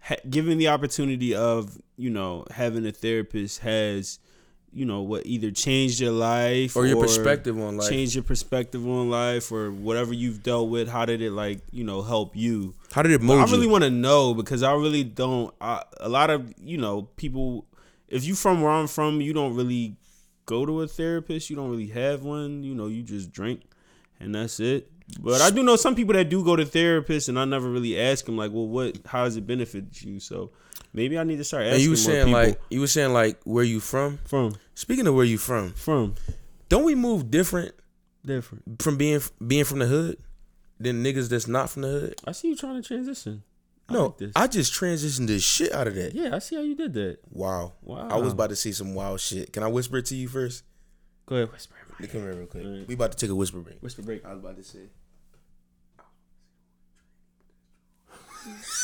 [SPEAKER 2] ha- given the opportunity of you know having a therapist has you know what either changed your life
[SPEAKER 1] Or your perspective on life.
[SPEAKER 2] changed your perspective on life or whatever you've dealt with. How did it like you know help you?
[SPEAKER 1] How did it mold
[SPEAKER 2] I really
[SPEAKER 1] you?
[SPEAKER 2] want to know because I really don't. I, a lot of you know people. If you from where I'm from, you don't really go to a therapist. You don't really have one. You know, you just drink, and that's it. But I do know some people that do go to therapists, and I never really ask them like, well, what? How does it benefit you? So maybe I need to start asking.
[SPEAKER 1] And you were
[SPEAKER 2] more
[SPEAKER 1] saying
[SPEAKER 2] people.
[SPEAKER 1] like you were saying like where you from?
[SPEAKER 2] from
[SPEAKER 1] Speaking of where you from,
[SPEAKER 2] from
[SPEAKER 1] don't we move different
[SPEAKER 2] different.
[SPEAKER 1] from being being from the hood than niggas that's not from the hood?
[SPEAKER 2] I see you trying to transition. I
[SPEAKER 1] No,
[SPEAKER 2] like this.
[SPEAKER 1] I just transitioned the shit out of that.
[SPEAKER 2] yeah, I see how you did that.
[SPEAKER 1] Wow.
[SPEAKER 2] Wow.
[SPEAKER 1] I was about to see some wild shit. Can I whisper it to you first?
[SPEAKER 2] Go ahead, whisper. in my ear.
[SPEAKER 1] Come here real quick.
[SPEAKER 2] Alright.
[SPEAKER 1] We about to take a whisper break.
[SPEAKER 2] Whisper break.
[SPEAKER 1] I was about to say.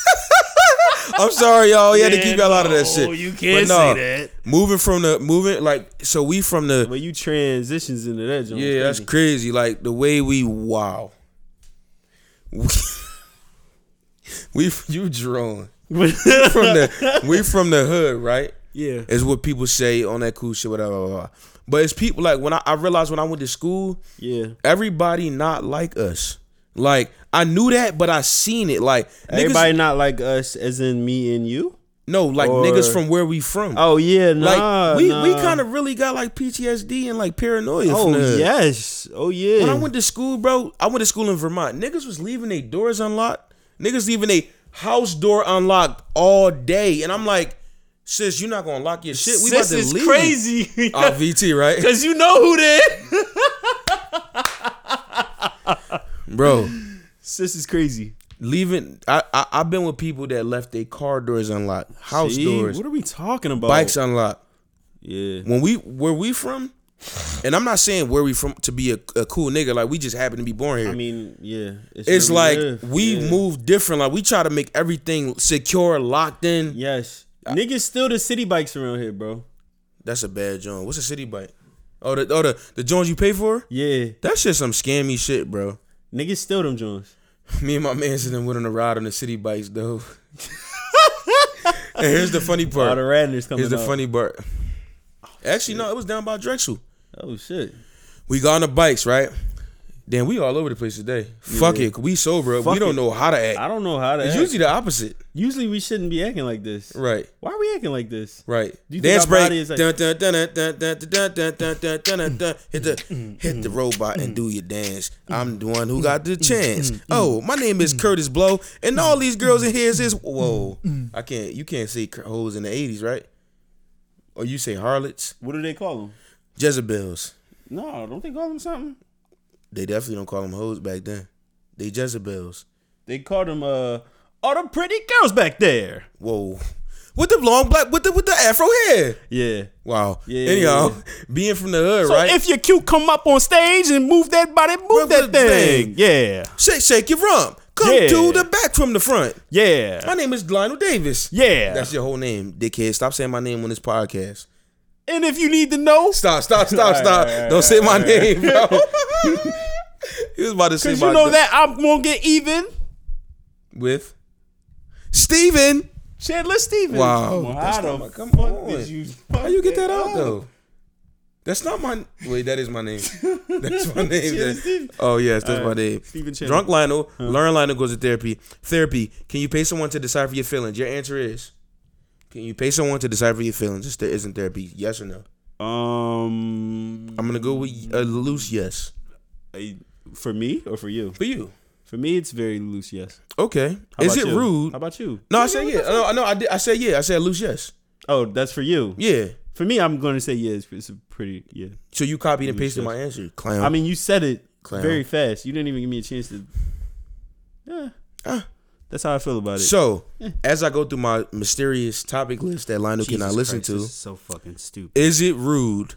[SPEAKER 1] I'm sorry, y'all. We had to keep y'all out of that shit.
[SPEAKER 3] You
[SPEAKER 1] But
[SPEAKER 3] can't
[SPEAKER 1] no.
[SPEAKER 3] say that.
[SPEAKER 1] Moving from the moving, like, so we from the
[SPEAKER 2] Well, you transitions into that. Joint,
[SPEAKER 1] yeah, that's crazy. Like the way we wow. We, we you drawing from the we from the hood, right?
[SPEAKER 2] yeah.
[SPEAKER 1] Is what people say on that cool shit, whatever. Blah, blah, blah. But it's people like when I, I realized when I went to school,
[SPEAKER 2] Yeah.
[SPEAKER 1] everybody not like us. Like I knew that, but I seen it. Like
[SPEAKER 2] Everybody
[SPEAKER 1] niggas,
[SPEAKER 2] not like us, as in me and you.
[SPEAKER 1] no, like
[SPEAKER 2] or-
[SPEAKER 1] niggas from where we from.
[SPEAKER 2] Oh yeah, nah,
[SPEAKER 1] like we we
[SPEAKER 2] nah.
[SPEAKER 1] kind of really got like PTSD and like paranoia.
[SPEAKER 2] Oh
[SPEAKER 1] from the-
[SPEAKER 2] yes, oh yeah.
[SPEAKER 1] When I went to school, bro, I went to school in Vermont. Niggas was leaving their doors unlocked. Niggas leaving a house door unlocked all day, and I'm like, sis, you not gonna lock your shit. We
[SPEAKER 2] this
[SPEAKER 1] about to
[SPEAKER 2] is
[SPEAKER 1] leave.
[SPEAKER 2] crazy. Oh,
[SPEAKER 1] Ah, VT, right?
[SPEAKER 2] Cause you know who they.
[SPEAKER 1] bro.
[SPEAKER 2] This is crazy.
[SPEAKER 1] Leaving, I, I I've been with people that left their car doors unlocked, house
[SPEAKER 2] See,
[SPEAKER 1] doors,
[SPEAKER 2] What are we talking about?
[SPEAKER 1] bikes unlocked.
[SPEAKER 2] Yeah.
[SPEAKER 1] when we where we from, and I'm not saying where we from to be a, a cool nigga. Like we just happen to be born here.
[SPEAKER 2] I mean, yeah.
[SPEAKER 1] it's
[SPEAKER 2] where
[SPEAKER 1] like
[SPEAKER 2] live.
[SPEAKER 1] we
[SPEAKER 2] Yeah.
[SPEAKER 1] move different. Like we try to make everything secure, locked in.
[SPEAKER 2] Yes. Niggas still the city bikes around here, bro.
[SPEAKER 1] That's a bad joint. What's a city bike? Oh, the oh the the joints you pay for.
[SPEAKER 2] Yeah.
[SPEAKER 1] That shit some scammy shit, bro.
[SPEAKER 2] Niggas still them Jones.
[SPEAKER 1] Me and my man sitting went on a ride on the city bikes though. and here's the funny
[SPEAKER 2] All the
[SPEAKER 1] part.
[SPEAKER 2] radners coming
[SPEAKER 1] Here's the
[SPEAKER 2] out.
[SPEAKER 1] funny part. Actually, no, it was down by Drexel.
[SPEAKER 2] Oh shit.
[SPEAKER 1] We got on the bikes, right? Then we all over the place today. Fuck it, we sober. up.
[SPEAKER 2] Fuck
[SPEAKER 1] we don't
[SPEAKER 2] it.
[SPEAKER 1] know how to act.
[SPEAKER 2] I don't know how to.
[SPEAKER 1] It's
[SPEAKER 2] act.
[SPEAKER 1] usually the opposite.
[SPEAKER 2] Usually we shouldn't be acting like this.
[SPEAKER 1] Right.
[SPEAKER 2] Why are we acting like this?
[SPEAKER 1] Right.
[SPEAKER 2] Do you think
[SPEAKER 1] Dance
[SPEAKER 2] our
[SPEAKER 1] break.
[SPEAKER 2] body is like-
[SPEAKER 1] Dun, dun, dun, dun, dun, dun, dun, dun, dun, dun, dun, dun, dun. Hit the hit the robot and do your dance. I'm the one who got the chance. Oh, my name is Curtis Blow, and all these girls in here is this. Whoa, I can't. You can't say cur- hoes in the '80s, right? Or you say harlots,
[SPEAKER 2] What do they call them?
[SPEAKER 1] Jezebels.
[SPEAKER 2] No, don't they call them something?
[SPEAKER 1] They definitely don't call them hoes back then. They Jezebels.
[SPEAKER 2] They called them uh all the pretty girls back there.
[SPEAKER 1] Whoa, with the long black, with the with the afro hair.
[SPEAKER 2] Yeah.
[SPEAKER 1] Wow.
[SPEAKER 2] Yeah.
[SPEAKER 1] Anyhow, being from the hood,
[SPEAKER 2] So
[SPEAKER 1] right?
[SPEAKER 2] if you're cute, come up on stage and move that body, move
[SPEAKER 1] Move
[SPEAKER 2] that
[SPEAKER 1] the
[SPEAKER 2] thing. Yeah.
[SPEAKER 1] shake, shake your rump. Come
[SPEAKER 2] Yeah.
[SPEAKER 1] to the back from the front.
[SPEAKER 2] Yeah.
[SPEAKER 1] My name is Lionel Davis.
[SPEAKER 2] Yeah.
[SPEAKER 1] That's your whole name, dickhead. Stop saying my name on this podcast.
[SPEAKER 2] and if you need to know,
[SPEAKER 1] Stop, stop, stop,
[SPEAKER 2] right,
[SPEAKER 1] stop.
[SPEAKER 2] all right, all
[SPEAKER 1] Don't say my name, bro. he was about to say
[SPEAKER 2] because
[SPEAKER 1] my
[SPEAKER 2] you know
[SPEAKER 1] name
[SPEAKER 2] that I'm gonna get even.
[SPEAKER 1] with Steven.
[SPEAKER 2] Chandler Stevens.
[SPEAKER 1] Wow.
[SPEAKER 2] Come on,
[SPEAKER 1] That's
[SPEAKER 2] how the
[SPEAKER 1] not my- come
[SPEAKER 2] fuck
[SPEAKER 1] on.
[SPEAKER 2] did you?
[SPEAKER 1] How you get that out though? That's not my wait. That is my name. That's my name.
[SPEAKER 2] Steven.
[SPEAKER 1] oh yes, that's my
[SPEAKER 2] right.
[SPEAKER 1] name.
[SPEAKER 2] Steven Chandler.
[SPEAKER 1] Drunk Lionel. Learn Lionel goes to therapy. Therapy. Can you pay someone to decipher your feelings? Your answer is. Can you pay someone to decipher your feelings? Is there isn't therapy? Yes or no?
[SPEAKER 2] Um,
[SPEAKER 1] I'm gonna go with a loose yes
[SPEAKER 2] I- for me or for you?
[SPEAKER 1] for you.
[SPEAKER 2] For me, it's very loose. Yes.
[SPEAKER 1] Okay.
[SPEAKER 2] How
[SPEAKER 1] is it
[SPEAKER 2] about you?
[SPEAKER 1] rude?
[SPEAKER 2] How about you?
[SPEAKER 1] No, I said yeah. No, no, I did. I said yeah. I said loose yes.
[SPEAKER 2] Oh, that's for you.
[SPEAKER 1] Yeah.
[SPEAKER 2] For me, I'm going to say yeah. It's, it's a pretty yeah.
[SPEAKER 1] So you copied and
[SPEAKER 2] Loose
[SPEAKER 1] pasted
[SPEAKER 2] yes.
[SPEAKER 1] my answer, clown.
[SPEAKER 2] I mean, you said it
[SPEAKER 1] Clown.
[SPEAKER 2] very fast. You didn't even give me a chance to. Yeah.
[SPEAKER 1] Ah.
[SPEAKER 2] That's how I feel about it.
[SPEAKER 1] so as I go through my mysterious topic list that Lionel cannot listen to,
[SPEAKER 2] so fucking stupid.
[SPEAKER 1] is it rude?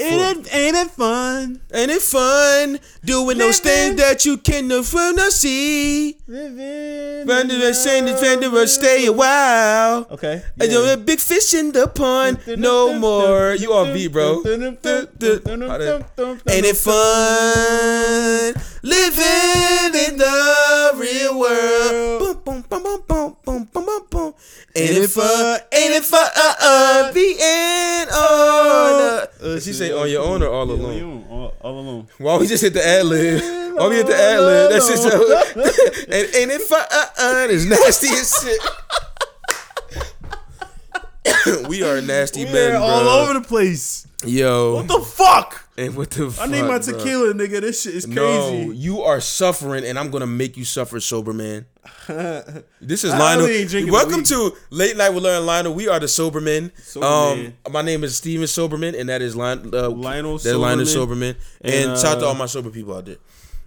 [SPEAKER 2] Ain't, ain't it fun
[SPEAKER 1] Ain't it fun doing those things that you can afford to see?
[SPEAKER 2] living?
[SPEAKER 1] Fender
[SPEAKER 2] in
[SPEAKER 1] and send
[SPEAKER 2] love?
[SPEAKER 1] defender stay a while.
[SPEAKER 2] Okay.
[SPEAKER 1] I do a big fish in the pond no more. You on beat, bro. Ain't it fun living in the real world? Boom, boom, boom, boom, boom, boom, boom, boom, boom. Ain't it fun? Ain't it fun? Uh, uh, being on. the- Did Uh, she say on your own or all
[SPEAKER 2] All
[SPEAKER 1] alone?
[SPEAKER 2] alone. All, all alone.
[SPEAKER 1] Why we just hit the ad lib? Why we hit the ad lib? That shit so. and, and it fun. Uh, uh, it's nasty as shit. we are nasty men,
[SPEAKER 2] They're
[SPEAKER 1] bro.
[SPEAKER 2] all over the place.
[SPEAKER 1] Yo,
[SPEAKER 2] What the fuck?
[SPEAKER 1] and what the?
[SPEAKER 2] I need my
[SPEAKER 1] fuck, bro?
[SPEAKER 2] tequila, nigga. This shit is
[SPEAKER 1] No,
[SPEAKER 2] crazy.
[SPEAKER 1] you are suffering, and I'm gonna make you suffer sober, man. This is
[SPEAKER 2] I
[SPEAKER 1] Lionel.
[SPEAKER 2] only ain't drinking
[SPEAKER 1] Welcome
[SPEAKER 2] weed.
[SPEAKER 1] to Late Night with Lauren Lionel. We are the sober men.
[SPEAKER 2] Sober
[SPEAKER 1] um,
[SPEAKER 2] men.
[SPEAKER 1] my name is Steven Soberman, and that is Lion, uh,
[SPEAKER 2] Lionel
[SPEAKER 1] That Lionel
[SPEAKER 2] Soberman.
[SPEAKER 1] Soberman. And,
[SPEAKER 2] And,
[SPEAKER 1] shout out to
[SPEAKER 2] uh,
[SPEAKER 1] all my sober people out there.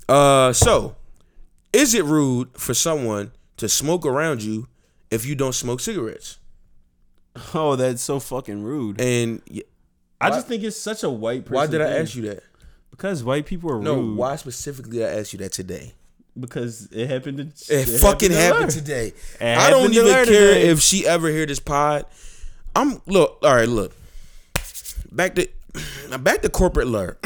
[SPEAKER 1] Uh, so, is it rude for someone to smoke around you if you don't smoke cigarettes?
[SPEAKER 2] Oh, that's so fucking rude.
[SPEAKER 1] And y-
[SPEAKER 2] I just think it's such a white person.
[SPEAKER 1] why did I
[SPEAKER 2] thing.
[SPEAKER 1] ask you that?
[SPEAKER 2] Because white people are
[SPEAKER 1] No,
[SPEAKER 2] rude.
[SPEAKER 1] why specifically did I asked you that today?
[SPEAKER 2] Because it happened. To,
[SPEAKER 1] It, fucking happened,
[SPEAKER 2] her.
[SPEAKER 1] today.
[SPEAKER 2] It
[SPEAKER 1] I don't
[SPEAKER 2] happened to
[SPEAKER 1] even care
[SPEAKER 2] her today.
[SPEAKER 1] if she ever hear this pod. I'm look. All right, look. Back to back to corporate lure.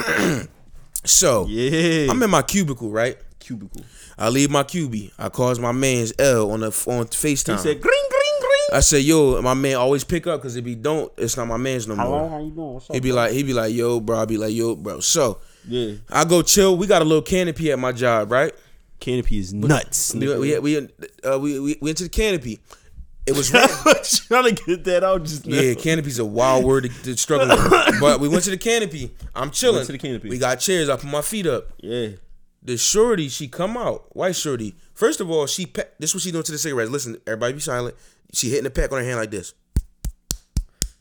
[SPEAKER 1] so
[SPEAKER 2] Yeah.
[SPEAKER 1] I'm in my cubicle, right?
[SPEAKER 2] cubicle.
[SPEAKER 1] I leave my QB. I calls my man's L on the on Facetime.
[SPEAKER 2] He said, "Green, green, green."
[SPEAKER 1] I say, yo, my man always pick up because if he don't, it's not my man's no more.
[SPEAKER 2] you doing? What's up?
[SPEAKER 1] He be like, he be like, yo, bro. I be like, yo, bro. So
[SPEAKER 2] Yeah.
[SPEAKER 1] I go chill. We got a little canopy at my job, right?
[SPEAKER 2] Canopy is nuts.
[SPEAKER 1] We
[SPEAKER 2] nigga.
[SPEAKER 1] we we, uh, we we went to the canopy. It was raining.
[SPEAKER 2] trying to get that out just now.
[SPEAKER 1] Yeah, canopy's a wild word to, to struggle with. But we went to the canopy. I'm chilling.
[SPEAKER 2] to the canopy.
[SPEAKER 1] We got chairs. I put my feet up.
[SPEAKER 2] Yeah.
[SPEAKER 1] The shorty, she come out. White shorty. First of all, she pe- this what she doing to the cigarettes. Listen, everybody be silent. She hitting the pack on her hand like this.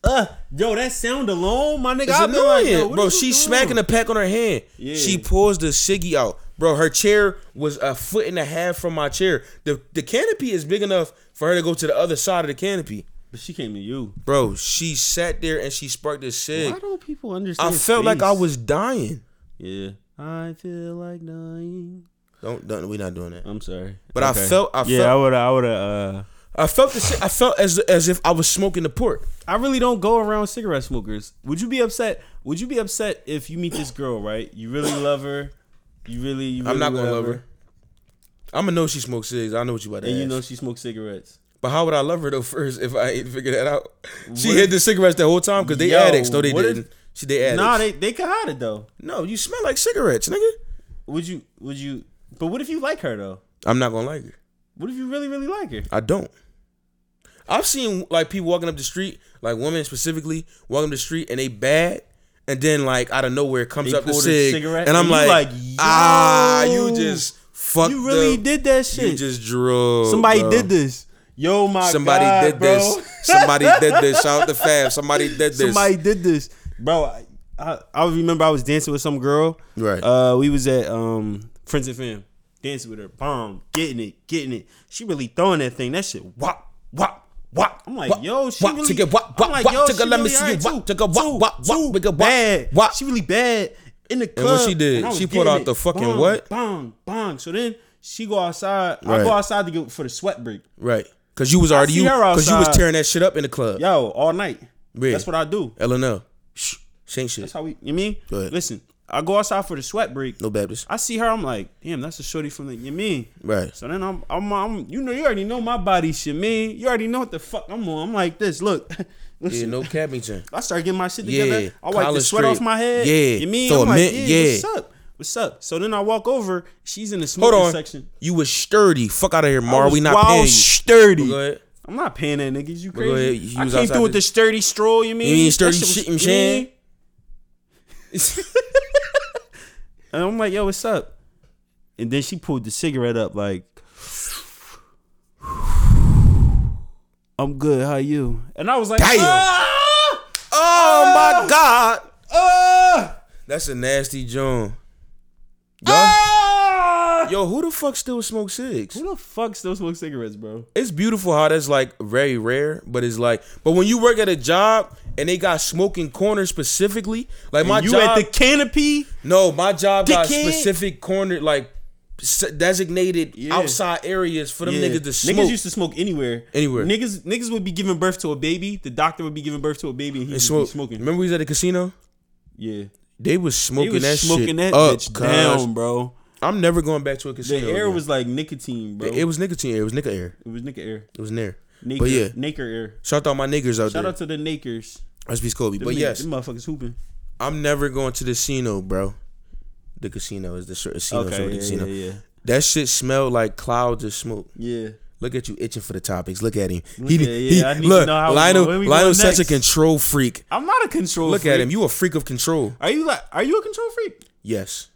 [SPEAKER 2] Uh, yo, that sound alone, my nigga.
[SPEAKER 1] It's
[SPEAKER 2] I been like, yo,
[SPEAKER 1] annoying,
[SPEAKER 2] what
[SPEAKER 1] bro.
[SPEAKER 2] is you
[SPEAKER 1] She's
[SPEAKER 2] doing?
[SPEAKER 1] smacking the pack on her hand.
[SPEAKER 2] Yeah.
[SPEAKER 1] She pulls the ciggy out, bro. Her chair was a foot and a half from my chair. The the canopy is big enough for her to go to the other side of the canopy,
[SPEAKER 2] But she came to you.
[SPEAKER 1] bro. She sat there and she sparked this cig.
[SPEAKER 2] Why don't people
[SPEAKER 1] I
[SPEAKER 2] understand?
[SPEAKER 1] felt like I
[SPEAKER 2] space?
[SPEAKER 1] was dying.
[SPEAKER 2] Yeah. I feel like dying.
[SPEAKER 1] Don't, don't we're not doing that.
[SPEAKER 2] I'm sorry.
[SPEAKER 1] But I felt- I
[SPEAKER 2] yeah,
[SPEAKER 1] felt-
[SPEAKER 2] I would. I would. Uh,
[SPEAKER 1] I felt the sa- I felt as as if I was smoking the port.
[SPEAKER 2] I really don't go around cigarette smokers. Would you be upset? Would you be upset if you meet this girl? Right? You really love her. You really. You really
[SPEAKER 1] I'm not gonna love
[SPEAKER 2] whatever,
[SPEAKER 1] her. I'm gonna know she smokes cigs. I know what you about to
[SPEAKER 2] And you
[SPEAKER 1] ask.
[SPEAKER 2] know she smokes cigarettes.
[SPEAKER 1] but how would I love her though first if I ain't figured that out? She
[SPEAKER 2] What-
[SPEAKER 1] hid the cigarettes the whole time because they
[SPEAKER 2] Yo,
[SPEAKER 1] addicts. No, they
[SPEAKER 2] what if-
[SPEAKER 1] didn't. she they addicts.
[SPEAKER 2] Nah, they they could hide it though.
[SPEAKER 1] no, you smell like cigarettes, nigga.
[SPEAKER 2] Would you? Would you? But what if you like her though?
[SPEAKER 1] I'm not gonna like her.
[SPEAKER 2] What if you really really like her?
[SPEAKER 1] I don't. I've seen like people walking up the street, like women specifically, walking up the street and they bad, and then like out of nowhere it comes
[SPEAKER 2] They
[SPEAKER 1] up the
[SPEAKER 2] pulled a
[SPEAKER 1] cig,
[SPEAKER 2] cigarette,
[SPEAKER 1] and I'm
[SPEAKER 2] and you
[SPEAKER 1] like,
[SPEAKER 2] like,
[SPEAKER 1] ah,
[SPEAKER 2] yo,
[SPEAKER 1] you just fucked.
[SPEAKER 2] You really
[SPEAKER 1] up.
[SPEAKER 2] did that
[SPEAKER 1] You
[SPEAKER 2] shit.
[SPEAKER 1] just drew.
[SPEAKER 2] Somebody
[SPEAKER 1] bro.
[SPEAKER 2] did this. Yo, my
[SPEAKER 1] Somebody
[SPEAKER 2] God,
[SPEAKER 1] did
[SPEAKER 2] bro.
[SPEAKER 1] this. Somebody did this. Shout out to Fab. Somebody did this.
[SPEAKER 2] Somebody did this, bro. I, I, I remember I was dancing with some girl.
[SPEAKER 1] Right.
[SPEAKER 2] Uh, we was at um Friends and Fam dancing with her, bomb, getting it, getting it. She really throwing that thing. That shit, wop, wop, wop. I'm like,
[SPEAKER 1] Wop,
[SPEAKER 2] yo, she
[SPEAKER 1] wop,
[SPEAKER 2] really.
[SPEAKER 1] tigga, wop,
[SPEAKER 2] I'm
[SPEAKER 1] wop,
[SPEAKER 2] like,
[SPEAKER 1] wop,
[SPEAKER 2] yo,
[SPEAKER 1] tigga,
[SPEAKER 2] she
[SPEAKER 1] let me
[SPEAKER 2] really
[SPEAKER 1] see you
[SPEAKER 2] alright,
[SPEAKER 1] wop,
[SPEAKER 2] too,
[SPEAKER 1] tigga, wop,
[SPEAKER 2] too,
[SPEAKER 1] wop, wop,
[SPEAKER 2] too
[SPEAKER 1] nigga, wop,
[SPEAKER 2] bad.
[SPEAKER 1] wop.
[SPEAKER 2] She really bad in the club.
[SPEAKER 1] what she did,
[SPEAKER 2] and I was
[SPEAKER 1] she pulled
[SPEAKER 2] getting
[SPEAKER 1] out
[SPEAKER 2] it,
[SPEAKER 1] the fucking
[SPEAKER 2] bong,
[SPEAKER 1] what?
[SPEAKER 2] Bong, bong. So then she go outside. I
[SPEAKER 1] Right.
[SPEAKER 2] go outside to get for the sweat break.
[SPEAKER 1] Right. Cause you was already
[SPEAKER 2] see
[SPEAKER 1] you,
[SPEAKER 2] her
[SPEAKER 1] cause you was
[SPEAKER 2] outside.
[SPEAKER 1] tearing that shit up in the club.
[SPEAKER 2] Yo, all night.
[SPEAKER 1] Yeah.
[SPEAKER 2] That's what I do.
[SPEAKER 1] LNL. Shh. Shh, ain't shit.
[SPEAKER 2] That's how we. You mean?
[SPEAKER 1] Go ahead.
[SPEAKER 2] Listen, I go outside for the sweat break.
[SPEAKER 1] No Baptist.
[SPEAKER 2] I see her. I'm like, damn, that's a shorty from the. You mean?
[SPEAKER 1] Right.
[SPEAKER 2] So then I'm, I'm, I'm, you know, you already know my body shit, man. You already know what the fuck I'm on. I'm like this. Look,
[SPEAKER 1] Yeah,
[SPEAKER 2] listen.
[SPEAKER 1] no Cappington.
[SPEAKER 2] I start getting my shit
[SPEAKER 1] Yeah,
[SPEAKER 2] together. I wipe the
[SPEAKER 1] College
[SPEAKER 2] sweat
[SPEAKER 1] Street.
[SPEAKER 2] off my head.
[SPEAKER 1] Yeah.
[SPEAKER 2] You mean?
[SPEAKER 1] Throw
[SPEAKER 2] I'm
[SPEAKER 1] a
[SPEAKER 2] like,
[SPEAKER 1] mint.
[SPEAKER 2] yeah,
[SPEAKER 1] Yeah.
[SPEAKER 2] What's up? What's up? So then I walk over. She's in the
[SPEAKER 1] Hold
[SPEAKER 2] smoking
[SPEAKER 1] on.
[SPEAKER 2] section.
[SPEAKER 1] You was sturdy. Fuck out of here, Mar.
[SPEAKER 2] was
[SPEAKER 1] We not
[SPEAKER 2] wild
[SPEAKER 1] paying you.
[SPEAKER 2] sturdy.
[SPEAKER 1] Go ahead.
[SPEAKER 2] I'm not paying that niggas. You
[SPEAKER 1] go
[SPEAKER 2] crazy?
[SPEAKER 1] ahead. You
[SPEAKER 2] I
[SPEAKER 1] was
[SPEAKER 2] came
[SPEAKER 1] outside
[SPEAKER 2] through with
[SPEAKER 1] the-
[SPEAKER 2] the sturdy stroll. You mean?
[SPEAKER 1] mean
[SPEAKER 2] That
[SPEAKER 1] sturdy
[SPEAKER 2] was-
[SPEAKER 1] shit, you
[SPEAKER 2] you
[SPEAKER 1] saying?
[SPEAKER 2] mean? And I'm like, yo, what's up? And then she pulled the cigarette up, like, I'm good. How you? And I was like,
[SPEAKER 1] Damn.
[SPEAKER 2] Ah!
[SPEAKER 1] oh my God.
[SPEAKER 2] Ah!
[SPEAKER 1] That's a nasty John.
[SPEAKER 2] Ah!
[SPEAKER 1] Yo, who the fuck still smoke cigs?
[SPEAKER 2] Who the fuck still smokes cigarettes, bro?
[SPEAKER 1] It's beautiful how that's like very rare, but it's like, but when you work at a job and they got smoking corners specifically, like my
[SPEAKER 2] you
[SPEAKER 1] job,
[SPEAKER 2] at the canopy?
[SPEAKER 1] No, my job got
[SPEAKER 2] Dickhead.
[SPEAKER 1] specific corner like s- designated
[SPEAKER 2] Yeah.
[SPEAKER 1] outside areas for them niggas to smoke.
[SPEAKER 2] Niggas used to smoke anywhere.
[SPEAKER 1] Anywhere.
[SPEAKER 2] Niggas niggas would be giving birth to a baby. The doctor would be giving birth to a baby and he would
[SPEAKER 1] to smoke.
[SPEAKER 2] be smoking.
[SPEAKER 1] Remember we was at the casino?
[SPEAKER 2] Yeah.
[SPEAKER 1] They was
[SPEAKER 2] He
[SPEAKER 1] smoking
[SPEAKER 2] was
[SPEAKER 1] that
[SPEAKER 2] smoking
[SPEAKER 1] shit
[SPEAKER 2] that
[SPEAKER 1] up,
[SPEAKER 2] bitch
[SPEAKER 1] cuz.
[SPEAKER 2] down, bro.
[SPEAKER 1] I'm never going back to a
[SPEAKER 2] The
[SPEAKER 1] casino.
[SPEAKER 2] air
[SPEAKER 1] again.
[SPEAKER 2] was like nicotine, bro.
[SPEAKER 1] it was nicotine air. It was nigga air.
[SPEAKER 2] It was nigga air.
[SPEAKER 1] It was nair.
[SPEAKER 2] Naker,
[SPEAKER 1] But yeah,
[SPEAKER 2] Naker air.
[SPEAKER 1] shout out to all my niggas out
[SPEAKER 2] Shout
[SPEAKER 1] there.
[SPEAKER 2] out to the Nakers.
[SPEAKER 1] That's Peace Kobe. But
[SPEAKER 2] Them niggas-
[SPEAKER 1] yes,
[SPEAKER 2] them motherfuckers hooping.
[SPEAKER 1] I'm never going to the casino, bro. The casino is the short casino. short of the casino.
[SPEAKER 2] yeah,
[SPEAKER 1] That shit smelled like clouds of smoke.
[SPEAKER 2] yeah, yeah.
[SPEAKER 1] Look at you itching for the topics. Look at him.
[SPEAKER 2] Look
[SPEAKER 1] he,
[SPEAKER 2] at-
[SPEAKER 1] he,
[SPEAKER 2] yeah, I need to
[SPEAKER 1] look,
[SPEAKER 2] know how we-
[SPEAKER 1] Lionel,
[SPEAKER 2] where we going
[SPEAKER 1] Lionel's such a
[SPEAKER 2] next.
[SPEAKER 1] control freak.
[SPEAKER 2] I'm not a control.
[SPEAKER 1] Look
[SPEAKER 2] freak.
[SPEAKER 1] at him. You a freak of control.
[SPEAKER 2] Are you like? Are you a control freak?
[SPEAKER 1] Yes.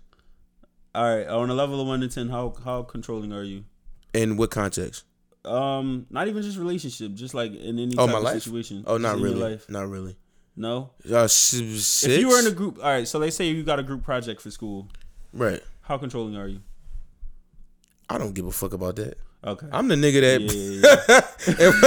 [SPEAKER 2] All right. On a level of one to ten, how how controlling are you?
[SPEAKER 1] In what context?
[SPEAKER 2] Um, not even just relationship, just like in any
[SPEAKER 1] Oh,
[SPEAKER 2] type
[SPEAKER 1] my
[SPEAKER 2] of
[SPEAKER 1] life.
[SPEAKER 2] situation.
[SPEAKER 1] Oh, not
[SPEAKER 2] Just in your
[SPEAKER 1] really.
[SPEAKER 2] life.
[SPEAKER 1] Not really.
[SPEAKER 2] No.
[SPEAKER 1] Uh, s- six.
[SPEAKER 2] If you were in a group, all right. So let's say you got a group project for school.
[SPEAKER 1] right,
[SPEAKER 2] How controlling are you?
[SPEAKER 1] I don't give a fuck about that.
[SPEAKER 2] Okay.
[SPEAKER 1] I'm the nigga that
[SPEAKER 2] yeah, yeah,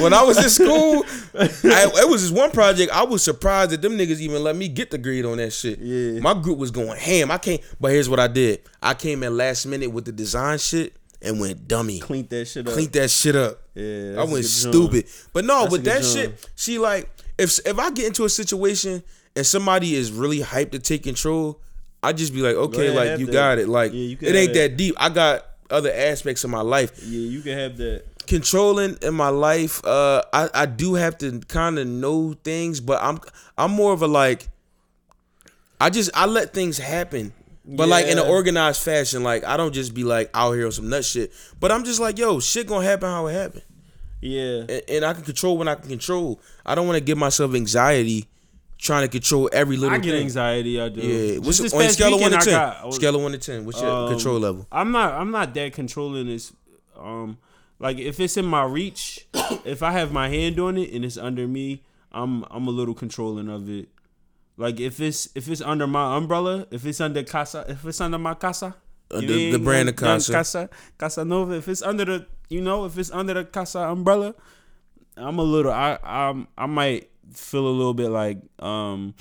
[SPEAKER 1] when I was in school, I, it was this one project. I was surprised that them niggas even let me get the grade on that shit.
[SPEAKER 2] Yeah.
[SPEAKER 1] My group was going ham. I came, but here's what I did. I came in last minute with the design shit and went dummy.
[SPEAKER 2] clean that shit up.
[SPEAKER 1] Cleaned that shit up.
[SPEAKER 2] Yeah,
[SPEAKER 1] I
[SPEAKER 2] that's a
[SPEAKER 1] went
[SPEAKER 2] good job.
[SPEAKER 1] stupid. But no, with
[SPEAKER 2] a
[SPEAKER 1] that
[SPEAKER 2] good
[SPEAKER 1] shit, she like if if I get into a situation and somebody is really hyped to take control, I just be like, okay,
[SPEAKER 2] ahead,
[SPEAKER 1] like
[SPEAKER 2] have
[SPEAKER 1] you
[SPEAKER 2] that.
[SPEAKER 1] got it. Like
[SPEAKER 2] Yeah, you can
[SPEAKER 1] it ain't
[SPEAKER 2] have
[SPEAKER 1] that deep. I got other aspects of my life
[SPEAKER 2] Yeah, you can have that.
[SPEAKER 1] controlling in my life. Uh, I I do have to kind of know things, but I'm I'm more of a like. I just I let things happen. But like in an
[SPEAKER 2] Yeah.
[SPEAKER 1] organized fashion, like I don't just be like out here on some nut shit. But I'm just like, yo, shit gonna happen how it happened
[SPEAKER 2] Yeah.
[SPEAKER 1] and, and I can control when I can control. I don't want to give myself anxiety trying to control every little
[SPEAKER 2] I get
[SPEAKER 1] thing.
[SPEAKER 2] anxiety. I do.
[SPEAKER 1] Yeah,
[SPEAKER 2] Just
[SPEAKER 1] what's
[SPEAKER 2] this
[SPEAKER 1] on a
[SPEAKER 2] past
[SPEAKER 1] scale of one
[SPEAKER 2] weekend,
[SPEAKER 1] to
[SPEAKER 2] I
[SPEAKER 1] ten?
[SPEAKER 2] got-
[SPEAKER 1] scale of one to ten, what's your
[SPEAKER 2] Um,
[SPEAKER 1] control level?
[SPEAKER 2] I'm not. I'm not that controlling this. Um, like if it's in my reach, if I have my hand on it and it's under me, I'm I'm a little controlling of it. Like if it's if it's under my umbrella, if it's under casa, if it's under my casa, you
[SPEAKER 1] Under Uh, the
[SPEAKER 2] mean,
[SPEAKER 1] brand of
[SPEAKER 2] young- young
[SPEAKER 1] casa.
[SPEAKER 2] casa, Casanova. If it's under the, you know, if it's under the casa umbrella, I'm a little. I I'm I might feel a little bit like um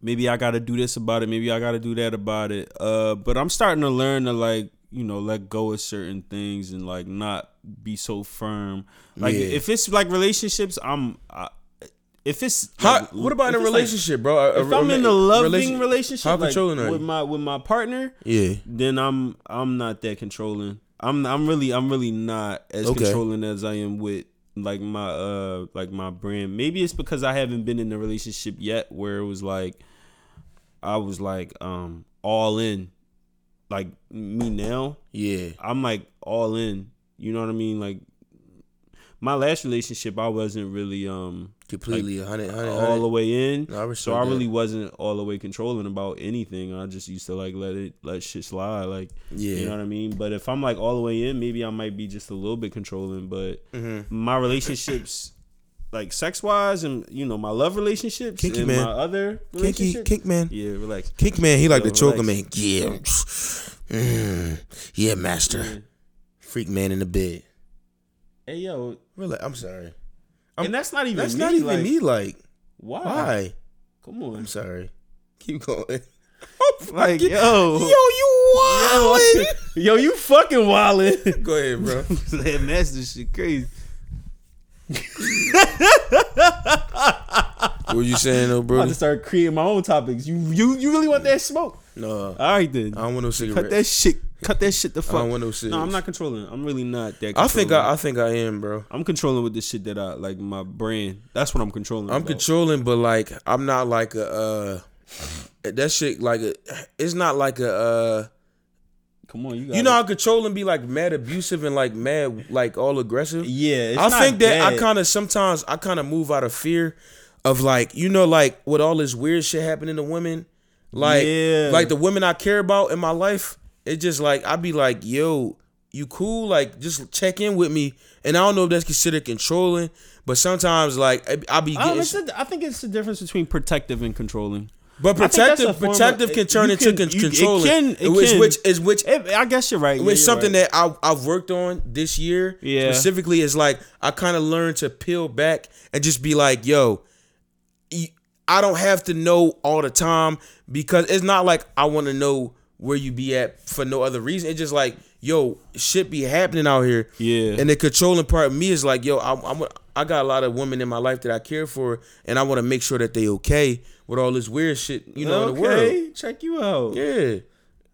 [SPEAKER 2] maybe I gotta do this about it, maybe I gotta do that about it. Uh, but I'm starting to learn to like, you know, let go of certain things and like not be so firm. Like
[SPEAKER 1] Yeah.
[SPEAKER 2] if it's like relationships, I'm. I, if it's
[SPEAKER 1] How,
[SPEAKER 2] like,
[SPEAKER 1] what about in a
[SPEAKER 2] if it's, like,
[SPEAKER 1] relationship, bro? A- a-
[SPEAKER 2] if I'm
[SPEAKER 1] a-
[SPEAKER 2] in a loving
[SPEAKER 1] relation-
[SPEAKER 2] relationship,
[SPEAKER 1] how
[SPEAKER 2] like,
[SPEAKER 1] controlling are
[SPEAKER 2] with
[SPEAKER 1] you?
[SPEAKER 2] my with my partner,
[SPEAKER 1] yeah,
[SPEAKER 2] then I'm I'm not that controlling. I'm I'm really I'm really not as
[SPEAKER 1] Okay.
[SPEAKER 2] controlling as I am with like my uh like my brand. Maybe it's because I haven't been in a relationship yet where it was like I was like um all in. Like me now,
[SPEAKER 1] yeah,
[SPEAKER 2] I'm like all in. You know what I mean? Like my last relationship, I wasn't really um
[SPEAKER 1] completely 100, 100,
[SPEAKER 2] all
[SPEAKER 1] 100.
[SPEAKER 2] the way in.
[SPEAKER 1] No, I was
[SPEAKER 2] so
[SPEAKER 1] so
[SPEAKER 2] I
[SPEAKER 1] good.
[SPEAKER 2] really wasn't all the way controlling about anything. I just used to like let it let shit slide. Like
[SPEAKER 1] Yeah.
[SPEAKER 2] you know what I mean? But if I'm like all the way in, maybe I might be just a little bit controlling. But
[SPEAKER 1] Mm-hmm.
[SPEAKER 2] my relationships like sex wise and you know, my love relationships
[SPEAKER 1] Kinky,
[SPEAKER 2] and
[SPEAKER 1] man.
[SPEAKER 2] my other
[SPEAKER 1] Kinky,
[SPEAKER 2] relationships-
[SPEAKER 1] kink man.
[SPEAKER 2] Yeah, relax.
[SPEAKER 1] Kink man, he like
[SPEAKER 2] Yo,
[SPEAKER 1] to choke him
[SPEAKER 2] relax.
[SPEAKER 1] in. Yeah. Mm. Yeah, master. Freak man in the bed.
[SPEAKER 2] Hey yo,
[SPEAKER 1] Really? I'm sorry.
[SPEAKER 2] and that's not even
[SPEAKER 1] That's
[SPEAKER 2] me.
[SPEAKER 1] not even
[SPEAKER 2] like,
[SPEAKER 1] me. Like,
[SPEAKER 2] Why?
[SPEAKER 1] why?
[SPEAKER 2] Come on.
[SPEAKER 1] I'm sorry. Keep going.
[SPEAKER 2] Like
[SPEAKER 1] Fucking-
[SPEAKER 2] yo,
[SPEAKER 1] Yo, you
[SPEAKER 2] yo,
[SPEAKER 1] wildin'.
[SPEAKER 2] yo, you fucking wildin'.
[SPEAKER 1] Go ahead, bro.
[SPEAKER 2] that master shit crazy.
[SPEAKER 1] what you saying, though,
[SPEAKER 2] I'm about to
[SPEAKER 1] brother?
[SPEAKER 2] start creating my own topics. You you you really want that smoke?
[SPEAKER 1] No,
[SPEAKER 2] All right then.
[SPEAKER 1] I don't want no
[SPEAKER 2] Cut
[SPEAKER 1] cigarettes.
[SPEAKER 2] that shit. Cut that shit the
[SPEAKER 1] I
[SPEAKER 2] fuck.
[SPEAKER 1] don't want no cigarettes.
[SPEAKER 2] no, I'm not controlling. I'm really not that. Controlling.
[SPEAKER 1] I think I, I think I am, bro.
[SPEAKER 2] am controlling with the shit that I like. My brand. That's what I'm controlling.
[SPEAKER 1] I'm
[SPEAKER 2] about.
[SPEAKER 1] controlling, but like I'm not like a uh that shit like a it's not like a uh
[SPEAKER 2] Come on, you. Got
[SPEAKER 1] you know
[SPEAKER 2] it.
[SPEAKER 1] how controlling be like mad abusive and like mad like all aggressive.
[SPEAKER 2] Yeah. It's
[SPEAKER 1] I
[SPEAKER 2] not
[SPEAKER 1] think that I
[SPEAKER 2] bad.
[SPEAKER 1] kind of sometimes I kind of move out of fear of like you know like with all this weird shit happening to women, like
[SPEAKER 2] Yeah.
[SPEAKER 1] like the women I care about in my life. It just like I be like, yo, you cool? Like just check in with me. And I don't know if that's considered controlling, but sometimes like I, I be
[SPEAKER 2] I,
[SPEAKER 1] getting,
[SPEAKER 2] don't- Um, it's a, I think it's the difference between protective and controlling.
[SPEAKER 1] but
[SPEAKER 2] I think that's a
[SPEAKER 1] protective
[SPEAKER 2] form of-
[SPEAKER 1] protective
[SPEAKER 2] you
[SPEAKER 1] can turn into
[SPEAKER 2] can-
[SPEAKER 1] con-
[SPEAKER 2] you- it
[SPEAKER 1] controlling,
[SPEAKER 2] can- it
[SPEAKER 1] which
[SPEAKER 2] can.
[SPEAKER 1] which is which
[SPEAKER 2] It, I guess you're right. Yeah,
[SPEAKER 1] it's
[SPEAKER 2] you're
[SPEAKER 1] something
[SPEAKER 2] right.
[SPEAKER 1] that I, I've worked on this year.
[SPEAKER 2] Yeah.
[SPEAKER 1] Specifically, is like I kind of learned to peel back and just be like, yo, y- I don't have to know all the time because it's not like I want to know where you be at for no other reason. It's just like, yo, shit be happening out here.
[SPEAKER 2] Yeah.
[SPEAKER 1] And the controlling part of me is like, yo, I, I'm, I got a lot of women in my life that I care for, and I want to make sure that they okay with all this weird shit, you know, in the world.
[SPEAKER 2] Okay, Check you out.
[SPEAKER 1] Yeah.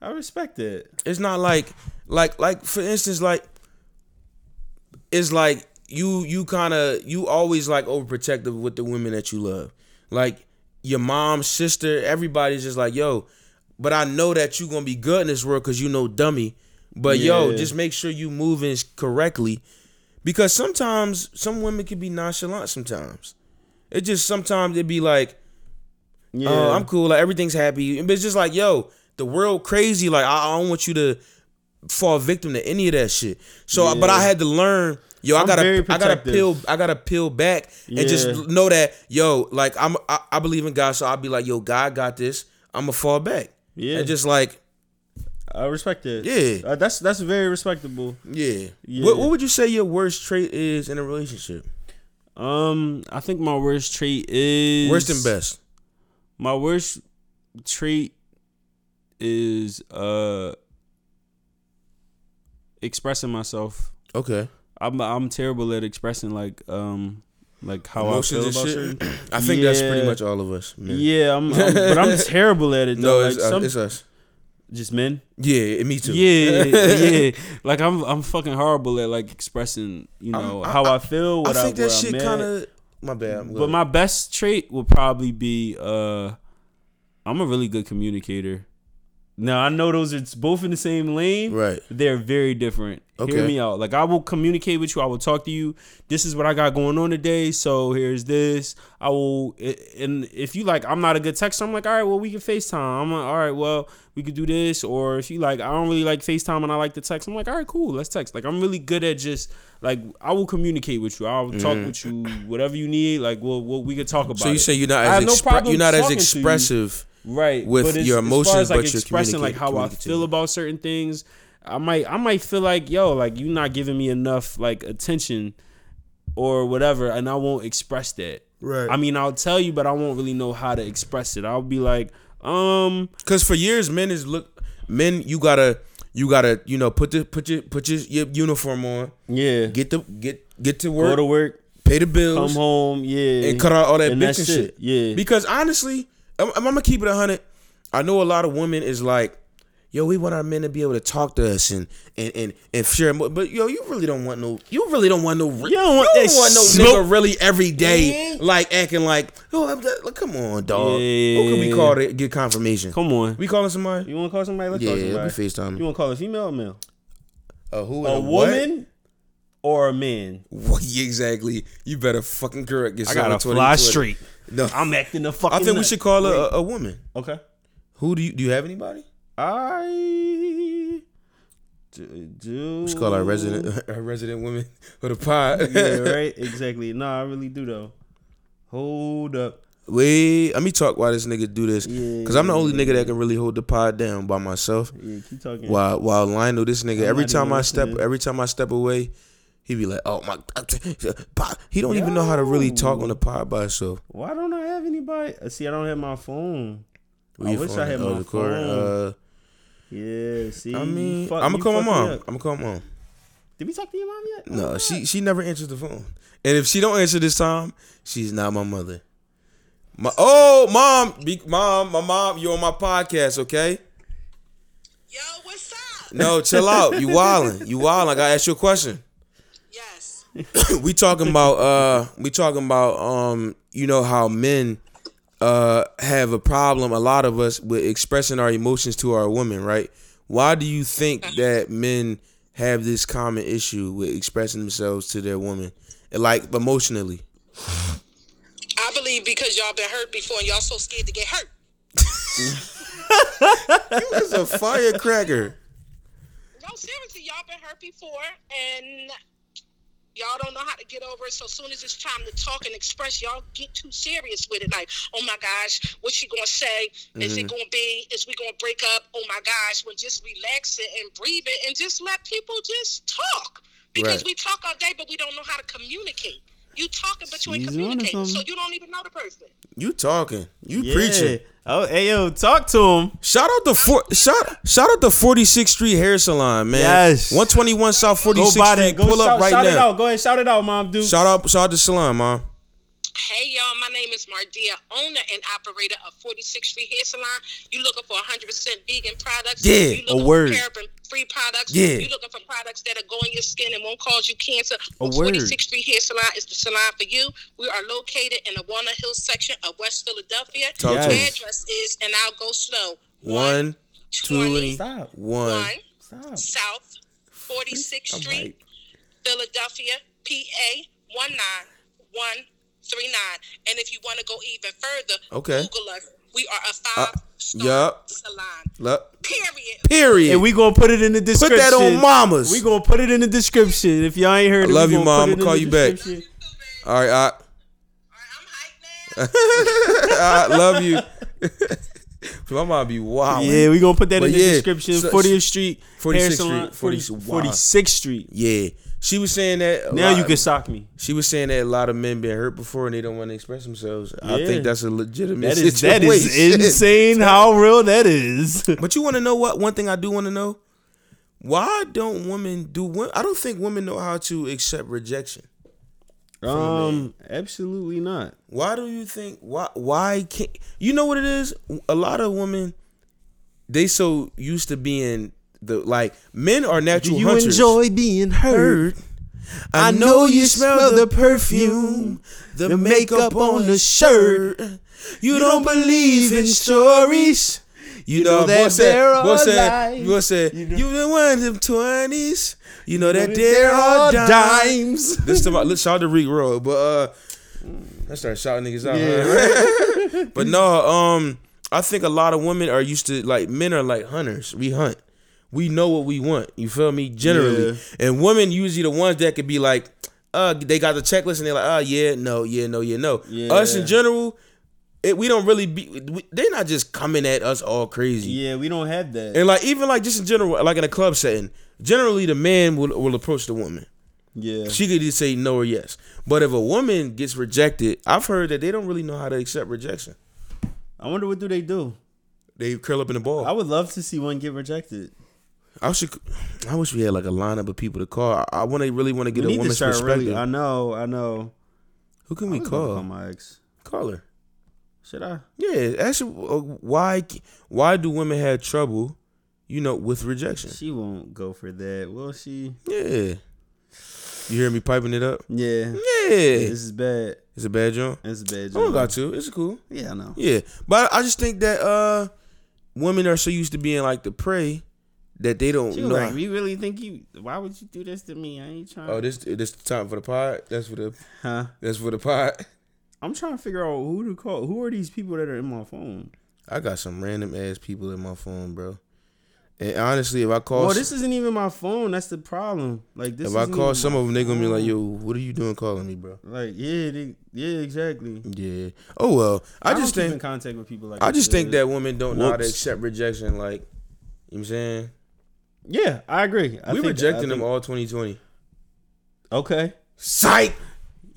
[SPEAKER 2] I respect it.
[SPEAKER 1] It's not like like like for instance like it's like you you kind of you always like overprotective with the women that you love. Like your mom, sister, everybody's just like, "Yo, but I know that you going to be good in this world cuz you know dummy. But yo,
[SPEAKER 2] Yeah.
[SPEAKER 1] just make sure you moving correctly because sometimes some women can be nonchalant sometimes. It just sometimes it be like
[SPEAKER 2] Yeah. Um,
[SPEAKER 1] oh, I'm cool. Like everything's happy. But it's just like, yo, the world crazy. Like I, I don't want you to fall victim to any of that shit. So, but I
[SPEAKER 2] Yeah.
[SPEAKER 1] had to learn. Yo, I
[SPEAKER 2] I'm
[SPEAKER 1] gotta,
[SPEAKER 2] very
[SPEAKER 1] I gotta
[SPEAKER 2] protective.
[SPEAKER 1] peel, I gotta peel back and
[SPEAKER 2] Yeah.
[SPEAKER 1] just know that, yo, like I'm, I, I believe in God, so I'll be like, yo, God got this. I'm gonna fall back.
[SPEAKER 2] Yeah.
[SPEAKER 1] And just like,
[SPEAKER 2] I respect it.
[SPEAKER 1] Yeah.
[SPEAKER 2] Uh, that's that's very respectable.
[SPEAKER 1] yeah.
[SPEAKER 2] Yeah.
[SPEAKER 1] What, what would you say your worst trait is in a relationship?
[SPEAKER 2] Um, I think my worst trait is
[SPEAKER 1] Worst and best.
[SPEAKER 2] My worst trait is uh expressing myself.
[SPEAKER 1] Okay.
[SPEAKER 2] I'm I'm terrible at expressing like um like how I
[SPEAKER 1] Emotions
[SPEAKER 2] feel
[SPEAKER 1] and
[SPEAKER 2] about
[SPEAKER 1] shit.
[SPEAKER 2] certain.
[SPEAKER 1] I think that's pretty
[SPEAKER 2] Yeah.
[SPEAKER 1] much all of us. Man.
[SPEAKER 2] Yeah, I'm, I'm- but I'm terrible at it though.
[SPEAKER 1] No,
[SPEAKER 2] like
[SPEAKER 1] it's, uh,
[SPEAKER 2] some,
[SPEAKER 1] it's us.
[SPEAKER 2] just men.
[SPEAKER 1] Yeah, me too.
[SPEAKER 2] Yeah, yeah. Like I'm I'm fucking horrible at like expressing, you know,
[SPEAKER 1] I'm- I-
[SPEAKER 2] how I, feel, what
[SPEAKER 1] I
[SPEAKER 2] I,
[SPEAKER 1] think that
[SPEAKER 2] where
[SPEAKER 1] shit
[SPEAKER 2] I'm at.
[SPEAKER 1] kind of my bad. I'm
[SPEAKER 2] But
[SPEAKER 1] good.
[SPEAKER 2] my best trait will probably be uh I'm a really good communicator. Now I know those are it's both in the same lane.
[SPEAKER 1] right.
[SPEAKER 2] They're very different.
[SPEAKER 1] Okay.
[SPEAKER 2] Hear me out. Like I will communicate with you. I will talk to you. This is what I got going on today. So here's this. I will. i- And if you like, I'm not a good texter. I'm like, all right, well we can Facetime. I'm like, all right, well we could do this. Or if you like, I don't really like Facetime and I like to text. I'm like, all right, cool, let's text. Like I'm really good at just like I will communicate with you. I'll talk with you. Whatever you need, like we'll, we'll we could talk about.
[SPEAKER 1] Mm-hmm. So you
[SPEAKER 2] it.
[SPEAKER 1] say you're not
[SPEAKER 2] I
[SPEAKER 1] as
[SPEAKER 2] have no
[SPEAKER 1] expre-
[SPEAKER 2] problem
[SPEAKER 1] you're not as
[SPEAKER 2] talking to you.
[SPEAKER 1] expressive.
[SPEAKER 2] right
[SPEAKER 1] with
[SPEAKER 2] as-
[SPEAKER 1] your
[SPEAKER 2] as far
[SPEAKER 1] emotions,
[SPEAKER 2] as, like,
[SPEAKER 1] but you're
[SPEAKER 2] expressing like how I
[SPEAKER 1] communicating-
[SPEAKER 2] feel about certain things. I might I might feel like yo like you not giving me enough like attention or whatever, and I won't express that.
[SPEAKER 1] Right.
[SPEAKER 2] I mean, I'll tell you, but I won't really know how to express it. I'll be like, um,
[SPEAKER 1] Because for years, men is look men. You gotta you gotta you know put the put your put your, your uniform on.
[SPEAKER 2] yeah,
[SPEAKER 1] Get the get get to
[SPEAKER 2] go
[SPEAKER 1] work.
[SPEAKER 2] to work,
[SPEAKER 1] pay the
[SPEAKER 2] come
[SPEAKER 1] bills
[SPEAKER 2] home, yeah,
[SPEAKER 1] and cut out all that
[SPEAKER 2] and
[SPEAKER 1] bitch and
[SPEAKER 2] that's
[SPEAKER 1] shit.
[SPEAKER 2] it, yeah.
[SPEAKER 1] Because honestly, I'm, I'm gonna keep it hundred. I know a lot of women is like. Yo, we want our men to be able to talk to us and and and, and share. More. But yo, you really don't want no. You really don't want no. re-
[SPEAKER 2] You don't want that
[SPEAKER 1] no
[SPEAKER 2] smoke.
[SPEAKER 1] nigga really every day
[SPEAKER 2] Yeah.
[SPEAKER 1] like acting like. Oh, I'm the, like, come on, dog.
[SPEAKER 2] Yeah.
[SPEAKER 1] Who can we call to get confirmation?
[SPEAKER 2] Come on,
[SPEAKER 1] We calling somebody?
[SPEAKER 2] you want to call somebody? Let's
[SPEAKER 1] Yeah,
[SPEAKER 2] call
[SPEAKER 1] we
[SPEAKER 2] somebody.
[SPEAKER 1] FaceTime.
[SPEAKER 2] You want to call a female or male?
[SPEAKER 1] A who?
[SPEAKER 2] A,
[SPEAKER 1] and what?
[SPEAKER 2] woman? or a man.
[SPEAKER 1] Well, yeah, exactly. You better fucking correct
[SPEAKER 2] I
[SPEAKER 1] yourself.
[SPEAKER 2] got
[SPEAKER 1] in
[SPEAKER 2] a
[SPEAKER 1] 2020.
[SPEAKER 2] fly street.
[SPEAKER 1] No,
[SPEAKER 2] I'm acting a fucking.
[SPEAKER 1] I think we
[SPEAKER 2] nut.
[SPEAKER 1] should call her a, a woman.
[SPEAKER 2] Okay.
[SPEAKER 1] Who do you do you have anybody?
[SPEAKER 2] I d- do.
[SPEAKER 1] Let's call our resident our resident woman for the pod.
[SPEAKER 2] yeah, right. Exactly. No, I really do though. Hold up.
[SPEAKER 1] Wait, let me talk while this nigga do this.
[SPEAKER 2] Yeah,
[SPEAKER 1] Cause I'm the only nigga that can really hold the pod down by myself.
[SPEAKER 2] Yeah, keep talking.
[SPEAKER 1] While while Lionel, this nigga,
[SPEAKER 2] I'm
[SPEAKER 1] every
[SPEAKER 2] not
[SPEAKER 1] time
[SPEAKER 2] even
[SPEAKER 1] I step,
[SPEAKER 2] listening.
[SPEAKER 1] every time I step away, he be like, "Oh my," God." he don't even know how to really talk on the pod by himself.
[SPEAKER 2] Why don't I have anybody? Uh, See, I don't have my phone. I
[SPEAKER 1] Your
[SPEAKER 2] wish I
[SPEAKER 1] phone,
[SPEAKER 2] had
[SPEAKER 1] oh,
[SPEAKER 2] my
[SPEAKER 1] the cord,
[SPEAKER 2] phone.
[SPEAKER 1] Uh,
[SPEAKER 2] Yeah. See,
[SPEAKER 1] I
[SPEAKER 2] you
[SPEAKER 1] mean,
[SPEAKER 2] fuck-
[SPEAKER 1] I'm gonna
[SPEAKER 2] you
[SPEAKER 1] call my
[SPEAKER 2] fucked me
[SPEAKER 1] mom. I'm
[SPEAKER 2] up.
[SPEAKER 1] gonna call mom.
[SPEAKER 2] Did we talk to your mom yet? Oh,
[SPEAKER 1] No,
[SPEAKER 2] my
[SPEAKER 1] she
[SPEAKER 2] God.
[SPEAKER 1] she never answers the phone, and if she don't answer this time, she's not my mother. My oh mom, be, mom, my mom, you on my podcast, okay?
[SPEAKER 3] Yo, what's up?
[SPEAKER 1] No, chill out. You wildin', you wildin'. I gotta ask you a question.
[SPEAKER 3] Yes.
[SPEAKER 1] we talking about uh we talking about um you know how men uh have a problem a lot of us with expressing our emotions to our women right why do you think that men have this common issue with expressing themselves to their woman like emotionally
[SPEAKER 3] I believe because y'all been hurt before and y'all so scared to get hurt.
[SPEAKER 1] it's a firecracker
[SPEAKER 3] No, seriously, y'all been hurt before and y'all don't know how to get over it. So soon as it's time to talk and express, y'all get too serious with it. Like, oh my gosh, what's she gonna say? Is it gonna be? Is we gonna break up? Oh my gosh, when just relax it and breathe it and just let people just talk because
[SPEAKER 1] Right.
[SPEAKER 3] we talk all day, but we don't know how to communicate. You talking, but you ain't
[SPEAKER 2] She's onto
[SPEAKER 3] communicating, so
[SPEAKER 2] something.
[SPEAKER 3] you don't even know the person.
[SPEAKER 1] you talking you
[SPEAKER 2] Yeah.
[SPEAKER 1] preaching
[SPEAKER 2] Oh, hey yo, talk to him.
[SPEAKER 1] Shout out the four, shout shout out the 46th Street Hair Salon, man.
[SPEAKER 2] Yes.
[SPEAKER 1] 121 South 46th
[SPEAKER 2] Go buy
[SPEAKER 1] Street.
[SPEAKER 2] that. Go
[SPEAKER 1] Pull
[SPEAKER 2] shout,
[SPEAKER 1] up right
[SPEAKER 2] shout it
[SPEAKER 1] now.
[SPEAKER 2] out. Go ahead, shout it out, mom, dude.
[SPEAKER 1] Shout out shout out the salon, mom.
[SPEAKER 3] Hey y'all, my name is Mardia, owner and operator of 46th Street Hair Salon. You looking for 100% vegan products?
[SPEAKER 1] Yeah,
[SPEAKER 3] you
[SPEAKER 1] a
[SPEAKER 3] looking
[SPEAKER 2] word.
[SPEAKER 3] For paraben free products?
[SPEAKER 1] Yeah.
[SPEAKER 3] You looking for products that are going your skin and won't cause you cancer?
[SPEAKER 2] A
[SPEAKER 3] Well,
[SPEAKER 2] word.
[SPEAKER 3] 46th Street Hair Salon is the salon for you. We are located in the Walnut Hill section of West Philadelphia.
[SPEAKER 1] Talk
[SPEAKER 2] Yes.
[SPEAKER 1] to
[SPEAKER 3] The
[SPEAKER 1] us.
[SPEAKER 3] address is, and I'll go slow.
[SPEAKER 1] One, two,
[SPEAKER 3] 121
[SPEAKER 2] Stop.
[SPEAKER 1] one. Oh
[SPEAKER 2] Stop.
[SPEAKER 3] South 46th
[SPEAKER 1] I'm
[SPEAKER 3] Street.
[SPEAKER 1] like,
[SPEAKER 3] Philadelphia, PA 19139. And if you want to go even further,
[SPEAKER 1] Okay. Uh,
[SPEAKER 3] Google us. We are a five star
[SPEAKER 1] yup.
[SPEAKER 3] salon.
[SPEAKER 1] look,
[SPEAKER 3] Period.
[SPEAKER 1] period.
[SPEAKER 2] And we gonna put it in the
[SPEAKER 1] Put
[SPEAKER 2] description.
[SPEAKER 1] that on mamas.
[SPEAKER 2] We gonna put it in the description. If y'all ain't heard, it,
[SPEAKER 1] love
[SPEAKER 2] we
[SPEAKER 1] you,
[SPEAKER 2] gonna
[SPEAKER 1] Mom.
[SPEAKER 2] put
[SPEAKER 1] I'ma
[SPEAKER 2] it in
[SPEAKER 1] call
[SPEAKER 2] the
[SPEAKER 1] you back.
[SPEAKER 2] description.
[SPEAKER 1] all right, all right.
[SPEAKER 3] All right, I'm hyped now.
[SPEAKER 1] I love you. My mom be wild.
[SPEAKER 2] Yeah, we gonna put that
[SPEAKER 1] But
[SPEAKER 2] in the
[SPEAKER 1] yeah,
[SPEAKER 2] description.
[SPEAKER 1] so-
[SPEAKER 2] 40th Street,
[SPEAKER 1] 46th
[SPEAKER 2] 46th
[SPEAKER 1] Street,
[SPEAKER 2] Street,
[SPEAKER 1] 40 wow.
[SPEAKER 2] 46th Street.
[SPEAKER 1] yeah. She was saying that. a
[SPEAKER 2] Now
[SPEAKER 1] lot-
[SPEAKER 2] you can sock me.
[SPEAKER 1] She was saying that a lot of men been hurt before and they don't want to express themselves. I
[SPEAKER 2] Yeah.
[SPEAKER 1] think that's a legitimate
[SPEAKER 2] That is that
[SPEAKER 1] situation.
[SPEAKER 2] is insane. How real that is.
[SPEAKER 1] But you want to know what? One thing I do want to know: Why don't women do? wo- I don't think women know how to accept rejection.
[SPEAKER 2] Um, absolutely not.
[SPEAKER 1] Why do you think? Why? Why can't you know what it is? A lot of women, they so used to being the like men are natural
[SPEAKER 2] you
[SPEAKER 1] hunters.
[SPEAKER 2] enjoy being
[SPEAKER 1] Heard.
[SPEAKER 2] hurt?
[SPEAKER 1] I know you smell the perfume, the makeup on the shirt. You don't believe in stories. You
[SPEAKER 2] know
[SPEAKER 1] know
[SPEAKER 2] that
[SPEAKER 1] that there
[SPEAKER 2] there
[SPEAKER 1] are
[SPEAKER 2] are
[SPEAKER 1] boy said,
[SPEAKER 2] lies.
[SPEAKER 1] boy said,
[SPEAKER 2] You know-
[SPEAKER 1] you the one them twenties. You know that there are dimes. This to my let's shout out to Rick Roll, but uh, I started shouting niggas out. huh? but no, um, I think a lot of women are used to like men are like hunters. We hunt. We know what we want. You feel me? Generally, and women usually the ones that could be like, uh, they got the checklist and they're like, oh yeah, no, yeah, no, yeah, no. Us in
[SPEAKER 2] Yeah.
[SPEAKER 1] general, it, we don't really be. We, they're not just coming at us all crazy.
[SPEAKER 2] Yeah, we don't have that.
[SPEAKER 1] And like even like just in general, like in a club setting, generally the man will will approach the woman.
[SPEAKER 2] yeah,
[SPEAKER 1] She could just say no or yes. But if a woman gets rejected, I've heard that they don't really know how to accept rejection.
[SPEAKER 2] I wonder what do they do.
[SPEAKER 1] They curl up in a
[SPEAKER 2] I
[SPEAKER 1] ball.
[SPEAKER 2] would love to see one get rejected.
[SPEAKER 1] I should. I wish we had like a lineup of people to call. I, I want to really want to get
[SPEAKER 2] We
[SPEAKER 1] a
[SPEAKER 2] need to
[SPEAKER 1] woman's
[SPEAKER 2] start
[SPEAKER 1] perspective.
[SPEAKER 2] really. I know. I know.
[SPEAKER 1] Who can we
[SPEAKER 2] I'm gonna
[SPEAKER 1] call?
[SPEAKER 2] my ex.
[SPEAKER 1] Call her.
[SPEAKER 2] Should I?
[SPEAKER 1] Yeah, actually, uh, why why do women have trouble, you know, with rejection?
[SPEAKER 2] She won't go for that, will she?
[SPEAKER 1] Yeah, you hear me piping it up?
[SPEAKER 2] Yeah.
[SPEAKER 1] Yeah, Oh,
[SPEAKER 2] This is bad.
[SPEAKER 1] it's a bad joint.
[SPEAKER 2] This is bad.
[SPEAKER 1] I don't
[SPEAKER 2] John.
[SPEAKER 1] got to. It's cool.
[SPEAKER 2] Yeah, I know.
[SPEAKER 1] Yeah, but I just think that uh, women are so used to being like the prey that they don't
[SPEAKER 2] She was
[SPEAKER 1] know.
[SPEAKER 2] like, "You really think you? Why would you do this to me? I ain't trying."
[SPEAKER 1] oh, this this the time for the pod. That's for the
[SPEAKER 2] huh?
[SPEAKER 1] that's for the pod.
[SPEAKER 2] I'm trying to figure out who to call. Who are these people that are in my phone?
[SPEAKER 1] I got some random ass people in my phone, bro. And honestly, if I call
[SPEAKER 2] Well,
[SPEAKER 1] s-
[SPEAKER 2] this isn't even my phone. That's the problem. Like this.
[SPEAKER 1] if I
[SPEAKER 2] isn't
[SPEAKER 1] call
[SPEAKER 2] even
[SPEAKER 1] some
[SPEAKER 2] my
[SPEAKER 1] of them, they gonna be like,
[SPEAKER 2] phone.
[SPEAKER 1] "Yo, what are you doing calling me, bro?"
[SPEAKER 2] Like yeah, they, yeah, exactly.
[SPEAKER 1] Yeah. Oh well. I,
[SPEAKER 2] don't
[SPEAKER 1] just
[SPEAKER 2] keep
[SPEAKER 1] think
[SPEAKER 2] in contact with people like
[SPEAKER 1] I just think
[SPEAKER 2] that.
[SPEAKER 1] that women don't know how to
[SPEAKER 2] Whoops.
[SPEAKER 1] accept rejection. Like, you know what I'm saying?
[SPEAKER 2] Yeah, I agree. I
[SPEAKER 1] we
[SPEAKER 2] think-
[SPEAKER 1] rejecting
[SPEAKER 2] I
[SPEAKER 1] them
[SPEAKER 2] think-
[SPEAKER 1] all 2020.
[SPEAKER 2] Okay.
[SPEAKER 1] Psych!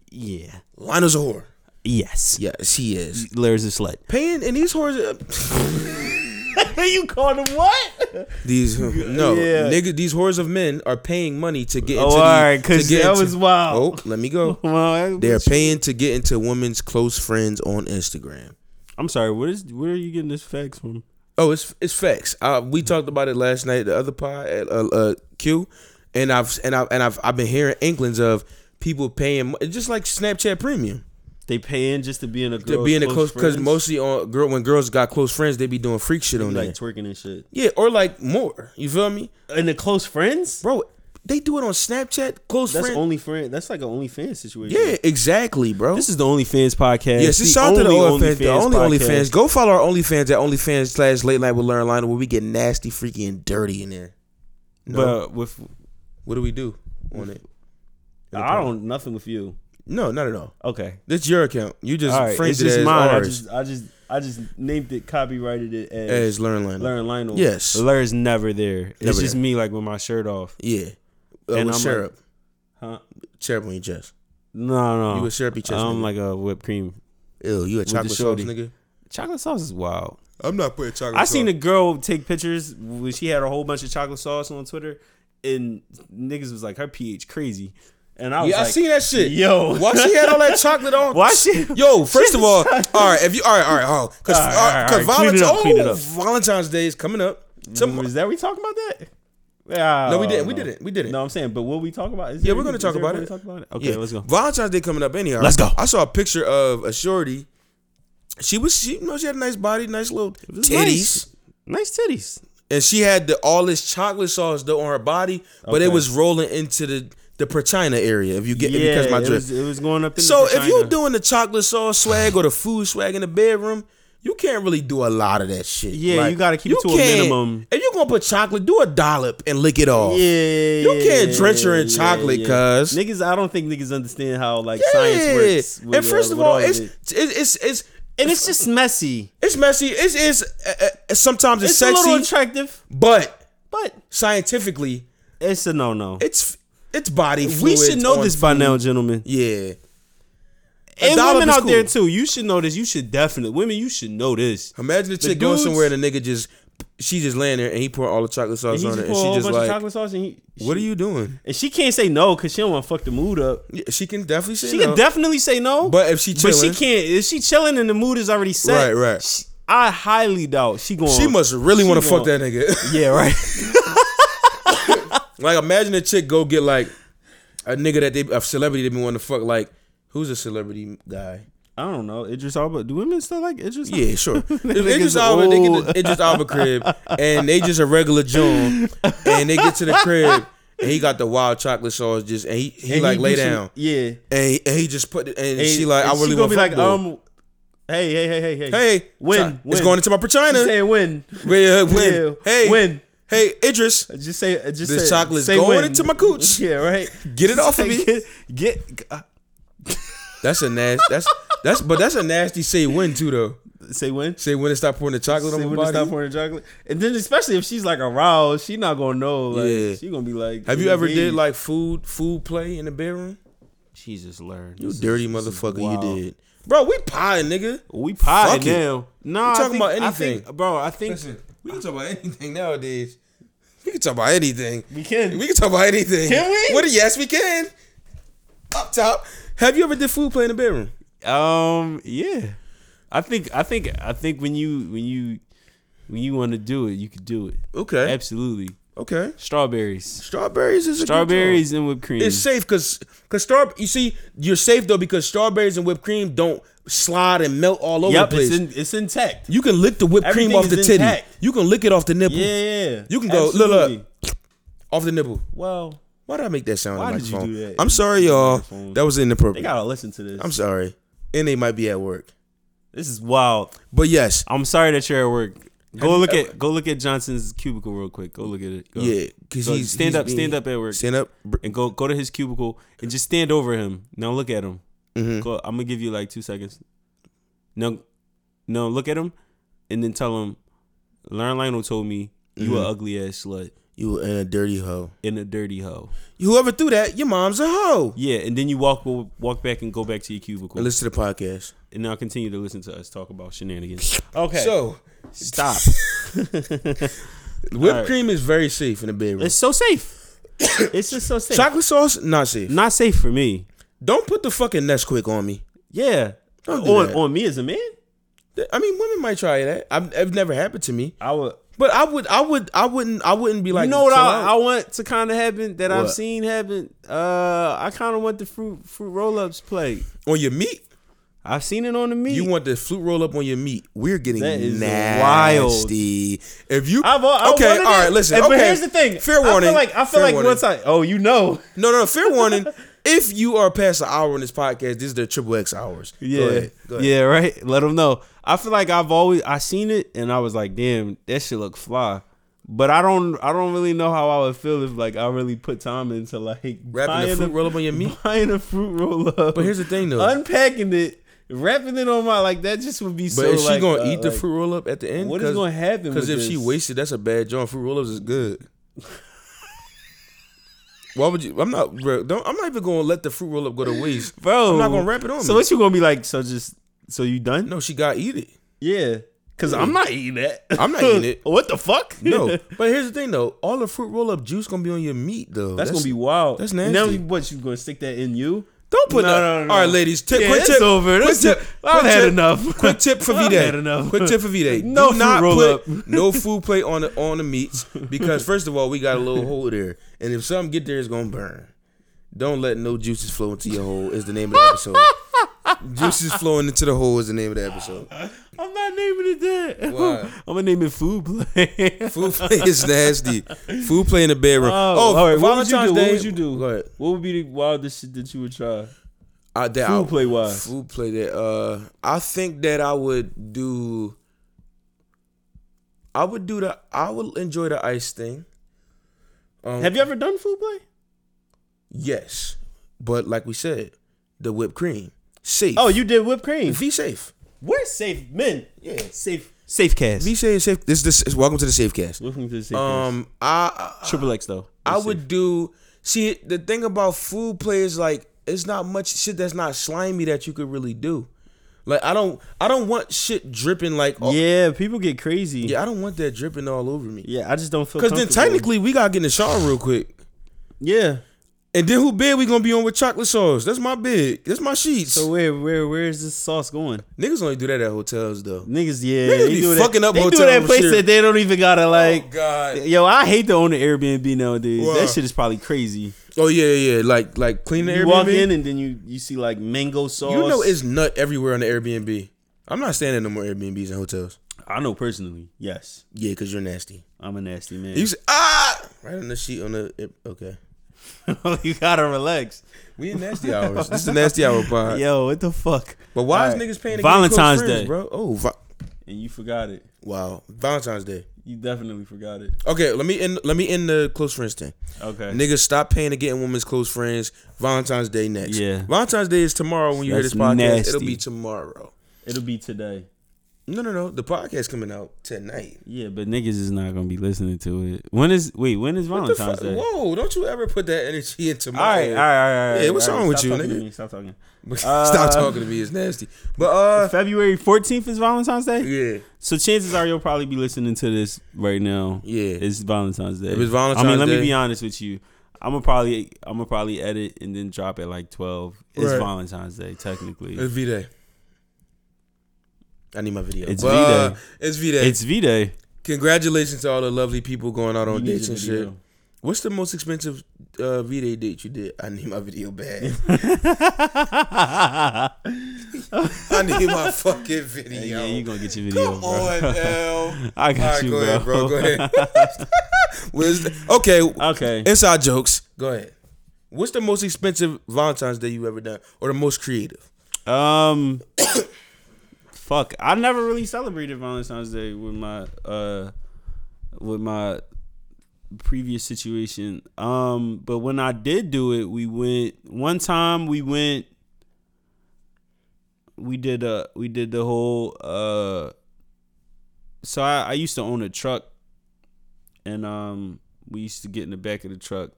[SPEAKER 2] Yeah.
[SPEAKER 1] Lionel's a whore.
[SPEAKER 2] Yes.
[SPEAKER 1] Yes, he is.
[SPEAKER 2] Larry's a slut.
[SPEAKER 1] Paying, and these whores, uh,
[SPEAKER 2] you called him what?
[SPEAKER 1] these, no,
[SPEAKER 2] Yeah.
[SPEAKER 1] nigga, these whores of men are paying money to get into
[SPEAKER 2] Oh,
[SPEAKER 1] the-
[SPEAKER 2] alright,
[SPEAKER 1] to
[SPEAKER 2] 'cause
[SPEAKER 1] get
[SPEAKER 2] that
[SPEAKER 1] into-
[SPEAKER 2] was wild.
[SPEAKER 1] Oh, let me go.
[SPEAKER 2] well,
[SPEAKER 1] They're paying to get into women's close friends on Instagram.
[SPEAKER 2] I'm sorry. What is? Where are you getting this facts from?
[SPEAKER 1] Oh, it's it's facts. Uh, we talked about it last night. The other pod at uh, uh, Q, and I've and I've and I've I've been hearing inklings of people paying mo- just like Snapchat Premium
[SPEAKER 2] They paying just to be in a
[SPEAKER 1] to
[SPEAKER 2] girl.
[SPEAKER 1] be in a close because mostly on girl when girls got close friends they be doing freak shit on
[SPEAKER 2] like
[SPEAKER 1] there.
[SPEAKER 2] twerking and shit.
[SPEAKER 1] Yeah, or like more. You feel me,
[SPEAKER 2] And the close friends.
[SPEAKER 1] bro? They do it on Snapchat close
[SPEAKER 2] That's
[SPEAKER 1] friends.
[SPEAKER 2] only friend. That's like an OnlyFans situation.
[SPEAKER 1] yeah, exactly, bro.
[SPEAKER 2] This is the OnlyFans podcast.
[SPEAKER 1] Yes, it's
[SPEAKER 2] The
[SPEAKER 1] shout out to the
[SPEAKER 2] only
[SPEAKER 1] OnlyFans. The only
[SPEAKER 2] podcast.
[SPEAKER 1] OnlyFans. Go follow our OnlyFans at OnlyFans slash Late Night with Lauren Lionel, where we get nasty, freaky, and dirty in there.
[SPEAKER 2] But with
[SPEAKER 1] What do we do on it?
[SPEAKER 2] I don't nothing with you.
[SPEAKER 1] No, not at all.
[SPEAKER 2] Okay.
[SPEAKER 1] That's your account. You just
[SPEAKER 2] All right.
[SPEAKER 1] framed
[SPEAKER 2] It's
[SPEAKER 1] it
[SPEAKER 2] just
[SPEAKER 1] as
[SPEAKER 2] mine. I
[SPEAKER 1] ours.
[SPEAKER 2] just I just I just named it, copyrighted it as,
[SPEAKER 1] as Lauren Lionel.
[SPEAKER 2] Learn Lionel.
[SPEAKER 1] Yes.
[SPEAKER 2] Learn's never there. it's
[SPEAKER 1] Never
[SPEAKER 2] just
[SPEAKER 1] there.
[SPEAKER 2] me like with my shirt off.
[SPEAKER 1] Yeah. Uh,
[SPEAKER 2] And
[SPEAKER 1] with
[SPEAKER 2] I'm
[SPEAKER 1] syrup.
[SPEAKER 2] Huh?
[SPEAKER 1] syrup on your chest.
[SPEAKER 2] No, no.
[SPEAKER 1] You a syrupy chest
[SPEAKER 2] I'm
[SPEAKER 1] nigga.
[SPEAKER 2] like a whipped cream.
[SPEAKER 1] Ew, you a chocolate sauce
[SPEAKER 2] shorty.
[SPEAKER 1] nigga?
[SPEAKER 2] Chocolate sauce is wild.
[SPEAKER 1] I'm not putting chocolate
[SPEAKER 2] I seen a girl take pictures when she had a whole bunch of chocolate sauce on Twitter, and niggas was like her pH crazy, and I was
[SPEAKER 1] Yeah, I
[SPEAKER 2] like,
[SPEAKER 1] seen that shit.
[SPEAKER 2] Yo.
[SPEAKER 1] why she had all that chocolate on?
[SPEAKER 2] Why she-
[SPEAKER 1] Yo, first of all, all
[SPEAKER 2] She's-
[SPEAKER 1] right, if you all right, all right, oh, because
[SPEAKER 2] All right, all right, all right, clean
[SPEAKER 1] Valentine's,
[SPEAKER 2] it up, clean it
[SPEAKER 1] oh,
[SPEAKER 2] up.
[SPEAKER 1] Valentine's Day is coming up. Tom-
[SPEAKER 2] "Is that we talking about that?" Yeah.
[SPEAKER 1] No, we didn't. We didn't. We didn't.
[SPEAKER 2] No, I'm saying, but will we talk about? Is
[SPEAKER 1] Yeah,
[SPEAKER 2] there
[SPEAKER 1] we're gonna
[SPEAKER 2] any-
[SPEAKER 1] talk
[SPEAKER 2] is there
[SPEAKER 1] about
[SPEAKER 2] a way
[SPEAKER 1] it.
[SPEAKER 2] to Talk about it. Okay,
[SPEAKER 1] Yeah.
[SPEAKER 2] let's go.
[SPEAKER 1] Valentine's Day coming up anyhow.
[SPEAKER 2] Let's go.
[SPEAKER 1] I saw a picture of a shorty. She was she you know she had a nice body, nice little
[SPEAKER 2] was
[SPEAKER 1] titties.
[SPEAKER 2] nice. Nice titties.
[SPEAKER 1] and she had the, all this chocolate sauce though on her body, but it
[SPEAKER 2] Okay.
[SPEAKER 1] was rolling into the the perchina area. If you get if you catch my
[SPEAKER 2] it
[SPEAKER 1] drift.
[SPEAKER 2] was, it was going up. In
[SPEAKER 1] so
[SPEAKER 2] the
[SPEAKER 1] if you're
[SPEAKER 2] vagina.
[SPEAKER 1] doing the chocolate sauce swag or the food swag in the bedroom, you can't really do a lot of that shit.
[SPEAKER 2] Yeah, you gotta keep it to a
[SPEAKER 1] can't-
[SPEAKER 2] minimum.
[SPEAKER 1] If you're gonna put chocolate, do a dollop and lick it off.
[SPEAKER 2] Yeah,
[SPEAKER 1] You can't drench her in
[SPEAKER 2] yeah,
[SPEAKER 1] chocolate,
[SPEAKER 2] yeah.
[SPEAKER 1] cuz.
[SPEAKER 2] niggas. I don't think niggas understand how like
[SPEAKER 1] Yeah.
[SPEAKER 2] science works. with,
[SPEAKER 1] and
[SPEAKER 2] uh,
[SPEAKER 1] first of
[SPEAKER 2] with
[SPEAKER 1] all,
[SPEAKER 2] of
[SPEAKER 1] it's,
[SPEAKER 2] it.
[SPEAKER 1] it's it's it's
[SPEAKER 2] and it's just messy.
[SPEAKER 1] it's messy. It's it's uh, uh, sometimes it's,
[SPEAKER 2] It's a
[SPEAKER 1] sexy,
[SPEAKER 2] little attractive,
[SPEAKER 1] but
[SPEAKER 2] but
[SPEAKER 1] scientifically,
[SPEAKER 2] it's a no no.
[SPEAKER 1] it's it's body.
[SPEAKER 2] We
[SPEAKER 1] fluids
[SPEAKER 2] should know
[SPEAKER 1] on
[SPEAKER 2] this by now, gentlemen,
[SPEAKER 1] Yeah. A
[SPEAKER 2] and
[SPEAKER 1] dollop
[SPEAKER 2] women
[SPEAKER 1] is
[SPEAKER 2] out there
[SPEAKER 1] cool.
[SPEAKER 2] too. You should know this. You should definitely women. You should know this.
[SPEAKER 1] Imagine a chick going
[SPEAKER 2] dudes-
[SPEAKER 1] somewhere and a nigga just she just laying there and he pour all the chocolate sauce
[SPEAKER 2] He
[SPEAKER 1] on
[SPEAKER 2] just
[SPEAKER 1] her and
[SPEAKER 2] pour a
[SPEAKER 1] she
[SPEAKER 2] whole
[SPEAKER 1] just
[SPEAKER 2] bunch of
[SPEAKER 1] like,
[SPEAKER 2] chocolate sauce, and he,
[SPEAKER 1] "What are
[SPEAKER 2] she-
[SPEAKER 1] you doing?"
[SPEAKER 2] And she can't say no because she don't want to fuck the mood up.
[SPEAKER 1] Yeah, she can definitely say
[SPEAKER 2] She
[SPEAKER 1] no.
[SPEAKER 2] can definitely say no,
[SPEAKER 1] But if she
[SPEAKER 2] but she
[SPEAKER 1] chilling-
[SPEAKER 2] can't. If she chilling and the mood is already set,
[SPEAKER 1] Right, right.
[SPEAKER 2] she- I highly doubt she going.
[SPEAKER 1] she must really
[SPEAKER 2] she
[SPEAKER 1] want to fuck
[SPEAKER 2] gonna-
[SPEAKER 1] that nigga.
[SPEAKER 2] Yeah, right.
[SPEAKER 1] like imagine a chick go get like a nigga that they a celebrity they been wanting to fuck like who's a celebrity guy.
[SPEAKER 2] I don't know. Idris Elba. Do women still like Idris? Elba?
[SPEAKER 1] Yeah, sure. If
[SPEAKER 2] nigga's
[SPEAKER 1] Idris Alba, they get
[SPEAKER 2] old.
[SPEAKER 1] the Idris Alba crib, and they just a regular June, and they get to the crib, and he got the wild chocolate sauce, just and he, he
[SPEAKER 2] And
[SPEAKER 1] like
[SPEAKER 2] he
[SPEAKER 1] lay
[SPEAKER 2] do some-
[SPEAKER 1] down,
[SPEAKER 2] yeah.
[SPEAKER 1] and he, and he just put it, and,
[SPEAKER 2] And-
[SPEAKER 1] she like, I
[SPEAKER 2] and
[SPEAKER 1] really
[SPEAKER 2] she gonna
[SPEAKER 1] want
[SPEAKER 2] be
[SPEAKER 1] to
[SPEAKER 2] like,
[SPEAKER 1] like, um,
[SPEAKER 2] um, hey, hey, hey, hey, hey,
[SPEAKER 1] hey,
[SPEAKER 2] when,
[SPEAKER 1] sorry,
[SPEAKER 2] when?
[SPEAKER 1] it's going into my
[SPEAKER 2] Just
[SPEAKER 1] vagina.
[SPEAKER 2] say when,
[SPEAKER 1] Where- when,
[SPEAKER 2] Yeah,
[SPEAKER 1] hey,
[SPEAKER 2] when.
[SPEAKER 1] hey, Idris,
[SPEAKER 2] Just say, just
[SPEAKER 1] This
[SPEAKER 2] say,
[SPEAKER 1] chocolate's
[SPEAKER 2] say
[SPEAKER 1] going
[SPEAKER 2] when.
[SPEAKER 1] into my cooch.
[SPEAKER 2] Yeah, right.
[SPEAKER 1] Get it off of me.
[SPEAKER 2] Get, get uh,
[SPEAKER 1] that's a nasty, that's that's, but that's a nasty say when too though.
[SPEAKER 2] say when.
[SPEAKER 1] Say when to stop pouring the chocolate on
[SPEAKER 2] Say
[SPEAKER 1] my
[SPEAKER 2] when to
[SPEAKER 1] body.
[SPEAKER 2] stop pouring the chocolate, and then especially if she's like aroused, she not gonna know. Like,
[SPEAKER 1] Yeah.
[SPEAKER 2] she gonna be like,
[SPEAKER 1] Have you ever did
[SPEAKER 2] "Hey."
[SPEAKER 1] like food food play in the bedroom?
[SPEAKER 2] Jesus, learn
[SPEAKER 1] You dirty motherfucker,
[SPEAKER 2] wild.
[SPEAKER 1] you did, bro. We pie, nigga.
[SPEAKER 2] We potted
[SPEAKER 1] Fuck it.
[SPEAKER 2] now. No,
[SPEAKER 1] We
[SPEAKER 2] I
[SPEAKER 1] talking
[SPEAKER 2] think-
[SPEAKER 1] about
[SPEAKER 2] I think-
[SPEAKER 1] anything.
[SPEAKER 2] bro. I think
[SPEAKER 1] Listen, we can talk about anything nowadays. We can talk about anything.
[SPEAKER 2] we can.
[SPEAKER 1] We can talk about anything.
[SPEAKER 2] Can we?
[SPEAKER 1] What? Yes, we can. Up top. Have you ever did food play in the bedroom?
[SPEAKER 2] Um, yeah. I think I think I think when you when you when you want to do it, you could do it.
[SPEAKER 1] Okay.
[SPEAKER 2] Absolutely.
[SPEAKER 1] Okay.
[SPEAKER 2] Strawberries.
[SPEAKER 1] Strawberries is a good
[SPEAKER 2] Strawberries and whipped cream.
[SPEAKER 1] choice. It's safe because because star you see you're safe though because strawberries and whipped cream don't slide and melt all over
[SPEAKER 2] Yep,
[SPEAKER 1] the place.
[SPEAKER 4] It's, in, it's intact.
[SPEAKER 1] you can lick the whipped
[SPEAKER 4] Everything
[SPEAKER 1] cream off
[SPEAKER 4] is
[SPEAKER 1] the titty.
[SPEAKER 4] intact.
[SPEAKER 1] You can lick it off the nipple.
[SPEAKER 4] Yeah, yeah.
[SPEAKER 1] You can go- look, look.
[SPEAKER 4] Absolutely.
[SPEAKER 1] Off the nipple.
[SPEAKER 4] Well,
[SPEAKER 1] Why did I make that sound?
[SPEAKER 4] Why
[SPEAKER 1] on the
[SPEAKER 4] did you
[SPEAKER 1] microphone?
[SPEAKER 4] do that?
[SPEAKER 1] I'm sorry,
[SPEAKER 4] You
[SPEAKER 1] y'all.
[SPEAKER 4] microphone.
[SPEAKER 1] That was
[SPEAKER 4] they
[SPEAKER 1] inappropriate.
[SPEAKER 4] gotta listen to this.
[SPEAKER 1] I'm sorry, and they might be at work.
[SPEAKER 4] this is wild.
[SPEAKER 1] But yes,
[SPEAKER 2] I'm sorry that you're at work. Go look at go look at Johnson's cubicle real quick. Go look at it. Go.
[SPEAKER 1] yeah, because
[SPEAKER 2] Go
[SPEAKER 1] he's
[SPEAKER 2] stand
[SPEAKER 1] he's
[SPEAKER 2] up,
[SPEAKER 1] being-
[SPEAKER 2] stand up at work,
[SPEAKER 1] stand up. Br-
[SPEAKER 2] and go go to his cubicle and just stand over him. Now look at him. Go, I'm gonna give you like two seconds. No, no, look at him, and then tell him. Learn Lionel told me you
[SPEAKER 1] Mm-hmm.
[SPEAKER 2] a ugly ass slut
[SPEAKER 1] You and a dirty hoe.
[SPEAKER 2] and a dirty hoe.
[SPEAKER 1] Whoever threw that, your mom's a hoe.
[SPEAKER 2] Yeah, and then you walk walk back and go back to your cubicle,
[SPEAKER 1] And listen to the podcast.
[SPEAKER 2] and now continue to listen to us talk about shenanigans.
[SPEAKER 4] Okay.
[SPEAKER 1] So
[SPEAKER 2] Stop.
[SPEAKER 1] whipped
[SPEAKER 2] All right.
[SPEAKER 1] cream is very safe in the bedroom.
[SPEAKER 2] it's so safe. It's just so safe.
[SPEAKER 1] Chocolate sauce not safe.
[SPEAKER 2] Not safe for me.
[SPEAKER 1] Don't put the fucking Nesquik on me.
[SPEAKER 2] Yeah.
[SPEAKER 1] Don't do
[SPEAKER 2] on
[SPEAKER 1] that.
[SPEAKER 2] on me as a man?
[SPEAKER 1] Th- I mean, women might try that. I've, it never happened to me,
[SPEAKER 4] I would.
[SPEAKER 1] but I would, I would, I wouldn't, I wouldn't be like.
[SPEAKER 2] you know what
[SPEAKER 1] chill
[SPEAKER 2] I, I
[SPEAKER 1] out.
[SPEAKER 2] want to kind of happen that I've
[SPEAKER 1] What?
[SPEAKER 2] seen happen? Uh, I kind of want the fruit fruit roll ups play.
[SPEAKER 1] on your meat?
[SPEAKER 2] I've seen it on the meat.
[SPEAKER 1] You want the flute roll up on your meat? We're getting
[SPEAKER 2] That is
[SPEAKER 1] nasty. If you
[SPEAKER 4] I've, I
[SPEAKER 1] okay,
[SPEAKER 4] wanted
[SPEAKER 1] all right,
[SPEAKER 4] it.
[SPEAKER 1] listen.
[SPEAKER 4] And-
[SPEAKER 1] okay,
[SPEAKER 4] But here's the thing.
[SPEAKER 1] Fair warning.
[SPEAKER 4] I feel like I
[SPEAKER 1] fair
[SPEAKER 4] feel like
[SPEAKER 1] warning.
[SPEAKER 4] once I oh you know
[SPEAKER 1] No, no, fair warning. If you are past an hour on this podcast, this is the triple X hours. Go
[SPEAKER 2] yeah,
[SPEAKER 1] ahead, go ahead.
[SPEAKER 2] yeah, right. Let them know. I feel like I've always I seen it and I was like, damn, that shit look fly. But I don't I don't really know how I would feel if like I really put time into like
[SPEAKER 1] Wrapping the
[SPEAKER 2] buying
[SPEAKER 1] fruit roll up on your meat.
[SPEAKER 2] buying a fruit roll up.
[SPEAKER 1] But here's the thing, though.
[SPEAKER 2] unpacking it, wrapping it on my like that just would be
[SPEAKER 1] But
[SPEAKER 2] so.
[SPEAKER 1] is she
[SPEAKER 2] like,
[SPEAKER 1] gonna
[SPEAKER 2] uh,
[SPEAKER 1] eat the
[SPEAKER 2] like-
[SPEAKER 1] fruit roll up at the end?
[SPEAKER 2] what is gonna happen
[SPEAKER 1] Because if
[SPEAKER 2] with
[SPEAKER 1] she
[SPEAKER 2] this?
[SPEAKER 1] wasted, that's a bad joint. Fruit roll ups is good. Why would you? I'm not. bro, Don't. I'm not even gonna let the fruit roll up go to waste.
[SPEAKER 2] bro?
[SPEAKER 1] I'm not gonna wrap it on
[SPEAKER 2] So
[SPEAKER 1] me.
[SPEAKER 2] what you gonna be like? So just so you done?
[SPEAKER 1] No, she gotta eat it.
[SPEAKER 2] Yeah, because I'm not eating that.
[SPEAKER 1] I'm not eating it.
[SPEAKER 2] what the fuck?
[SPEAKER 1] No, but here's the thing though. All the fruit roll up juice gonna be on your meat though.
[SPEAKER 4] that's, gonna be wild.
[SPEAKER 1] that's
[SPEAKER 4] And Now
[SPEAKER 1] nasty.
[SPEAKER 4] you- what you gonna stick that in you?
[SPEAKER 1] Don't put
[SPEAKER 2] No,
[SPEAKER 1] that.
[SPEAKER 2] no, no.
[SPEAKER 1] All right, ladies. Tip,
[SPEAKER 2] Yeah,
[SPEAKER 1] quick
[SPEAKER 2] it's
[SPEAKER 1] tip.
[SPEAKER 2] over.
[SPEAKER 1] Quick
[SPEAKER 2] That's-
[SPEAKER 1] tip.
[SPEAKER 2] I've
[SPEAKER 1] quick
[SPEAKER 2] had
[SPEAKER 1] tip.
[SPEAKER 2] enough.
[SPEAKER 1] Quick tip for
[SPEAKER 2] I've
[SPEAKER 1] V Day.
[SPEAKER 2] had enough.
[SPEAKER 1] Quick tip for V Day. Do
[SPEAKER 2] No fruit
[SPEAKER 1] not
[SPEAKER 2] roll
[SPEAKER 1] put
[SPEAKER 2] up.
[SPEAKER 1] no food plate on the on the meats because first of all, we got a little hole there, and if something get there, it's gonna burn. Don't let no juices flow into your hole. Is the name of the episode. juices flowing into the hole is the name of the episode.
[SPEAKER 2] I'm not naming it that.
[SPEAKER 1] Why?
[SPEAKER 2] I'm gonna name it food play.
[SPEAKER 1] Food play is nasty. Food play in the bedroom.
[SPEAKER 2] Oh, all right. What would
[SPEAKER 1] Valentine's
[SPEAKER 2] you do? What
[SPEAKER 1] Day-
[SPEAKER 2] would you do?
[SPEAKER 1] Go ahead.
[SPEAKER 4] What would be the wildest shit that you would try?
[SPEAKER 1] I, that
[SPEAKER 4] Food
[SPEAKER 1] I,
[SPEAKER 4] play wise.
[SPEAKER 1] Food play that. Uh, I think that I would do. I would do the. I would enjoy the ice thing. Um,
[SPEAKER 4] Have you ever done food play?
[SPEAKER 1] Yes, but like we said, the whipped cream safe.
[SPEAKER 4] Oh, you did whipped cream.
[SPEAKER 1] be safe.
[SPEAKER 4] We're safe men. Yeah, safe.
[SPEAKER 2] Safe cast.
[SPEAKER 1] Be safe. Safe. This this is welcome to the safe cast.
[SPEAKER 4] Welcome to the safe.
[SPEAKER 1] Um, I
[SPEAKER 2] Triple X though.
[SPEAKER 1] I would do. See, the thing about food play is like it's not much shit that's not slimy that you could really do. Like I don't, I don't want shit dripping like. all-
[SPEAKER 2] Yeah, people get crazy.
[SPEAKER 1] yeah, I don't want that dripping all over me.
[SPEAKER 2] yeah. I just don't feel.
[SPEAKER 1] Because then
[SPEAKER 2] comfortable.
[SPEAKER 1] technically we gotta get in the shower real quick.
[SPEAKER 2] yeah.
[SPEAKER 1] And then who bed we gonna be on with chocolate sauce? That's my bed. That's my sheets.
[SPEAKER 2] So where where where is this sauce going?
[SPEAKER 1] Niggas only do that at hotels though.
[SPEAKER 2] Niggas, yeah,
[SPEAKER 1] Niggas
[SPEAKER 2] they
[SPEAKER 1] be
[SPEAKER 2] do
[SPEAKER 1] fucking
[SPEAKER 2] that,
[SPEAKER 1] up
[SPEAKER 2] they do
[SPEAKER 1] hotel
[SPEAKER 2] that place
[SPEAKER 1] shit.
[SPEAKER 2] that they don't even gotta like.
[SPEAKER 1] Oh, God.
[SPEAKER 2] Yo, I hate to own an Airbnb nowadays.
[SPEAKER 1] Why?
[SPEAKER 2] That shit is probably crazy.
[SPEAKER 1] Oh yeah, yeah. yeah. Like like clean the
[SPEAKER 2] You
[SPEAKER 1] Airbnb.
[SPEAKER 2] walk in and then you you see like mango sauce.
[SPEAKER 1] you know it's nut everywhere on the Airbnb. I'm not staying at no more Airbnbs and hotels.
[SPEAKER 2] I know personally. Yes,
[SPEAKER 1] Yeah, cause you're nasty.
[SPEAKER 2] I'm a nasty man.
[SPEAKER 1] You say, ah right on the sheet on the okay.
[SPEAKER 2] you gotta relax.
[SPEAKER 1] We in nasty hours. this is the nasty hour pod.
[SPEAKER 2] Yo, what the fuck?
[SPEAKER 1] But why
[SPEAKER 2] All
[SPEAKER 1] is
[SPEAKER 2] right.
[SPEAKER 1] niggas paying to get
[SPEAKER 2] Valentine's
[SPEAKER 1] close friends,
[SPEAKER 2] Day?
[SPEAKER 1] bro? Oh, va-
[SPEAKER 4] and you forgot it.
[SPEAKER 1] wow, Valentine's Day.
[SPEAKER 4] You definitely forgot it.
[SPEAKER 1] Okay, let me end. Let me end the close friends thing.
[SPEAKER 4] Okay.
[SPEAKER 1] Niggas, stop paying to get in women's close friends. Valentine's Day next.
[SPEAKER 2] Yeah.
[SPEAKER 1] Valentine's Day is tomorrow when you hear
[SPEAKER 2] That's
[SPEAKER 1] this podcast.
[SPEAKER 2] nasty.
[SPEAKER 1] It'll be tomorrow.
[SPEAKER 4] It'll be today.
[SPEAKER 1] No, no, no. The podcast coming out tonight.
[SPEAKER 2] Yeah, but niggas is not gonna be listening to it. When is wait? When is
[SPEAKER 1] What the
[SPEAKER 2] Valentine's
[SPEAKER 1] fuck?
[SPEAKER 2] Day? All
[SPEAKER 1] Whoa, don't you ever put that energy into my
[SPEAKER 2] right, all Uh, right, all right. all right,
[SPEAKER 1] Yeah, what's
[SPEAKER 2] all right.
[SPEAKER 1] wrong with
[SPEAKER 2] Stop
[SPEAKER 1] you,
[SPEAKER 2] talking
[SPEAKER 1] nigga?
[SPEAKER 2] to me, Stop talking.
[SPEAKER 1] Stop talking to me. It's nasty. But uh
[SPEAKER 2] February 14th is Valentine's Day.
[SPEAKER 1] yeah.
[SPEAKER 2] So chances are you'll probably be listening to this right now.
[SPEAKER 1] Yeah.
[SPEAKER 2] it's Valentine's Day.
[SPEAKER 1] If it's Valentine's
[SPEAKER 2] I mean, let
[SPEAKER 1] Day-
[SPEAKER 2] me be honest with you. I'm gonna probably I'm gonna probably edit and then drop at like 12. It's
[SPEAKER 1] Right.
[SPEAKER 2] Valentine's Day technically.
[SPEAKER 1] It's V Day. I need my video.
[SPEAKER 2] It's
[SPEAKER 1] But, uh,
[SPEAKER 2] V-Day.
[SPEAKER 1] It's V Day.
[SPEAKER 2] It's V Day.
[SPEAKER 1] Congratulations to all the lovely people going out on
[SPEAKER 4] need
[SPEAKER 1] dates
[SPEAKER 4] your
[SPEAKER 1] and shit.
[SPEAKER 4] video.
[SPEAKER 1] What's the most expensive uh, V-Day date you did? I need my video bad. I need my fucking video.
[SPEAKER 2] yeah, you gonna get your video.
[SPEAKER 1] Come
[SPEAKER 2] bro.
[SPEAKER 1] on, L.
[SPEAKER 2] I got
[SPEAKER 1] All right,
[SPEAKER 2] you,
[SPEAKER 1] go ahead,
[SPEAKER 2] bro.
[SPEAKER 1] bro. Go ahead. Where's the, okay,
[SPEAKER 4] Okay.
[SPEAKER 1] inside jokes. Go ahead. What's the most expensive Valentine's Day you ever done, or the most creative?
[SPEAKER 2] Um, fuck. I never really celebrated Valentine's Day with my uh with my previous situation. Um, but when I did do it, we went one time. We went. We did a we did the whole uh. So I, I used to own a truck, and um, we used to get in the back of the truck,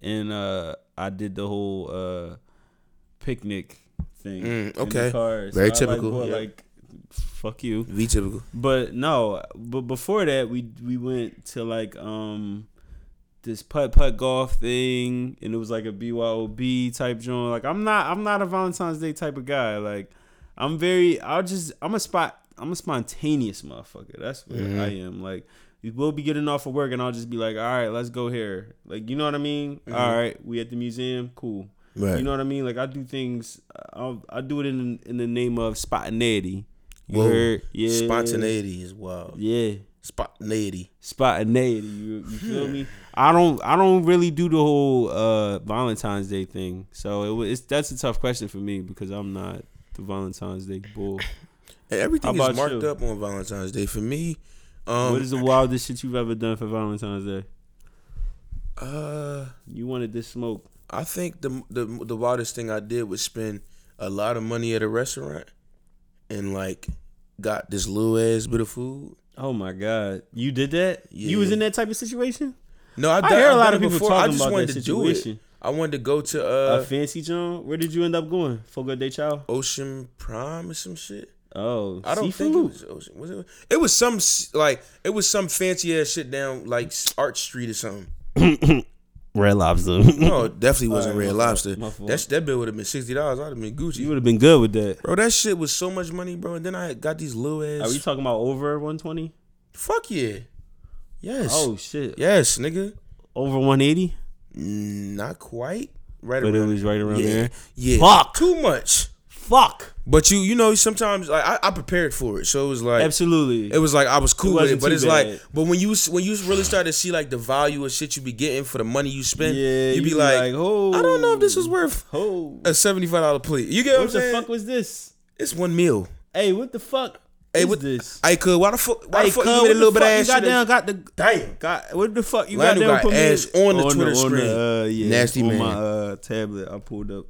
[SPEAKER 2] and uh, I did the whole uh picnic thing.
[SPEAKER 1] Mm,
[SPEAKER 2] in the
[SPEAKER 1] okay.
[SPEAKER 2] car.
[SPEAKER 1] Very
[SPEAKER 2] I,
[SPEAKER 1] typical,
[SPEAKER 2] Like, bought,
[SPEAKER 1] yeah.
[SPEAKER 2] like, fuck you.
[SPEAKER 1] V typical.
[SPEAKER 2] But no, Oh, but before that, we we went to like um this putt putt golf thing, and it was like a BYOB type joint. Like I'm not I'm not a Valentine's Day type of guy. Like I'm very I'll just I'm a spot I'm a spontaneous motherfucker. That's what
[SPEAKER 1] Mm-hmm.
[SPEAKER 2] I am. Like we will be getting off of work, and I'll just be like, all right, let's go here. Like you know what I mean? All right, we at the museum, cool.
[SPEAKER 1] Right.
[SPEAKER 2] You know what I mean? Like I do things, I'll, I do it in in the name of spontaneity. You
[SPEAKER 1] Whoa.
[SPEAKER 2] heard? Yeah.
[SPEAKER 1] Spontaneity is wild.
[SPEAKER 2] Yeah.
[SPEAKER 1] Spontaneity.
[SPEAKER 2] Spontaneity. You, you feel me? I don't I don't really do the whole uh Valentine's Day thing. So it wa- it's that's a tough question for me because I'm not the Valentine's Day bull.
[SPEAKER 1] And
[SPEAKER 2] How
[SPEAKER 1] everything
[SPEAKER 2] about
[SPEAKER 1] is marked
[SPEAKER 2] you?
[SPEAKER 1] up on Valentine's Day for me. Um,
[SPEAKER 2] what is the wildest shit you've ever done for Valentine's Day?
[SPEAKER 1] uh,
[SPEAKER 2] You wanted this smoke.
[SPEAKER 1] I think the the the wildest thing I did was spend a lot of money at a restaurant, and like got this little ass bit of food.
[SPEAKER 2] Oh my god. You did that? You was
[SPEAKER 1] Yeah.
[SPEAKER 2] in that type of situation?
[SPEAKER 1] No, I've
[SPEAKER 2] I
[SPEAKER 1] done,
[SPEAKER 2] hear a
[SPEAKER 1] I've
[SPEAKER 2] lot
[SPEAKER 1] done
[SPEAKER 2] of
[SPEAKER 1] it
[SPEAKER 2] people
[SPEAKER 1] before. I
[SPEAKER 2] talking
[SPEAKER 1] just
[SPEAKER 2] about
[SPEAKER 1] wanted
[SPEAKER 2] that
[SPEAKER 1] to do it.
[SPEAKER 2] situation.
[SPEAKER 1] I wanted to go to
[SPEAKER 2] A
[SPEAKER 1] uh,
[SPEAKER 2] fancy John? Where did you end up going? Fogo de Chao?
[SPEAKER 1] Ocean Prime or some shit.
[SPEAKER 2] Oh,
[SPEAKER 1] I don't
[SPEAKER 2] seafood?
[SPEAKER 1] think it was Ocean. Was it? It was some s- like it was some fancy ass shit down like s- Arch Street or something.
[SPEAKER 2] Red Lobster.
[SPEAKER 1] No, it definitely wasn't Red Lobster.
[SPEAKER 2] my fault.
[SPEAKER 1] That sh- that bill would have been sixty dollars. I'd have been
[SPEAKER 2] you
[SPEAKER 1] Gucci.
[SPEAKER 2] would have been good with that.
[SPEAKER 1] Bro, that shit was so much money, bro. And then I got these little
[SPEAKER 2] Are
[SPEAKER 1] ass.
[SPEAKER 2] we talking about over 120?
[SPEAKER 1] Fuck yeah, yes,
[SPEAKER 2] Oh shit.
[SPEAKER 1] yes, nigga.
[SPEAKER 2] Over 180?
[SPEAKER 1] Mm, Not quite. Right
[SPEAKER 2] But it
[SPEAKER 1] around
[SPEAKER 2] was right around
[SPEAKER 1] yeah,
[SPEAKER 2] there.
[SPEAKER 1] yeah.
[SPEAKER 2] Fuck.
[SPEAKER 1] Too much.
[SPEAKER 2] Fuck.
[SPEAKER 1] But you, you know, sometimes like I, I prepared for it, so it was like
[SPEAKER 2] Absolutely.
[SPEAKER 1] it was like I was cool with
[SPEAKER 2] wasn't
[SPEAKER 1] it. But
[SPEAKER 2] too
[SPEAKER 1] it's
[SPEAKER 2] bad.
[SPEAKER 1] like, but when you s- when you really start to see like the value of shit you be getting for the money you spend,
[SPEAKER 2] yeah,
[SPEAKER 1] you be like,
[SPEAKER 2] oh,
[SPEAKER 1] I don't know if this was worth
[SPEAKER 2] Oh,
[SPEAKER 1] a seventy five dollar plate. You get what,
[SPEAKER 2] what
[SPEAKER 1] I'm
[SPEAKER 2] the
[SPEAKER 1] saying?
[SPEAKER 2] fuck was this?
[SPEAKER 1] it's one meal.
[SPEAKER 2] Hey, what the fuck?
[SPEAKER 1] Hey,
[SPEAKER 2] is
[SPEAKER 1] what
[SPEAKER 2] this?
[SPEAKER 1] I could. Why the fuck? Why
[SPEAKER 2] Hey,
[SPEAKER 1] the fuck
[SPEAKER 2] cuz,
[SPEAKER 1] you
[SPEAKER 2] what
[SPEAKER 1] made a little
[SPEAKER 2] the
[SPEAKER 1] bit of
[SPEAKER 2] fuck
[SPEAKER 1] ass?
[SPEAKER 2] you got
[SPEAKER 1] shit
[SPEAKER 2] down,
[SPEAKER 1] in-
[SPEAKER 2] got the
[SPEAKER 1] Damn.
[SPEAKER 2] got what the fuck you
[SPEAKER 1] Lionel
[SPEAKER 2] got down
[SPEAKER 1] got
[SPEAKER 2] put me
[SPEAKER 1] ass on the Twitter
[SPEAKER 2] on
[SPEAKER 1] screen.
[SPEAKER 2] uh, yeah,
[SPEAKER 1] Nasty
[SPEAKER 2] on
[SPEAKER 1] man.
[SPEAKER 2] my uh, tablet. I pulled up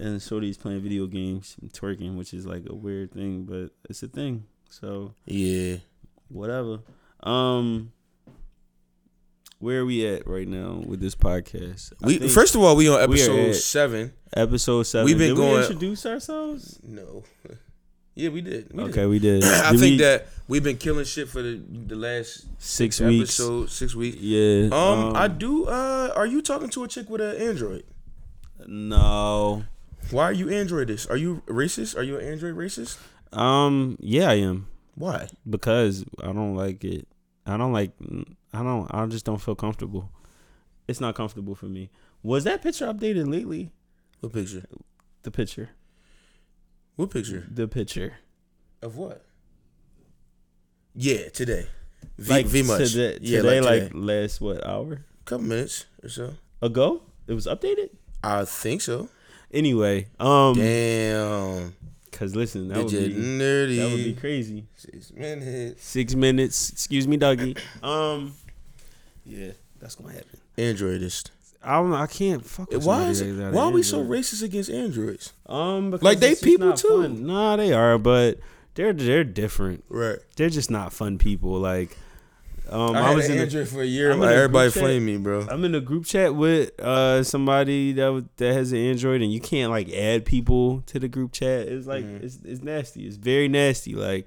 [SPEAKER 2] and Shorty's playing video games and twerking, which is like a weird thing, but it's a thing. So
[SPEAKER 1] Yeah.
[SPEAKER 2] whatever. Um, where are we at right now with this podcast? I
[SPEAKER 1] We
[SPEAKER 2] think
[SPEAKER 1] first of all, we on episode
[SPEAKER 2] at-
[SPEAKER 1] seven.
[SPEAKER 2] episode seven.
[SPEAKER 1] we've been
[SPEAKER 2] did
[SPEAKER 1] going-
[SPEAKER 2] We introduce ourselves.
[SPEAKER 1] No. yeah, we did. We
[SPEAKER 2] Okay,
[SPEAKER 1] Did.
[SPEAKER 2] we did.
[SPEAKER 1] I
[SPEAKER 2] Did
[SPEAKER 1] think
[SPEAKER 2] we-
[SPEAKER 1] that we've been killing shit for the the last
[SPEAKER 2] six weeks.
[SPEAKER 1] episode six weeks.
[SPEAKER 2] Yeah.
[SPEAKER 1] Um, I do. Uh, are you talking to a chick with an Android?
[SPEAKER 2] no.
[SPEAKER 1] Why are you Androidist? Are you racist? Are you an Android racist?
[SPEAKER 2] Um. Yeah, I am
[SPEAKER 1] Why?
[SPEAKER 2] because I don't like it. I don't like. I don't. I just don't feel comfortable. It's not comfortable for me. Was that picture updated lately?
[SPEAKER 1] What picture?
[SPEAKER 2] The picture.
[SPEAKER 1] What picture
[SPEAKER 2] The picture.
[SPEAKER 1] of what? Yeah, today. V,
[SPEAKER 2] like
[SPEAKER 1] v much.
[SPEAKER 2] Today,
[SPEAKER 1] yeah,
[SPEAKER 2] today,
[SPEAKER 1] like,
[SPEAKER 2] like,
[SPEAKER 1] today.
[SPEAKER 2] last what hour
[SPEAKER 1] couple minutes or so.
[SPEAKER 2] ago? It was updated.
[SPEAKER 1] I think so.
[SPEAKER 2] Anyway, um,
[SPEAKER 1] Damn,
[SPEAKER 2] because listen, that would
[SPEAKER 1] Digit
[SPEAKER 2] be
[SPEAKER 1] nerdy.
[SPEAKER 2] that would be crazy.
[SPEAKER 1] Six minutes.
[SPEAKER 2] Six minutes. Excuse me, Dougie. Um, yeah, that's gonna happen.
[SPEAKER 1] Androidist.
[SPEAKER 2] I don't. know, I can't fuck. With
[SPEAKER 1] Why
[SPEAKER 2] somebody
[SPEAKER 1] is
[SPEAKER 2] that- that
[SPEAKER 1] why are we so
[SPEAKER 2] Android.
[SPEAKER 1] racist against androids?
[SPEAKER 2] Um, because
[SPEAKER 1] Like, they
[SPEAKER 2] it's just
[SPEAKER 1] people
[SPEAKER 2] not
[SPEAKER 1] too.
[SPEAKER 2] fun. Nah, they are, but they're they're different.
[SPEAKER 1] Right.
[SPEAKER 2] They're just not fun people. Like, um,
[SPEAKER 1] I,
[SPEAKER 2] I,
[SPEAKER 1] had
[SPEAKER 2] was
[SPEAKER 1] an
[SPEAKER 2] in. A,
[SPEAKER 1] Android for a year.
[SPEAKER 2] I'm
[SPEAKER 1] like,
[SPEAKER 2] in a
[SPEAKER 1] everybody
[SPEAKER 2] group chat.
[SPEAKER 1] flamed me, bro.
[SPEAKER 2] I'm in a group chat with uh somebody that w- that has an Android, and you can't like add people to the group chat. It's like it's it's nasty. It's very nasty. Like.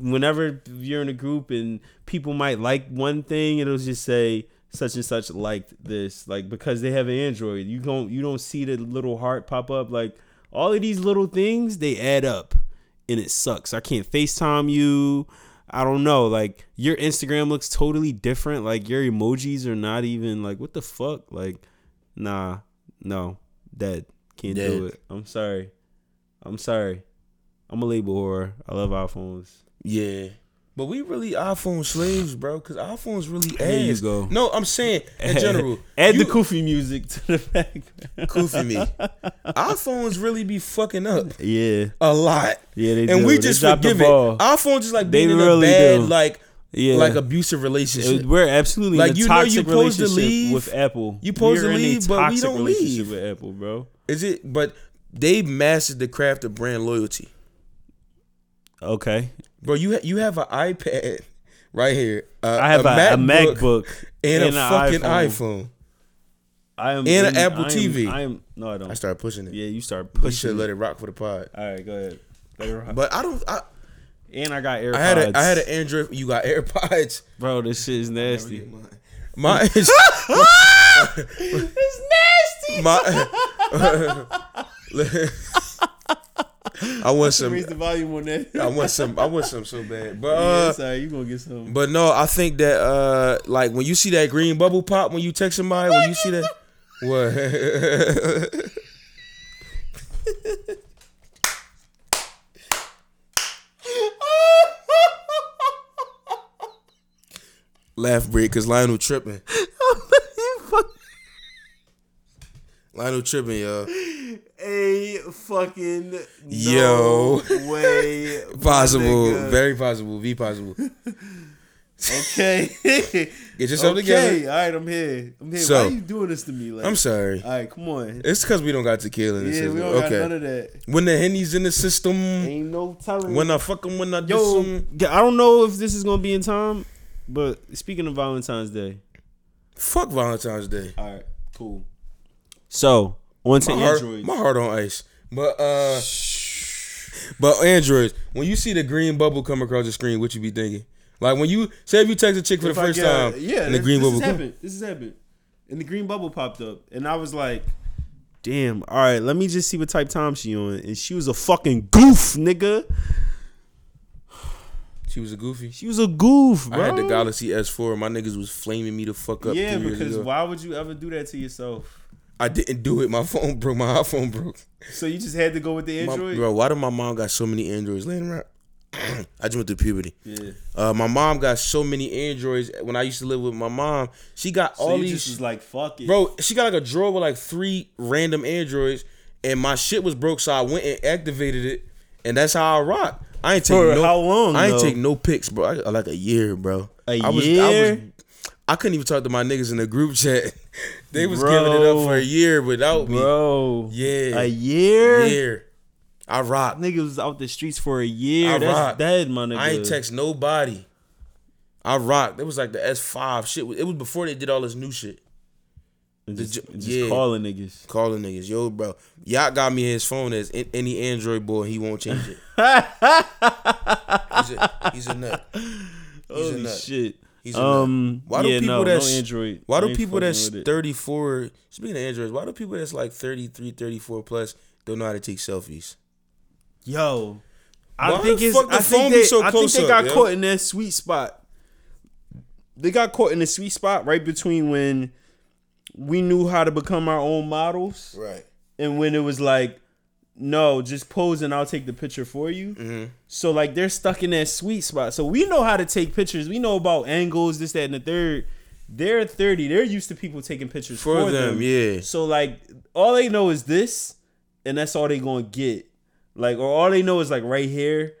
[SPEAKER 2] Whenever you're in a group and people might like one thing, it'll just say such and such liked this, like because they have an Android. You don't you don't see the little heart pop up. Like all of these little things, they add up and it sucks. I can't FaceTime you. I don't know. Like your Instagram looks totally different. Like your emojis are not even like what the fuck. Like, nah, no, dead. Can't do
[SPEAKER 1] Dead.
[SPEAKER 2] it. I'm sorry. I'm sorry. I'm a label whore. I love iPhones.
[SPEAKER 1] Yeah. But we really iPhone slaves, bro, because iPhones really ass.
[SPEAKER 2] There you go.
[SPEAKER 1] No, I'm saying in general.
[SPEAKER 2] Add
[SPEAKER 1] you-
[SPEAKER 2] the Koofy music to the background.
[SPEAKER 1] Koofy me. iPhones really be fucking up
[SPEAKER 2] Yeah,
[SPEAKER 1] a lot.
[SPEAKER 2] yeah. They
[SPEAKER 1] and
[SPEAKER 2] do.
[SPEAKER 1] we
[SPEAKER 2] They
[SPEAKER 1] just
[SPEAKER 2] dropped the
[SPEAKER 1] forgive it.
[SPEAKER 2] ball.
[SPEAKER 1] iPhone just like
[SPEAKER 2] They
[SPEAKER 1] being
[SPEAKER 2] really
[SPEAKER 1] in a bad,
[SPEAKER 2] do.
[SPEAKER 1] like
[SPEAKER 2] Yeah,
[SPEAKER 1] like abusive relationship.
[SPEAKER 2] It- we're absolutely
[SPEAKER 1] Like,
[SPEAKER 2] in a
[SPEAKER 1] you know
[SPEAKER 2] toxic
[SPEAKER 1] you supposed to
[SPEAKER 2] relationship
[SPEAKER 1] leave.
[SPEAKER 2] with Apple.
[SPEAKER 1] You supposed to
[SPEAKER 2] We're in a
[SPEAKER 1] leave, but we
[SPEAKER 2] toxic
[SPEAKER 1] don't
[SPEAKER 2] relationship
[SPEAKER 1] leave.
[SPEAKER 2] with Apple, bro.
[SPEAKER 1] Is it? But they mastered the craft of brand loyalty,
[SPEAKER 2] Okay,
[SPEAKER 1] bro. You ha- you have an iPad right here. Uh,
[SPEAKER 2] I have a, a MacBook,
[SPEAKER 1] and, a
[SPEAKER 2] an
[SPEAKER 1] fucking iPhone.
[SPEAKER 2] I am
[SPEAKER 1] and
[SPEAKER 2] in-
[SPEAKER 1] an Apple
[SPEAKER 2] I am-
[SPEAKER 1] TV.
[SPEAKER 2] I am no, I don't.
[SPEAKER 1] I started pushing it.
[SPEAKER 2] yeah, you start
[SPEAKER 1] you should
[SPEAKER 2] pushing.
[SPEAKER 1] let
[SPEAKER 2] Let
[SPEAKER 1] it rock for the pod.
[SPEAKER 2] All right, go ahead. Let it rock.
[SPEAKER 1] But I don't. I,
[SPEAKER 2] And I got AirPods.
[SPEAKER 1] I had a I had an Android. You got AirPods.
[SPEAKER 2] bro. This shit is nasty.
[SPEAKER 1] My it's nasty. My. I want some.
[SPEAKER 4] the volume on that.
[SPEAKER 1] I want some. I want some so bad, but
[SPEAKER 4] yeah,
[SPEAKER 1] uh,
[SPEAKER 4] sorry, you gonna get some.
[SPEAKER 1] but no, I think that uh, like when you see that green bubble pop when you text somebody, when you see that, what? Laugh break, cause Lionel tripping. Lionel tripping, y'all.
[SPEAKER 2] A fucking no
[SPEAKER 1] Yo.
[SPEAKER 2] way
[SPEAKER 1] Possible, very possible, be possible.
[SPEAKER 4] Okay.
[SPEAKER 1] Get yourself
[SPEAKER 4] okay.
[SPEAKER 1] together.
[SPEAKER 4] All right, I'm here. I'm here.
[SPEAKER 1] So-
[SPEAKER 4] Why are you doing this to me? Like,
[SPEAKER 1] I'm sorry.
[SPEAKER 4] All right, come on.
[SPEAKER 1] It's because we don't got tequila in the
[SPEAKER 4] Yeah,
[SPEAKER 1] system.
[SPEAKER 4] we don't
[SPEAKER 1] okay.
[SPEAKER 4] got none of that.
[SPEAKER 1] When the henny's in the system,
[SPEAKER 2] Ain't no telling.
[SPEAKER 1] when I fuck 'em, when I diss
[SPEAKER 2] Yo,
[SPEAKER 1] 'em.
[SPEAKER 2] I don't know if this is gonna be in time, but speaking of Valentine's Day,
[SPEAKER 1] Fuck Valentine's Day.
[SPEAKER 4] All right, cool.
[SPEAKER 2] so on to
[SPEAKER 1] My heart,
[SPEAKER 2] Android.
[SPEAKER 1] my heart on ice. But uh, but Androids, when you see the green bubble come across the screen, what you be thinking? Like when you say if you text a chick for the
[SPEAKER 4] If I
[SPEAKER 1] first
[SPEAKER 4] get-
[SPEAKER 1] time,
[SPEAKER 4] yeah,
[SPEAKER 1] and the
[SPEAKER 4] this-
[SPEAKER 1] green
[SPEAKER 4] this
[SPEAKER 1] bubble
[SPEAKER 4] Has
[SPEAKER 1] come,
[SPEAKER 4] happened. This has happened. And the green bubble popped up, and I was like,
[SPEAKER 2] Damn. All right, let me just see what type time she on, and she was a fucking goof, nigga.
[SPEAKER 1] she was a goofy.
[SPEAKER 2] She was a goof, bro.
[SPEAKER 1] I had the Galaxy S4. My niggas was flaming me to fuck up.
[SPEAKER 4] "Yeah,
[SPEAKER 1] three years
[SPEAKER 4] because
[SPEAKER 1] ago.
[SPEAKER 4] why would you ever do that to yourself?"
[SPEAKER 1] I didn't do it. My phone broke. My iPhone broke.
[SPEAKER 4] So you just had to go with the
[SPEAKER 1] My-
[SPEAKER 4] Android.
[SPEAKER 1] bro, why did my mom got so many androids laying around? I just went through puberty.
[SPEAKER 4] yeah.
[SPEAKER 1] Uh, my mom got so many androids. When I used to live with my mom, she got
[SPEAKER 4] So
[SPEAKER 1] all
[SPEAKER 4] you
[SPEAKER 1] these.
[SPEAKER 4] just was like, "Fuck it,
[SPEAKER 1] bro, she got like a drawer with like three random androids, and my shit was broke, so I went and activated it, and that's how I rock. I ain't take
[SPEAKER 2] For
[SPEAKER 1] no,
[SPEAKER 2] how long,
[SPEAKER 1] I ain't
[SPEAKER 2] though?
[SPEAKER 1] take no pics, bro. I, like a year, bro.
[SPEAKER 2] A
[SPEAKER 1] I was, I was,
[SPEAKER 2] year?
[SPEAKER 1] I couldn't even talk to my niggas in the group chat. they was giving it up
[SPEAKER 2] Bro.
[SPEAKER 1] for a year without
[SPEAKER 2] bro.
[SPEAKER 1] Yeah.
[SPEAKER 2] A year.
[SPEAKER 1] me. Year, I rock.
[SPEAKER 2] Nigga was out the streets for a year.
[SPEAKER 1] I
[SPEAKER 2] That's
[SPEAKER 1] rock.
[SPEAKER 2] dead, my nigga.
[SPEAKER 1] I ain't text nobody. I rock. It was like the S five shit. It was before they did all this new shit.
[SPEAKER 2] And Just,
[SPEAKER 1] Did you-
[SPEAKER 2] just
[SPEAKER 1] yeah.
[SPEAKER 2] calling niggas.
[SPEAKER 1] Calling niggas, yo, bro. Y'all got me his phone as an- any Android boy. He won't change it. he's, a, he's a nut. He's a
[SPEAKER 2] Holy
[SPEAKER 1] nut.
[SPEAKER 2] shit.
[SPEAKER 1] He's a nut.
[SPEAKER 2] Um.
[SPEAKER 1] Why do
[SPEAKER 2] yeah,
[SPEAKER 1] people
[SPEAKER 2] no,
[SPEAKER 1] that's
[SPEAKER 2] no Android.
[SPEAKER 1] Why
[SPEAKER 2] I
[SPEAKER 1] do
[SPEAKER 2] ain't
[SPEAKER 1] people
[SPEAKER 2] fucking
[SPEAKER 1] that's
[SPEAKER 2] with it.
[SPEAKER 1] 34, speaking of Androids, why do people that's like 33, 34 plus don't know how to take selfies?
[SPEAKER 2] Yo,
[SPEAKER 1] Why
[SPEAKER 2] I think
[SPEAKER 1] the
[SPEAKER 2] it's.
[SPEAKER 1] fuck the
[SPEAKER 2] I
[SPEAKER 1] phone
[SPEAKER 2] think
[SPEAKER 1] be
[SPEAKER 2] they,
[SPEAKER 1] so
[SPEAKER 2] I think
[SPEAKER 1] close
[SPEAKER 2] they
[SPEAKER 1] up,
[SPEAKER 2] got
[SPEAKER 1] yo?
[SPEAKER 2] caught in that sweet spot. They got caught in the sweet spot right between when we knew how to become our own models
[SPEAKER 1] Right.
[SPEAKER 2] and when it was like, no, just pose and I'll take the picture for you.
[SPEAKER 1] Mm-hmm.
[SPEAKER 2] So like they're stuck in that sweet spot. So we know how to take pictures. We know about angles, this, that, and the third. They're thirty. They're used to people taking pictures
[SPEAKER 1] For
[SPEAKER 2] for,
[SPEAKER 1] them, yeah.
[SPEAKER 2] So like all they know is this, and that's all they gonna get. Like or all they know is like right here.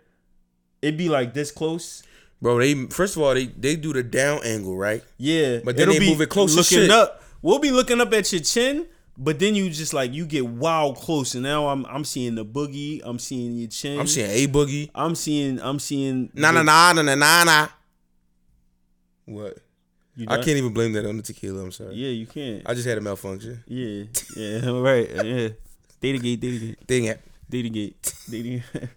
[SPEAKER 2] It'd be like this close.
[SPEAKER 1] Bro, they first of all, they, they do the down angle, right?
[SPEAKER 2] Yeah,
[SPEAKER 1] But then
[SPEAKER 2] it'll
[SPEAKER 1] they
[SPEAKER 2] be
[SPEAKER 1] move it close as
[SPEAKER 2] Looking
[SPEAKER 1] shit.
[SPEAKER 2] up, we'll be looking up at your chin, but then you just like you get wild close, and now I'm I'm seeing the boogie, I'm seeing your chin,
[SPEAKER 1] I'm seeing A Boogie.
[SPEAKER 2] I'm seeing, I'm seeing.
[SPEAKER 1] Na na na na na na na. What?
[SPEAKER 2] You
[SPEAKER 1] I
[SPEAKER 2] done?
[SPEAKER 1] can't even blame that on the tequila. I'm sorry.
[SPEAKER 2] Yeah, you can't.
[SPEAKER 1] I just had a malfunction.
[SPEAKER 2] yeah, yeah, right. Yeah, data gate, data gate,
[SPEAKER 1] Dang it.
[SPEAKER 2] data gate, data gate.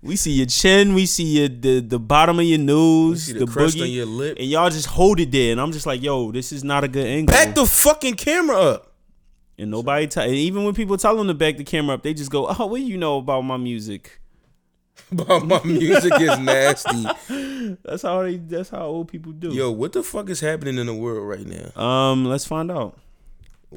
[SPEAKER 2] We see your chin, we see your the, the bottom of your nose,
[SPEAKER 1] see
[SPEAKER 2] the,
[SPEAKER 1] the crust
[SPEAKER 2] boogie,
[SPEAKER 1] on your lip.
[SPEAKER 2] and y'all just hold it there. And I'm just like, yo, this is not a good angle.
[SPEAKER 1] Back the fucking camera up.
[SPEAKER 2] And nobody, t- even when people tell them to back the camera up, they just go, "Oh, what do you know about my music?"
[SPEAKER 1] but my music is nasty.
[SPEAKER 2] That's how they. That's how old people do.
[SPEAKER 1] Yo, what the fuck is happening in the world right now?
[SPEAKER 2] Um, let's find out.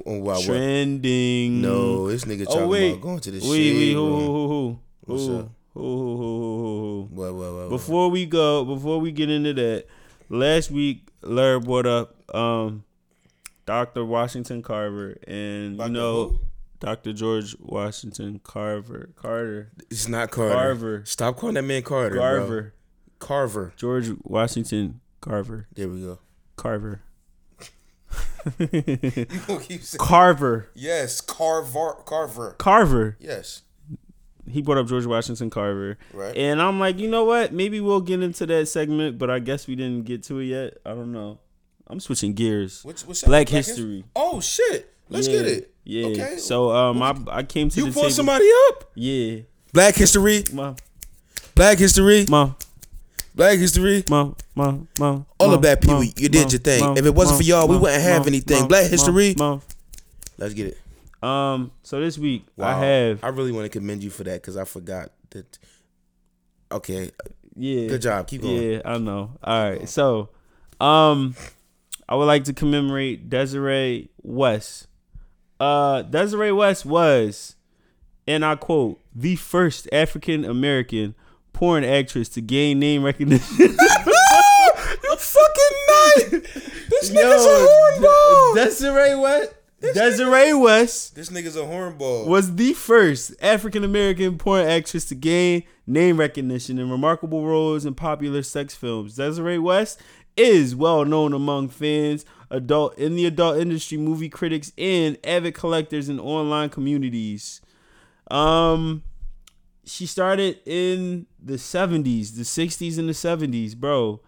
[SPEAKER 1] Oh, wow, what?
[SPEAKER 2] Trending.
[SPEAKER 1] No, this nigga talking
[SPEAKER 2] Oh wait.
[SPEAKER 1] about going to the
[SPEAKER 2] wait,
[SPEAKER 1] shade
[SPEAKER 2] wait. Who,
[SPEAKER 1] room.
[SPEAKER 2] who, who, who,
[SPEAKER 1] What's
[SPEAKER 2] who,
[SPEAKER 1] up?
[SPEAKER 2] who, who, who, who, who?
[SPEAKER 1] What, what, what, what?
[SPEAKER 2] Before we go, before we get into that, last week Larry brought up um, Dr. Washington Carver, and
[SPEAKER 1] Dr.
[SPEAKER 2] you know.
[SPEAKER 1] who?
[SPEAKER 2] Dr. George Washington Carver, Carter,
[SPEAKER 1] it's not Carter.
[SPEAKER 2] Carver.
[SPEAKER 1] Stop calling that man Carter. bro.
[SPEAKER 2] Carver,
[SPEAKER 1] Carver.
[SPEAKER 2] George Washington Carver,
[SPEAKER 1] There we go.
[SPEAKER 2] Carver,
[SPEAKER 1] Keep saying-
[SPEAKER 2] Carver,
[SPEAKER 1] yes, Carver. Carver.
[SPEAKER 2] Carver.
[SPEAKER 1] Yes.
[SPEAKER 2] he brought up George Washington Carver.
[SPEAKER 1] Right.
[SPEAKER 2] And I'm like, you know what? Maybe we'll get into that segment, but I guess we didn't get to it yet. I don't know. I'm switching gears.
[SPEAKER 1] What's, what's
[SPEAKER 2] Black history.
[SPEAKER 1] Oh shit! Let's
[SPEAKER 2] Yeah.
[SPEAKER 1] get it.
[SPEAKER 2] Yeah.
[SPEAKER 1] Okay.
[SPEAKER 2] So um, I, I came to
[SPEAKER 1] you
[SPEAKER 2] the
[SPEAKER 1] pull
[SPEAKER 2] table.
[SPEAKER 1] somebody up.
[SPEAKER 2] Yeah.
[SPEAKER 1] Black history.
[SPEAKER 2] Mom,
[SPEAKER 1] Black history.
[SPEAKER 2] mom,
[SPEAKER 1] Black history.
[SPEAKER 2] mom, mom, mom.
[SPEAKER 1] All
[SPEAKER 2] mom,
[SPEAKER 1] of that, Pee
[SPEAKER 2] mom,
[SPEAKER 1] Wee, you did
[SPEAKER 2] mom,
[SPEAKER 1] your thing.
[SPEAKER 2] mom,
[SPEAKER 1] If it wasn't
[SPEAKER 2] mom,
[SPEAKER 1] for y'all, we
[SPEAKER 2] mom,
[SPEAKER 1] wouldn't have
[SPEAKER 2] mom,
[SPEAKER 1] anything.
[SPEAKER 2] mom,
[SPEAKER 1] Black
[SPEAKER 2] mom,
[SPEAKER 1] history.
[SPEAKER 2] Mom.
[SPEAKER 1] Let's get it.
[SPEAKER 2] Um. So this week I
[SPEAKER 1] Wow.
[SPEAKER 2] have.
[SPEAKER 1] I really want to commend you for that because I forgot that. Okay,
[SPEAKER 2] Yeah.
[SPEAKER 1] good job. Keep going.
[SPEAKER 2] Yeah, I know. All right. So, um, I would like to commemorate Desiree West. Uh, Desiree West was, and I quote, the first African American porn actress to gain name recognition.
[SPEAKER 1] you fucking nut! This nigga's
[SPEAKER 2] Yo,
[SPEAKER 1] a hornball.
[SPEAKER 2] Desiree West. Desiree West
[SPEAKER 1] this nigga's a hornball.
[SPEAKER 2] was the first African American porn actress to gain name recognition in remarkable roles in popular sex films. Desiree West is well known among fans, adult in the adult industry, movie critics, and avid collectors in online communities. Um, she started in the '70s, the '60s, and the '70s, bro.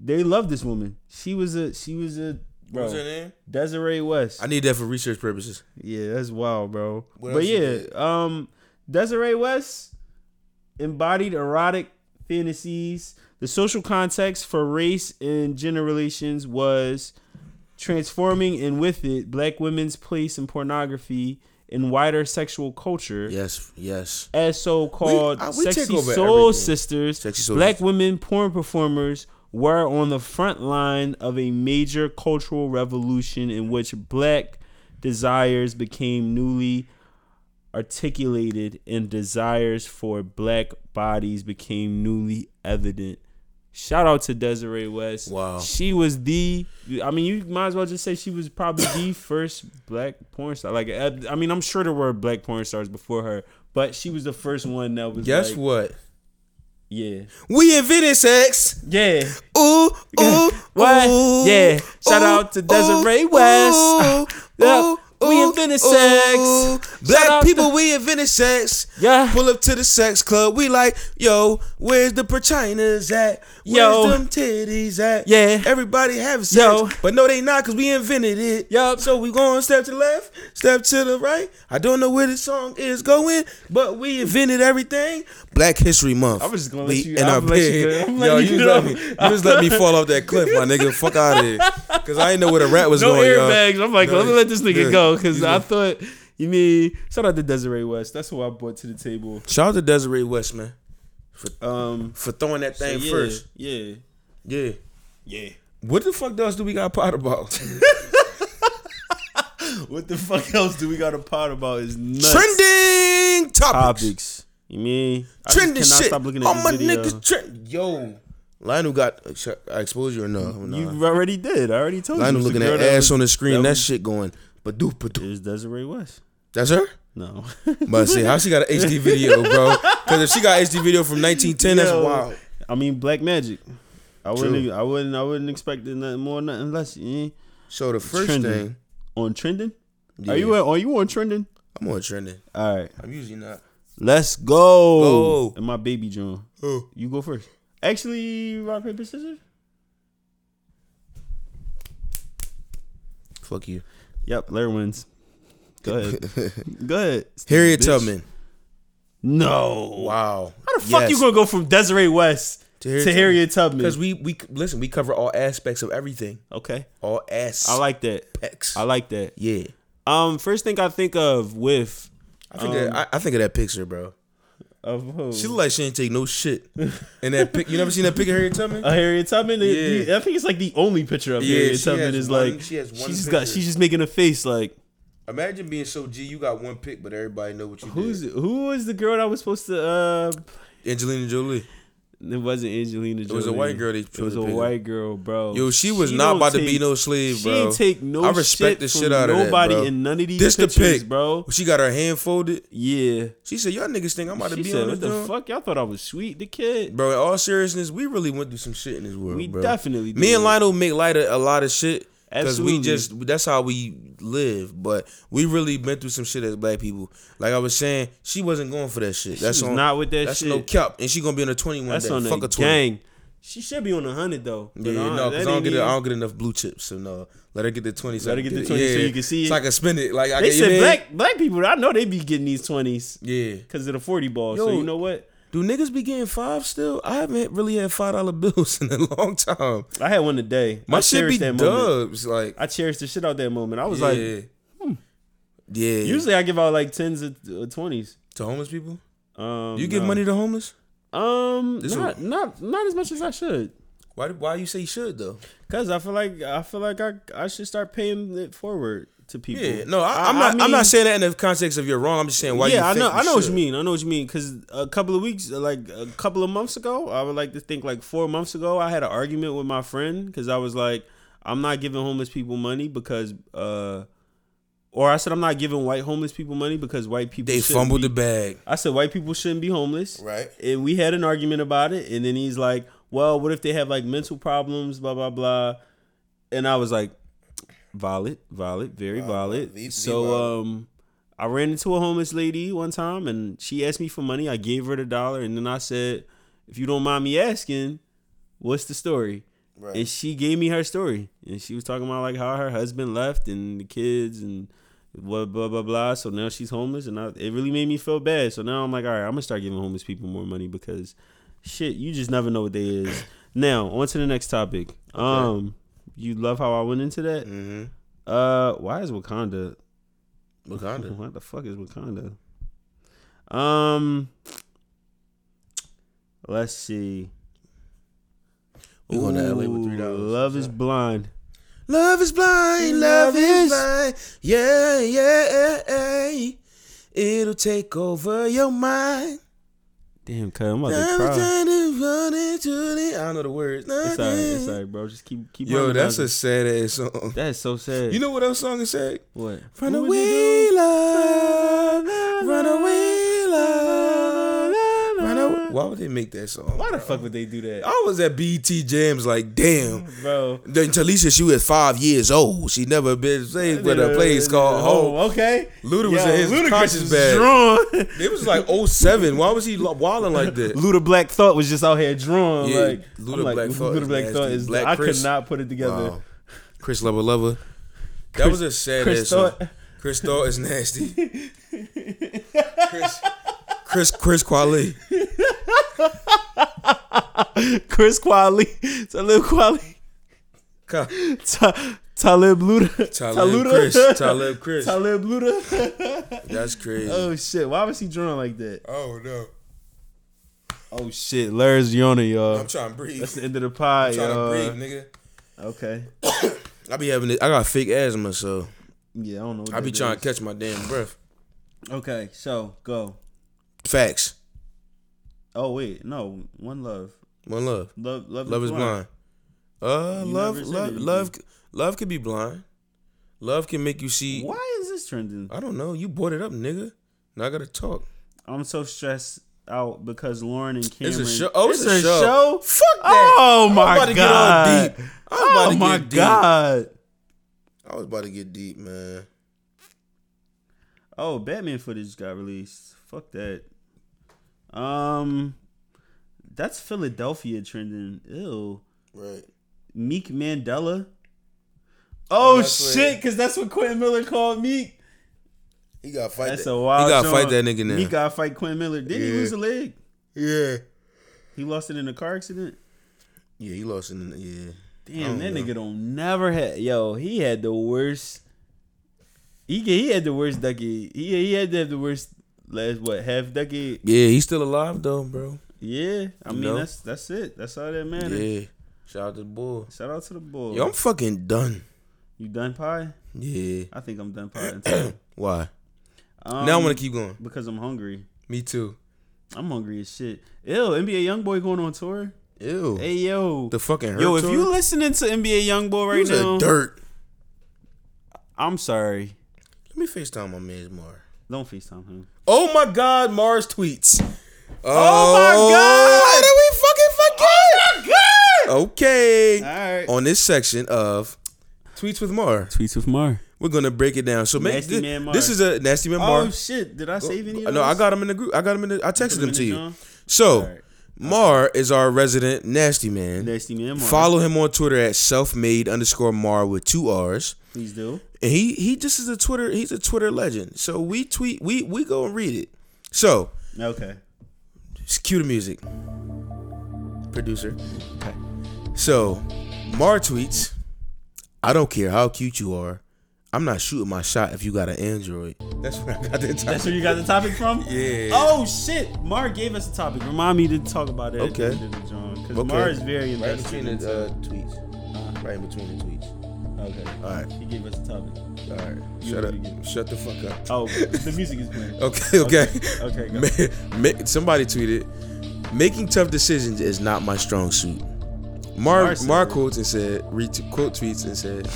[SPEAKER 2] They love this woman. She was a she was a bro.
[SPEAKER 1] What's her name?
[SPEAKER 2] Desiree West.
[SPEAKER 1] I need that for research purposes.
[SPEAKER 2] Yeah, that's wild, bro.
[SPEAKER 1] What
[SPEAKER 2] but
[SPEAKER 1] else you
[SPEAKER 2] yeah, um, Desiree West embodied erotic fantasies. The social context for race and gender relations was transforming, and with it, black women's place in pornography and wider sexual culture.
[SPEAKER 1] Yes, yes.
[SPEAKER 2] As so called
[SPEAKER 1] uh, we take
[SPEAKER 2] sexy
[SPEAKER 1] over
[SPEAKER 2] soul
[SPEAKER 1] everything.
[SPEAKER 2] sisters,
[SPEAKER 1] Sexy soul
[SPEAKER 2] black women porn performers were on the front line of a major cultural revolution in which black desires became newly articulated and desires for black bodies became newly evident. Shout out to Desiree West.
[SPEAKER 1] Wow.
[SPEAKER 2] She was the I mean you might as well just say she was probably the first black porn star. Like I I mean I'm sure there were black porn stars before her, but she was the first one that was
[SPEAKER 1] Guess
[SPEAKER 2] like,
[SPEAKER 1] what?
[SPEAKER 2] yeah.
[SPEAKER 1] We invented sex.
[SPEAKER 2] Yeah.
[SPEAKER 1] Ooh, ooh,
[SPEAKER 2] What?
[SPEAKER 1] ooh,
[SPEAKER 2] Yeah. Shout
[SPEAKER 1] ooh,
[SPEAKER 2] out to Desiree West.
[SPEAKER 1] ooh,
[SPEAKER 2] Yep.
[SPEAKER 1] ooh,
[SPEAKER 2] We
[SPEAKER 1] ooh,
[SPEAKER 2] invented
[SPEAKER 1] ooh.
[SPEAKER 2] sex. Shout out
[SPEAKER 1] Black people,
[SPEAKER 2] to-
[SPEAKER 1] we invented sex.
[SPEAKER 2] Yeah.
[SPEAKER 1] Pull up to the sex club. We like, yo, where's the perchinas at? Where's
[SPEAKER 2] Yo.
[SPEAKER 1] them titties at?
[SPEAKER 2] Yeah.
[SPEAKER 1] Everybody having sex.
[SPEAKER 2] Yo.
[SPEAKER 1] But no, they not, because we invented it.
[SPEAKER 2] Yup.
[SPEAKER 1] So we going step to the left, step to the right. I don't know where this song is going, but we invented everything. Black History Month.
[SPEAKER 2] I was just gonna
[SPEAKER 1] We
[SPEAKER 2] let you-
[SPEAKER 1] in
[SPEAKER 2] I
[SPEAKER 1] our
[SPEAKER 2] was let you
[SPEAKER 1] bed.
[SPEAKER 2] go. I'm
[SPEAKER 1] Yo,
[SPEAKER 2] letting
[SPEAKER 1] you
[SPEAKER 2] you
[SPEAKER 1] let
[SPEAKER 2] go.
[SPEAKER 1] me you just let me fall off that cliff, my nigga. Fuck out of here. Cause I didn't know where the rat was
[SPEAKER 2] no
[SPEAKER 1] going. y'all.
[SPEAKER 2] airbags. I'm like,
[SPEAKER 1] No,
[SPEAKER 2] let me let this nigga
[SPEAKER 1] yeah.
[SPEAKER 2] go because I
[SPEAKER 1] Yeah.
[SPEAKER 2] thought you mean shout out to Desiree West. That's who I brought to the table.
[SPEAKER 1] Shout out to Desiree West, man.
[SPEAKER 2] Um,
[SPEAKER 1] For throwing that thing
[SPEAKER 2] yeah,
[SPEAKER 1] first.
[SPEAKER 2] Yeah.
[SPEAKER 1] Yeah.
[SPEAKER 4] Yeah.
[SPEAKER 1] What the fuck else do we got pot about?
[SPEAKER 4] What the fuck else do we got to pot about? Is nuts.
[SPEAKER 1] Trending topics.
[SPEAKER 2] Topics. You mean I just
[SPEAKER 1] Trending
[SPEAKER 2] cannot
[SPEAKER 1] shit.
[SPEAKER 2] Stop looking at
[SPEAKER 1] All
[SPEAKER 2] this
[SPEAKER 1] my
[SPEAKER 2] video.
[SPEAKER 1] niggas trend. Yo. Lionel got. I expose you or no? no.
[SPEAKER 2] You already did. I already told you.
[SPEAKER 1] Lionel
[SPEAKER 2] It's the
[SPEAKER 1] looking
[SPEAKER 2] girl
[SPEAKER 1] at
[SPEAKER 2] that
[SPEAKER 1] ass
[SPEAKER 2] was-
[SPEAKER 1] on the screen. That,
[SPEAKER 2] was-
[SPEAKER 1] shit going. Badoo, badoo.
[SPEAKER 2] Is Desiree West?
[SPEAKER 1] That's her?
[SPEAKER 2] No.
[SPEAKER 1] But see, how she got an HD video, bro? Because if she got HD video from 1910, that's
[SPEAKER 2] Yo.
[SPEAKER 1] wild.
[SPEAKER 2] I mean, Black Magic. I wouldn't. e-
[SPEAKER 1] True.
[SPEAKER 2] I wouldn't. I wouldn't expect it nothing more, nothing less. eh?
[SPEAKER 1] So the first
[SPEAKER 2] Trending.
[SPEAKER 1] thing.
[SPEAKER 2] On trending?
[SPEAKER 1] Yeah,
[SPEAKER 2] Are you? on- Are you on trending?
[SPEAKER 1] I'm on trending.
[SPEAKER 2] All right.
[SPEAKER 1] I'm usually not.
[SPEAKER 2] Let's go.
[SPEAKER 1] Go.
[SPEAKER 2] And my baby John.
[SPEAKER 1] Oh.
[SPEAKER 2] You go first. Actually, rock paper scissors.
[SPEAKER 1] Fuck you.
[SPEAKER 2] Yep, Larry wins. Go ahead. go ahead.
[SPEAKER 1] Harriet
[SPEAKER 2] Bitch.
[SPEAKER 1] Tubman.
[SPEAKER 2] No.
[SPEAKER 1] Wow.
[SPEAKER 2] How the fuck you gonna go from Desiree West to Harriet, Tubman?
[SPEAKER 1] Because we we listen, we cover all aspects of everything.
[SPEAKER 2] okay.
[SPEAKER 1] All aspects.
[SPEAKER 2] I like that. I like that.
[SPEAKER 1] Yeah.
[SPEAKER 2] Um, first thing I think of with Um,
[SPEAKER 1] I think that, I, I think of that picture, bro.
[SPEAKER 2] Of who?
[SPEAKER 1] She look like she ain't take no shit. And that pic, you never seen that pic of Harriet Tubman?
[SPEAKER 2] Uh, Harriet Tubman. the-
[SPEAKER 1] Yeah.
[SPEAKER 2] the- I think it's like the only picture of
[SPEAKER 1] Yeah,
[SPEAKER 2] Harriet
[SPEAKER 1] she
[SPEAKER 2] Tubman
[SPEAKER 1] has
[SPEAKER 2] is
[SPEAKER 1] one-
[SPEAKER 2] like
[SPEAKER 1] she has one
[SPEAKER 2] she's got
[SPEAKER 1] picture.
[SPEAKER 2] she's
[SPEAKER 4] She's just making a face like
[SPEAKER 1] Imagine being so G, you got one pic, but everybody know what you
[SPEAKER 4] who's
[SPEAKER 1] did.
[SPEAKER 4] who is the girl that was supposed to uh
[SPEAKER 1] Angelina Jolie.
[SPEAKER 4] it wasn't Angelina Jolie.
[SPEAKER 1] was a white girl they
[SPEAKER 4] It
[SPEAKER 1] chose
[SPEAKER 4] was
[SPEAKER 1] to
[SPEAKER 4] a
[SPEAKER 1] pick up.
[SPEAKER 4] white girl, bro.
[SPEAKER 1] Yo, she was not
[SPEAKER 4] don't
[SPEAKER 1] about to
[SPEAKER 4] take-
[SPEAKER 1] be no slave,
[SPEAKER 4] She
[SPEAKER 1] bro.
[SPEAKER 4] ain't take no
[SPEAKER 1] I respect the
[SPEAKER 4] shit
[SPEAKER 1] shit
[SPEAKER 4] from
[SPEAKER 1] out of
[SPEAKER 4] nobody
[SPEAKER 1] that, bro.
[SPEAKER 4] in none of these
[SPEAKER 1] this the
[SPEAKER 4] pictures,
[SPEAKER 1] pic,
[SPEAKER 4] bro.
[SPEAKER 1] She got her hand folded.
[SPEAKER 4] Yeah.
[SPEAKER 1] She said, "Y'all niggas think I'm about to
[SPEAKER 4] She
[SPEAKER 1] be
[SPEAKER 4] said,
[SPEAKER 1] on
[SPEAKER 4] "What
[SPEAKER 1] this
[SPEAKER 4] the
[SPEAKER 1] joint?"
[SPEAKER 4] fuck? Y'all thought I was sweet, the kid."
[SPEAKER 1] Bro, in all seriousness, we really went through some shit in this world.
[SPEAKER 4] We
[SPEAKER 1] bro.
[SPEAKER 4] definitely
[SPEAKER 1] Me
[SPEAKER 4] did.
[SPEAKER 1] and Lionel make light of a lot of shit because we
[SPEAKER 4] Absolutely.
[SPEAKER 1] just that's how we live. But we really been through some shit as black people. Like I was saying, she wasn't going for that shit. that's
[SPEAKER 4] was
[SPEAKER 1] on,
[SPEAKER 4] not with that
[SPEAKER 1] that's
[SPEAKER 4] shit.
[SPEAKER 1] no cap, and she gonna be on a twenty one.
[SPEAKER 4] That's
[SPEAKER 1] day.
[SPEAKER 4] on
[SPEAKER 1] Fuck a
[SPEAKER 4] the
[SPEAKER 1] 20.
[SPEAKER 4] gang. She should be on a hundred though. But
[SPEAKER 1] Yeah,
[SPEAKER 4] nah,
[SPEAKER 1] no, because I
[SPEAKER 4] that
[SPEAKER 1] don't
[SPEAKER 4] ain't
[SPEAKER 1] get it,
[SPEAKER 4] even-
[SPEAKER 1] I don't get enough blue chips. So no, let her get the twenty. So
[SPEAKER 4] Let her
[SPEAKER 1] I
[SPEAKER 4] get
[SPEAKER 1] can
[SPEAKER 4] the 20 so you can see
[SPEAKER 1] So
[SPEAKER 4] it.
[SPEAKER 1] I can spend it. Like I
[SPEAKER 4] They
[SPEAKER 1] can, you know
[SPEAKER 4] said
[SPEAKER 1] what I mean?
[SPEAKER 4] black black people. I know they be getting these twenties
[SPEAKER 1] Yeah.
[SPEAKER 4] because of the forty ball.
[SPEAKER 1] Yo.
[SPEAKER 4] so you know what?
[SPEAKER 1] Do niggas be getting five still? I haven't really had five dollar bills in a long time.
[SPEAKER 4] I had one today.
[SPEAKER 1] My
[SPEAKER 4] I
[SPEAKER 1] shit be
[SPEAKER 4] cherished that moment.
[SPEAKER 1] dubs. Like
[SPEAKER 4] I cherished the shit out that moment. I was
[SPEAKER 1] yeah.
[SPEAKER 4] like,
[SPEAKER 1] hmm. yeah.
[SPEAKER 4] usually I give out like tens
[SPEAKER 2] uh,
[SPEAKER 4] or twenties.
[SPEAKER 1] to homeless people,
[SPEAKER 4] Um,
[SPEAKER 1] you give
[SPEAKER 4] no.
[SPEAKER 1] money to homeless.
[SPEAKER 4] Um,
[SPEAKER 1] This
[SPEAKER 4] not
[SPEAKER 1] one.
[SPEAKER 4] not not as much as I should.
[SPEAKER 1] Why? Why you say you should though?
[SPEAKER 4] Cause I feel like I feel like I I should start paying it forward to people.
[SPEAKER 1] Yeah, no, I, I'm not. I am
[SPEAKER 4] mean-
[SPEAKER 1] not saying that in the context of you're wrong. I'm just saying why.
[SPEAKER 4] yeah,
[SPEAKER 1] you
[SPEAKER 4] I
[SPEAKER 1] think
[SPEAKER 4] know. I know what
[SPEAKER 1] should.
[SPEAKER 4] you mean. I know what you mean. Because a couple of weeks, like a couple of months ago, I would like to think like four months ago, I had an argument with my friend because I was like, I'm not giving homeless people money because, uh, or I said I'm not giving white homeless people money because white people
[SPEAKER 1] They
[SPEAKER 4] shouldn't
[SPEAKER 1] fumbled
[SPEAKER 4] be-
[SPEAKER 1] the bag.
[SPEAKER 4] I said white people shouldn't be homeless.
[SPEAKER 1] Right.
[SPEAKER 4] And we had an argument about it, and then he's like, "Well, what if they have like mental problems, blah blah blah," and I was like, "Violet, Violet, very Violet."
[SPEAKER 1] the- the
[SPEAKER 4] so
[SPEAKER 1] violet.
[SPEAKER 4] um, I ran into a homeless lady one time, and she asked me for money. I gave her the dollar, and then I said, "If you don't mind me asking, what's the story?"
[SPEAKER 1] Right.
[SPEAKER 4] And she gave me her story, and she was talking about like how her husband left and the kids and blah blah blah blah. So now she's homeless, and I, it really made me feel bad. So now I'm like, all right, I'm gonna start giving homeless people more money because shit, you just never know what they is. now on to the next topic. Um, you love how I went into that.
[SPEAKER 1] Mm-hmm.
[SPEAKER 4] Uh, why is Wakanda?
[SPEAKER 1] Wakanda.
[SPEAKER 4] What the fuck is Wakanda? Um, let's see.
[SPEAKER 1] We going to LA with
[SPEAKER 4] Ooh,
[SPEAKER 1] $3.
[SPEAKER 4] Love is blind.
[SPEAKER 1] Love is blind, love is blind. Yeah, yeah, yeah. It'll take over your mind.
[SPEAKER 4] Damn, cuz
[SPEAKER 1] Oh,
[SPEAKER 4] I'm about to
[SPEAKER 1] Every
[SPEAKER 4] cry.
[SPEAKER 1] time you run into the- I don't know the words.
[SPEAKER 4] It's alright, it's alright, bro. Just keep keep.
[SPEAKER 1] Yo,
[SPEAKER 4] on
[SPEAKER 1] that's a
[SPEAKER 4] rising.
[SPEAKER 1] sad ass song.
[SPEAKER 4] that is so sad.
[SPEAKER 1] You know what else song is sad?
[SPEAKER 4] what?
[SPEAKER 1] Run
[SPEAKER 4] What was it
[SPEAKER 1] away,
[SPEAKER 4] doing?
[SPEAKER 1] love. Run away, love. Run Oh. away. Why would they make that song?
[SPEAKER 4] Why the
[SPEAKER 1] bro?
[SPEAKER 4] fuck would they do that,
[SPEAKER 1] I was at BT Jams like, damn.
[SPEAKER 4] bro?
[SPEAKER 1] Then Talisha, she was five years old. She never been saved with a place called Home.
[SPEAKER 4] Oh, okay.
[SPEAKER 1] Luda was in his
[SPEAKER 4] Ludacris
[SPEAKER 1] conscious
[SPEAKER 4] was
[SPEAKER 1] bag.
[SPEAKER 4] Drawn.
[SPEAKER 1] It was like 07. Why was he lo- wilding like that?
[SPEAKER 4] Luda Black Thought was just out here drawn.
[SPEAKER 1] Yeah,
[SPEAKER 4] like
[SPEAKER 1] Luda
[SPEAKER 4] I'm like,
[SPEAKER 1] Black Thought
[SPEAKER 4] Luda
[SPEAKER 1] is
[SPEAKER 4] Black Thought
[SPEAKER 1] nasty.
[SPEAKER 4] is.
[SPEAKER 1] Black
[SPEAKER 4] I
[SPEAKER 1] Chris.
[SPEAKER 4] could not put it together.
[SPEAKER 1] Wow. Oh. Chris Lover Lover. That was a sad
[SPEAKER 4] Chris
[SPEAKER 1] ass song.
[SPEAKER 4] Thought-
[SPEAKER 1] Chris Thought is nasty. Chris Chris Chris Quali.
[SPEAKER 4] Chris Quali, Talib Kweli,
[SPEAKER 1] Ka-
[SPEAKER 4] Ta- Talib Luda,
[SPEAKER 1] Talib
[SPEAKER 4] Taluda?
[SPEAKER 1] Chris. Talib Chris.
[SPEAKER 4] Talib Luda.
[SPEAKER 1] That's crazy.
[SPEAKER 4] oh shit! Why was he drawn like that?
[SPEAKER 1] Oh no.
[SPEAKER 4] Oh shit! Larry's yawning, y'all.
[SPEAKER 1] I'm trying to breathe.
[SPEAKER 4] That's the end of the pod,
[SPEAKER 1] trying to
[SPEAKER 4] y'all.
[SPEAKER 1] breathe, nigga.
[SPEAKER 4] Okay.
[SPEAKER 1] I be having it. I got fake asthma, so
[SPEAKER 4] Yeah, I don't know. What
[SPEAKER 1] I be
[SPEAKER 4] that
[SPEAKER 1] trying to
[SPEAKER 4] is.
[SPEAKER 1] catch my damn breath.
[SPEAKER 4] Okay, so go.
[SPEAKER 1] Facts.
[SPEAKER 4] Oh wait, no. One love,
[SPEAKER 1] One love.
[SPEAKER 4] love, love,
[SPEAKER 1] Love is blind. Uh,
[SPEAKER 4] You
[SPEAKER 1] love,
[SPEAKER 4] never said
[SPEAKER 1] love,
[SPEAKER 4] anything.
[SPEAKER 1] love, love can be blind. Love can make you see.
[SPEAKER 4] Why is this trending?
[SPEAKER 1] I don't know. You brought it up, nigga. Now I gotta talk.
[SPEAKER 4] I'm so stressed out because Lauren and Cameron.
[SPEAKER 1] It's a show. Oh, it's, a, show. Fuck that.
[SPEAKER 4] Oh
[SPEAKER 1] I was
[SPEAKER 4] my
[SPEAKER 1] about to get all
[SPEAKER 4] god.
[SPEAKER 1] deep. I was about
[SPEAKER 4] Oh
[SPEAKER 1] to
[SPEAKER 4] my
[SPEAKER 1] get deep.
[SPEAKER 4] god.
[SPEAKER 1] I was about to get deep, man.
[SPEAKER 4] Oh, Batman footage got released. Fuck that. Um, that's Philadelphia trending. Ew.
[SPEAKER 1] Right.
[SPEAKER 4] Meek Mandela. Oh
[SPEAKER 1] That's what-
[SPEAKER 4] shit, because that's what Quentin Miller called Meek.
[SPEAKER 1] He got fight.
[SPEAKER 4] That's
[SPEAKER 1] that.
[SPEAKER 4] a wild.
[SPEAKER 1] He gotta
[SPEAKER 4] joint.
[SPEAKER 1] fight that nigga now.
[SPEAKER 4] Meek gotta fight Quentin Miller. Did he
[SPEAKER 1] Yeah.
[SPEAKER 4] lose a leg?
[SPEAKER 1] yeah.
[SPEAKER 4] He lost it in a car accident.
[SPEAKER 1] Yeah, he lost in. The, Oh, yeah.
[SPEAKER 4] Damn,
[SPEAKER 1] I
[SPEAKER 4] that
[SPEAKER 1] don't know.
[SPEAKER 4] nigga don't never had. Yo, he had the worst. He he had the worst ducky. He he had to have the worst last what half decade.
[SPEAKER 1] Yeah, he's still alive though, bro.
[SPEAKER 4] Yeah, I mean
[SPEAKER 1] know?
[SPEAKER 4] that's that's it. That's all that matters.
[SPEAKER 1] Yeah. Shout out to the boy.
[SPEAKER 4] Shout out to the boy.
[SPEAKER 1] Yo, I'm fucking done.
[SPEAKER 4] You done pie?
[SPEAKER 1] Yeah.
[SPEAKER 4] I think I'm done pie. until-
[SPEAKER 1] Why?
[SPEAKER 4] um,
[SPEAKER 1] now I want to keep going.
[SPEAKER 4] because I'm hungry.
[SPEAKER 1] Me too.
[SPEAKER 4] I'm hungry as shit. Ew, NBA YoungBoy going on tour.
[SPEAKER 1] Ew.
[SPEAKER 4] Hey yo,
[SPEAKER 1] The fucking hurt
[SPEAKER 2] Yo, if
[SPEAKER 1] tour?
[SPEAKER 2] you listening to NBA YoungBoy
[SPEAKER 1] He
[SPEAKER 2] right
[SPEAKER 1] was
[SPEAKER 2] now,
[SPEAKER 1] a dirt.
[SPEAKER 2] I'm sorry.
[SPEAKER 1] Let me FaceTime my man Mar.
[SPEAKER 4] don't FaceTime him.
[SPEAKER 1] Oh my God, Mars tweets. Oh,
[SPEAKER 2] God.
[SPEAKER 1] Did we fucking forget? Okay.
[SPEAKER 4] All right.
[SPEAKER 1] On this section of tweets with Mar,
[SPEAKER 2] Tweets with Mar.
[SPEAKER 1] we're gonna break it down. So make
[SPEAKER 4] Nasty
[SPEAKER 1] thi-
[SPEAKER 4] Man Mar.
[SPEAKER 1] this is a nasty man Mar.
[SPEAKER 4] Oh shit! Did I save any? Of
[SPEAKER 1] Oh, no, I
[SPEAKER 4] those?
[SPEAKER 1] got him in the group. I got him in. The, I texted
[SPEAKER 4] them
[SPEAKER 1] him
[SPEAKER 4] in
[SPEAKER 1] to
[SPEAKER 4] the
[SPEAKER 1] you. Oh.
[SPEAKER 4] John?
[SPEAKER 1] So
[SPEAKER 4] Alright.
[SPEAKER 1] Mar is our resident nasty man.
[SPEAKER 4] Nasty man. Mark.
[SPEAKER 1] Follow him on Twitter at selfmade underscore Mar with two R's.
[SPEAKER 4] Please do.
[SPEAKER 1] And he he just is a Twitter. He's a Twitter legend. So we tweet. We we go and read it. So
[SPEAKER 4] Okay.
[SPEAKER 1] just cue the music. Producer. So Mar tweets. I don't care how cute you are. I'm not shooting my shot if you got an Android. That's where I got that.
[SPEAKER 4] That's
[SPEAKER 1] topic.
[SPEAKER 4] where you got the topic from?
[SPEAKER 1] Yeah.
[SPEAKER 4] Oh shit! Mar gave us a topic. Remind me to talk about it.
[SPEAKER 1] Okay.
[SPEAKER 4] Because
[SPEAKER 1] Okay.
[SPEAKER 4] Mar is very
[SPEAKER 1] Right
[SPEAKER 4] invested.
[SPEAKER 1] between the uh, tweets. Right in between the tweets.
[SPEAKER 4] okay. All
[SPEAKER 1] right.
[SPEAKER 4] He gave us a topic.
[SPEAKER 1] All right.
[SPEAKER 4] You-
[SPEAKER 1] Shut up.
[SPEAKER 4] you get-
[SPEAKER 1] Shut the fuck up.
[SPEAKER 4] Oh, the music is playing.
[SPEAKER 1] Okay. Okay.
[SPEAKER 4] Okay, go.
[SPEAKER 1] Ma- ma- somebody tweeted, "Making tough decisions is not my strong suit." Mar
[SPEAKER 4] Mar said
[SPEAKER 1] Mar
[SPEAKER 4] it.
[SPEAKER 1] quotes and said, ret- quote tweets and said,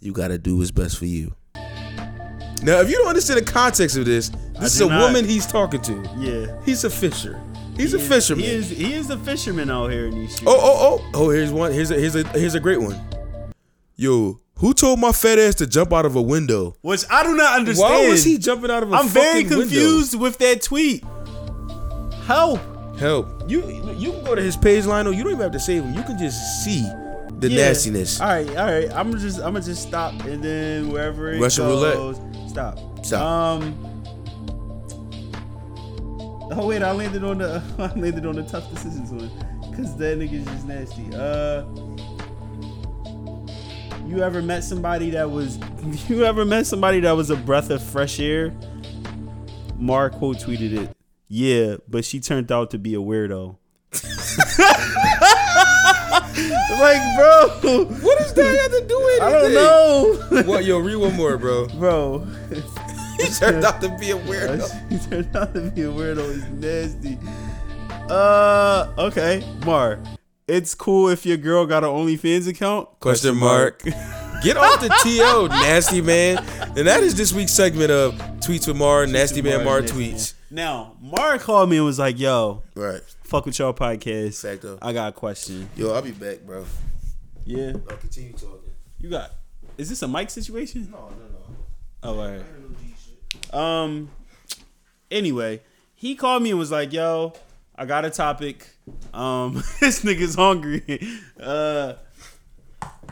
[SPEAKER 1] "You gotta do what's best for you." Now, if you don't understand the context of this, this is
[SPEAKER 4] do
[SPEAKER 1] a
[SPEAKER 4] not.
[SPEAKER 1] woman he's talking to.
[SPEAKER 4] Yeah.
[SPEAKER 1] He's a fisher. He's
[SPEAKER 4] He
[SPEAKER 1] a
[SPEAKER 4] is-
[SPEAKER 1] fisherman.
[SPEAKER 4] He is. He is a fisherman out here in these streets.
[SPEAKER 1] Oh, oh, oh, oh! Here's one. Here's a here's a here's a great one. Yo, who told my fat ass to jump out of a window?
[SPEAKER 2] Which I do not understand.
[SPEAKER 1] Why was he jumping out of a
[SPEAKER 2] I'm very
[SPEAKER 1] fucking window?
[SPEAKER 2] confused with that tweet.
[SPEAKER 4] Help!
[SPEAKER 1] Help. You you can go to his page, Lionel. You don't even have to save him. You can just see the
[SPEAKER 4] Yeah.
[SPEAKER 1] nastiness.
[SPEAKER 4] All right. All right. I'm just. I'm gonna just stop and then wherever it
[SPEAKER 1] Russian roulette.
[SPEAKER 4] goes, Stop.
[SPEAKER 1] Stop.
[SPEAKER 4] Um. Oh wait, I landed on the I landed on the tough decisions one, cause that nigga's just nasty. Uh, you ever met somebody that was you ever met somebody that was a breath of fresh air? Mark quote tweeted it. Yeah, but she turned out to be a weirdo. like, bro,
[SPEAKER 1] What does that have to do with it?
[SPEAKER 4] I don't know,
[SPEAKER 1] What yo, read one more, bro.
[SPEAKER 4] bro.
[SPEAKER 1] He turned out to be a weirdo.
[SPEAKER 4] She turned out to be a weirdo. It's nasty. Uh, okay, Mar. It's cool if your girl got an OnlyFans account.
[SPEAKER 1] Question mark. Get off the TO, nasty man. And that is this week's segment of Tweets with Mar, Nasty Man Mar
[SPEAKER 4] Nasty Man.
[SPEAKER 1] tweets.
[SPEAKER 4] Now, Mar called me and was like, "Yo,
[SPEAKER 1] Right.
[SPEAKER 4] fuck with y'all podcast.
[SPEAKER 1] Facto.
[SPEAKER 4] I got a question.
[SPEAKER 1] Yo, I'll be back, bro.
[SPEAKER 4] Yeah,
[SPEAKER 1] I'll continue talking.
[SPEAKER 4] you got. Is this a mic situation?
[SPEAKER 1] No, no,
[SPEAKER 4] Oh, all right. Um. Anyway, he called me and was like, "Yo, I got a topic. Um, this nigga's hungry. Uh,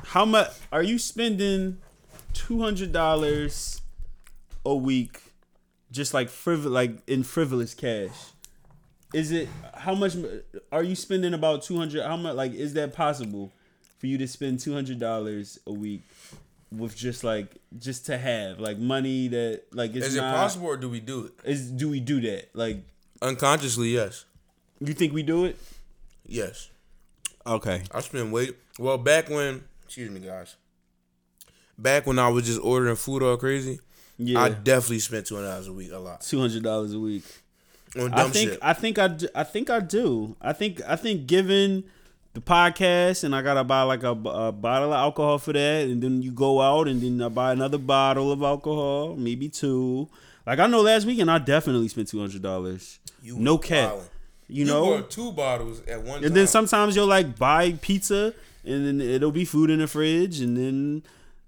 [SPEAKER 4] how much are you spending? Two hundred dollars a week, just like frivol, like in frivolous cash." Is it how much m- are you spending about 200 how much like is that possible for you to spend $200 a week with just like just to have like money that like it's
[SPEAKER 1] Is it
[SPEAKER 4] not,
[SPEAKER 1] possible or do we do it?
[SPEAKER 4] is do we do that? Like,
[SPEAKER 1] Unconsciously, yes.
[SPEAKER 4] you think we do it?
[SPEAKER 1] Yes.
[SPEAKER 2] Okay.
[SPEAKER 1] I spend weight. Well, back when, excuse me, guys. Back when I was just ordering food all crazy,
[SPEAKER 4] Yeah,
[SPEAKER 1] I definitely spent two hundred dollars a week a lot
[SPEAKER 4] two hundred dollars a week.
[SPEAKER 1] on dumb
[SPEAKER 4] I think
[SPEAKER 1] shit.
[SPEAKER 4] I think I d- I think I do. I think I think given the podcast and I gotta buy like a, b- a bottle of alcohol for that, and then you go out and then I buy another bottle of alcohol, maybe two. Like I know last weekend I definitely spent two hundred dollars.
[SPEAKER 1] You
[SPEAKER 4] No
[SPEAKER 1] was
[SPEAKER 4] cap,
[SPEAKER 1] wildin'.
[SPEAKER 4] you know.
[SPEAKER 1] bought two bottles at one.
[SPEAKER 4] And then sometimes you'll like buy pizza and then it'll be food in the fridge and then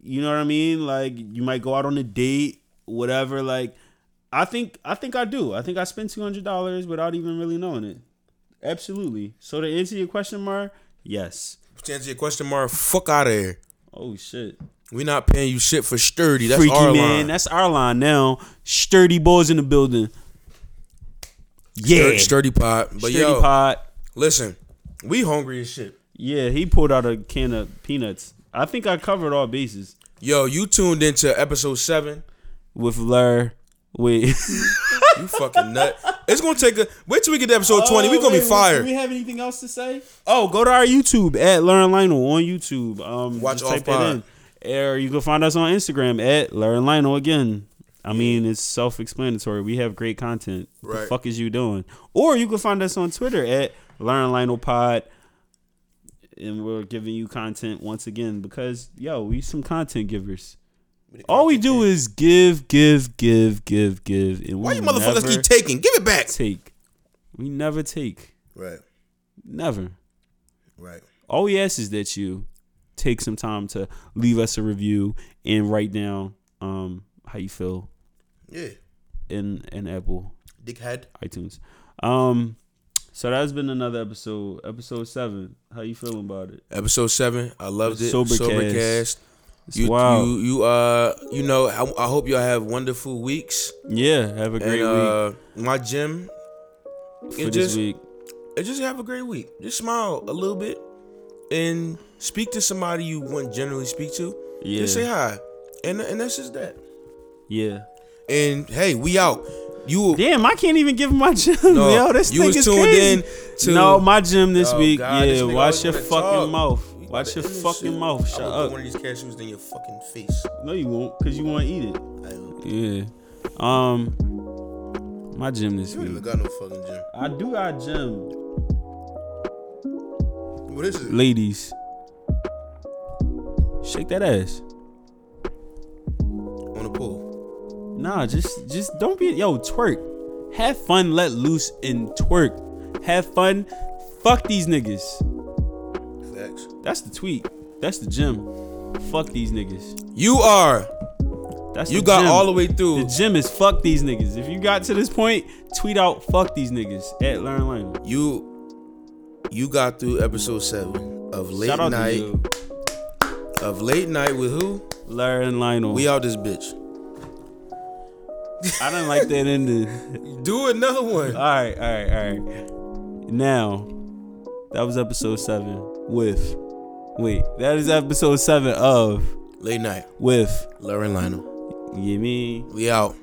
[SPEAKER 4] you know what I mean? Like you might go out on a date, whatever. Like I think I think I do. I think I spend two hundred dollars without even really knowing it. Absolutely. So to answer your question, Mar, yes.
[SPEAKER 1] To answer your question, Mark, fuck out of here.
[SPEAKER 4] Oh shit.
[SPEAKER 1] We not paying you shit for sturdy. That's
[SPEAKER 4] Freaky
[SPEAKER 1] our
[SPEAKER 4] man,
[SPEAKER 1] line.
[SPEAKER 4] that's our line now. Sturdy boys in the building. Yeah.
[SPEAKER 1] Sturdy, sturdy pot. But
[SPEAKER 4] Sturdy
[SPEAKER 1] yo,
[SPEAKER 4] pot.
[SPEAKER 1] listen, we hungry as shit.
[SPEAKER 4] Yeah, he pulled out a can of peanuts. I think I covered all bases.
[SPEAKER 1] Yo, you tuned into episode seven.
[SPEAKER 4] with Lur, with
[SPEAKER 1] You fucking nut. It's gonna take a wait till we get to episode twenty. We gonna be
[SPEAKER 4] Do
[SPEAKER 1] fired.
[SPEAKER 4] we have anything else to say?
[SPEAKER 2] Oh, go to our YouTube at Learn Lionel on YouTube. Um,
[SPEAKER 1] Watch
[SPEAKER 2] just type
[SPEAKER 1] Off
[SPEAKER 2] that in. Or you can find us on Instagram at Learn Lionel again. I mean, it's self-explanatory. We have great content. What The
[SPEAKER 1] Right.
[SPEAKER 2] fuck is you doing? Or you can find us on Twitter at Learn Lionel Pod, and we're giving you content once again because yo, we some content givers. All we do is give, give, give, give, give, and we
[SPEAKER 1] Why you motherfuckers
[SPEAKER 2] never
[SPEAKER 1] keep taking? Give it back.
[SPEAKER 2] take. We never take.
[SPEAKER 1] Right,
[SPEAKER 2] Never
[SPEAKER 1] right.
[SPEAKER 2] all we ask is that you take some time to leave us a review and write down um how you feel
[SPEAKER 1] Yeah.
[SPEAKER 2] in in apple
[SPEAKER 1] Dickhead.
[SPEAKER 2] itunes um so that's been another episode episode seven how you feeling about it
[SPEAKER 1] Episode seven. I loved it.
[SPEAKER 2] Sobercast.
[SPEAKER 1] Sobercast.
[SPEAKER 2] It's
[SPEAKER 1] You,
[SPEAKER 2] wild.
[SPEAKER 1] you, you, uh, you know, I, I hope y'all have wonderful weeks.
[SPEAKER 2] yeah have a great
[SPEAKER 1] and uh, my gym.
[SPEAKER 2] week for
[SPEAKER 1] It
[SPEAKER 2] this
[SPEAKER 1] just,
[SPEAKER 2] week
[SPEAKER 1] it just have a great week. Just smile a little bit, and speak to somebody you wouldn't generally speak to.
[SPEAKER 2] yeah
[SPEAKER 1] Just say hi, and and that's just that.
[SPEAKER 2] yeah
[SPEAKER 1] And hey, we out. You
[SPEAKER 2] damn i can't even give my gym
[SPEAKER 1] No,
[SPEAKER 2] yo this
[SPEAKER 1] you
[SPEAKER 2] thing
[SPEAKER 1] was
[SPEAKER 2] is
[SPEAKER 1] tuned
[SPEAKER 2] crazy
[SPEAKER 1] in to-
[SPEAKER 2] no my gym this
[SPEAKER 1] Oh,
[SPEAKER 2] week
[SPEAKER 1] God, this
[SPEAKER 2] yeah
[SPEAKER 1] nigga
[SPEAKER 2] watch
[SPEAKER 1] always
[SPEAKER 2] your
[SPEAKER 1] wanna
[SPEAKER 2] fucking
[SPEAKER 1] talk.
[SPEAKER 2] mouth
[SPEAKER 1] We
[SPEAKER 2] watch
[SPEAKER 1] gotta
[SPEAKER 2] your
[SPEAKER 1] end this
[SPEAKER 2] fucking
[SPEAKER 1] shit.
[SPEAKER 2] mouth
[SPEAKER 1] I
[SPEAKER 2] shut
[SPEAKER 1] would put
[SPEAKER 2] up
[SPEAKER 1] one of these cashews in your fucking face.
[SPEAKER 2] no you won't because you want to eat it
[SPEAKER 1] I don't
[SPEAKER 2] Yeah. Um my gym this
[SPEAKER 1] even
[SPEAKER 2] week.
[SPEAKER 1] got no fucking gym.
[SPEAKER 2] I do got a gym.
[SPEAKER 1] What is it?
[SPEAKER 2] Ladies. Shake that ass.
[SPEAKER 1] On the pole.
[SPEAKER 2] Nah, just just don't be yo, twerk. Have fun, let loose and twerk. Have fun. Fuck these niggas.
[SPEAKER 1] Facts.
[SPEAKER 2] That's the tweet. That's the gym. Fuck these niggas.
[SPEAKER 1] You are.
[SPEAKER 2] That's
[SPEAKER 1] You
[SPEAKER 2] the
[SPEAKER 1] got
[SPEAKER 2] gym.
[SPEAKER 1] all the way
[SPEAKER 2] The
[SPEAKER 1] through.
[SPEAKER 2] gym is fuck these niggas. If you got to this point, tweet out fuck these niggas at Learn Lionel.
[SPEAKER 1] You. You got through episode seven of late
[SPEAKER 2] Shout out
[SPEAKER 1] night
[SPEAKER 2] to you.
[SPEAKER 1] of late night with who?
[SPEAKER 2] Learn Lionel.
[SPEAKER 1] We out this bitch.
[SPEAKER 2] I didn't like that ending.
[SPEAKER 1] Do another one.
[SPEAKER 2] All right, all right, all right. Now, that was episode seven with. Wait, that is episode seven of
[SPEAKER 1] Late night,
[SPEAKER 2] with.
[SPEAKER 1] Lauren Lionel.
[SPEAKER 2] You mean?
[SPEAKER 1] We out.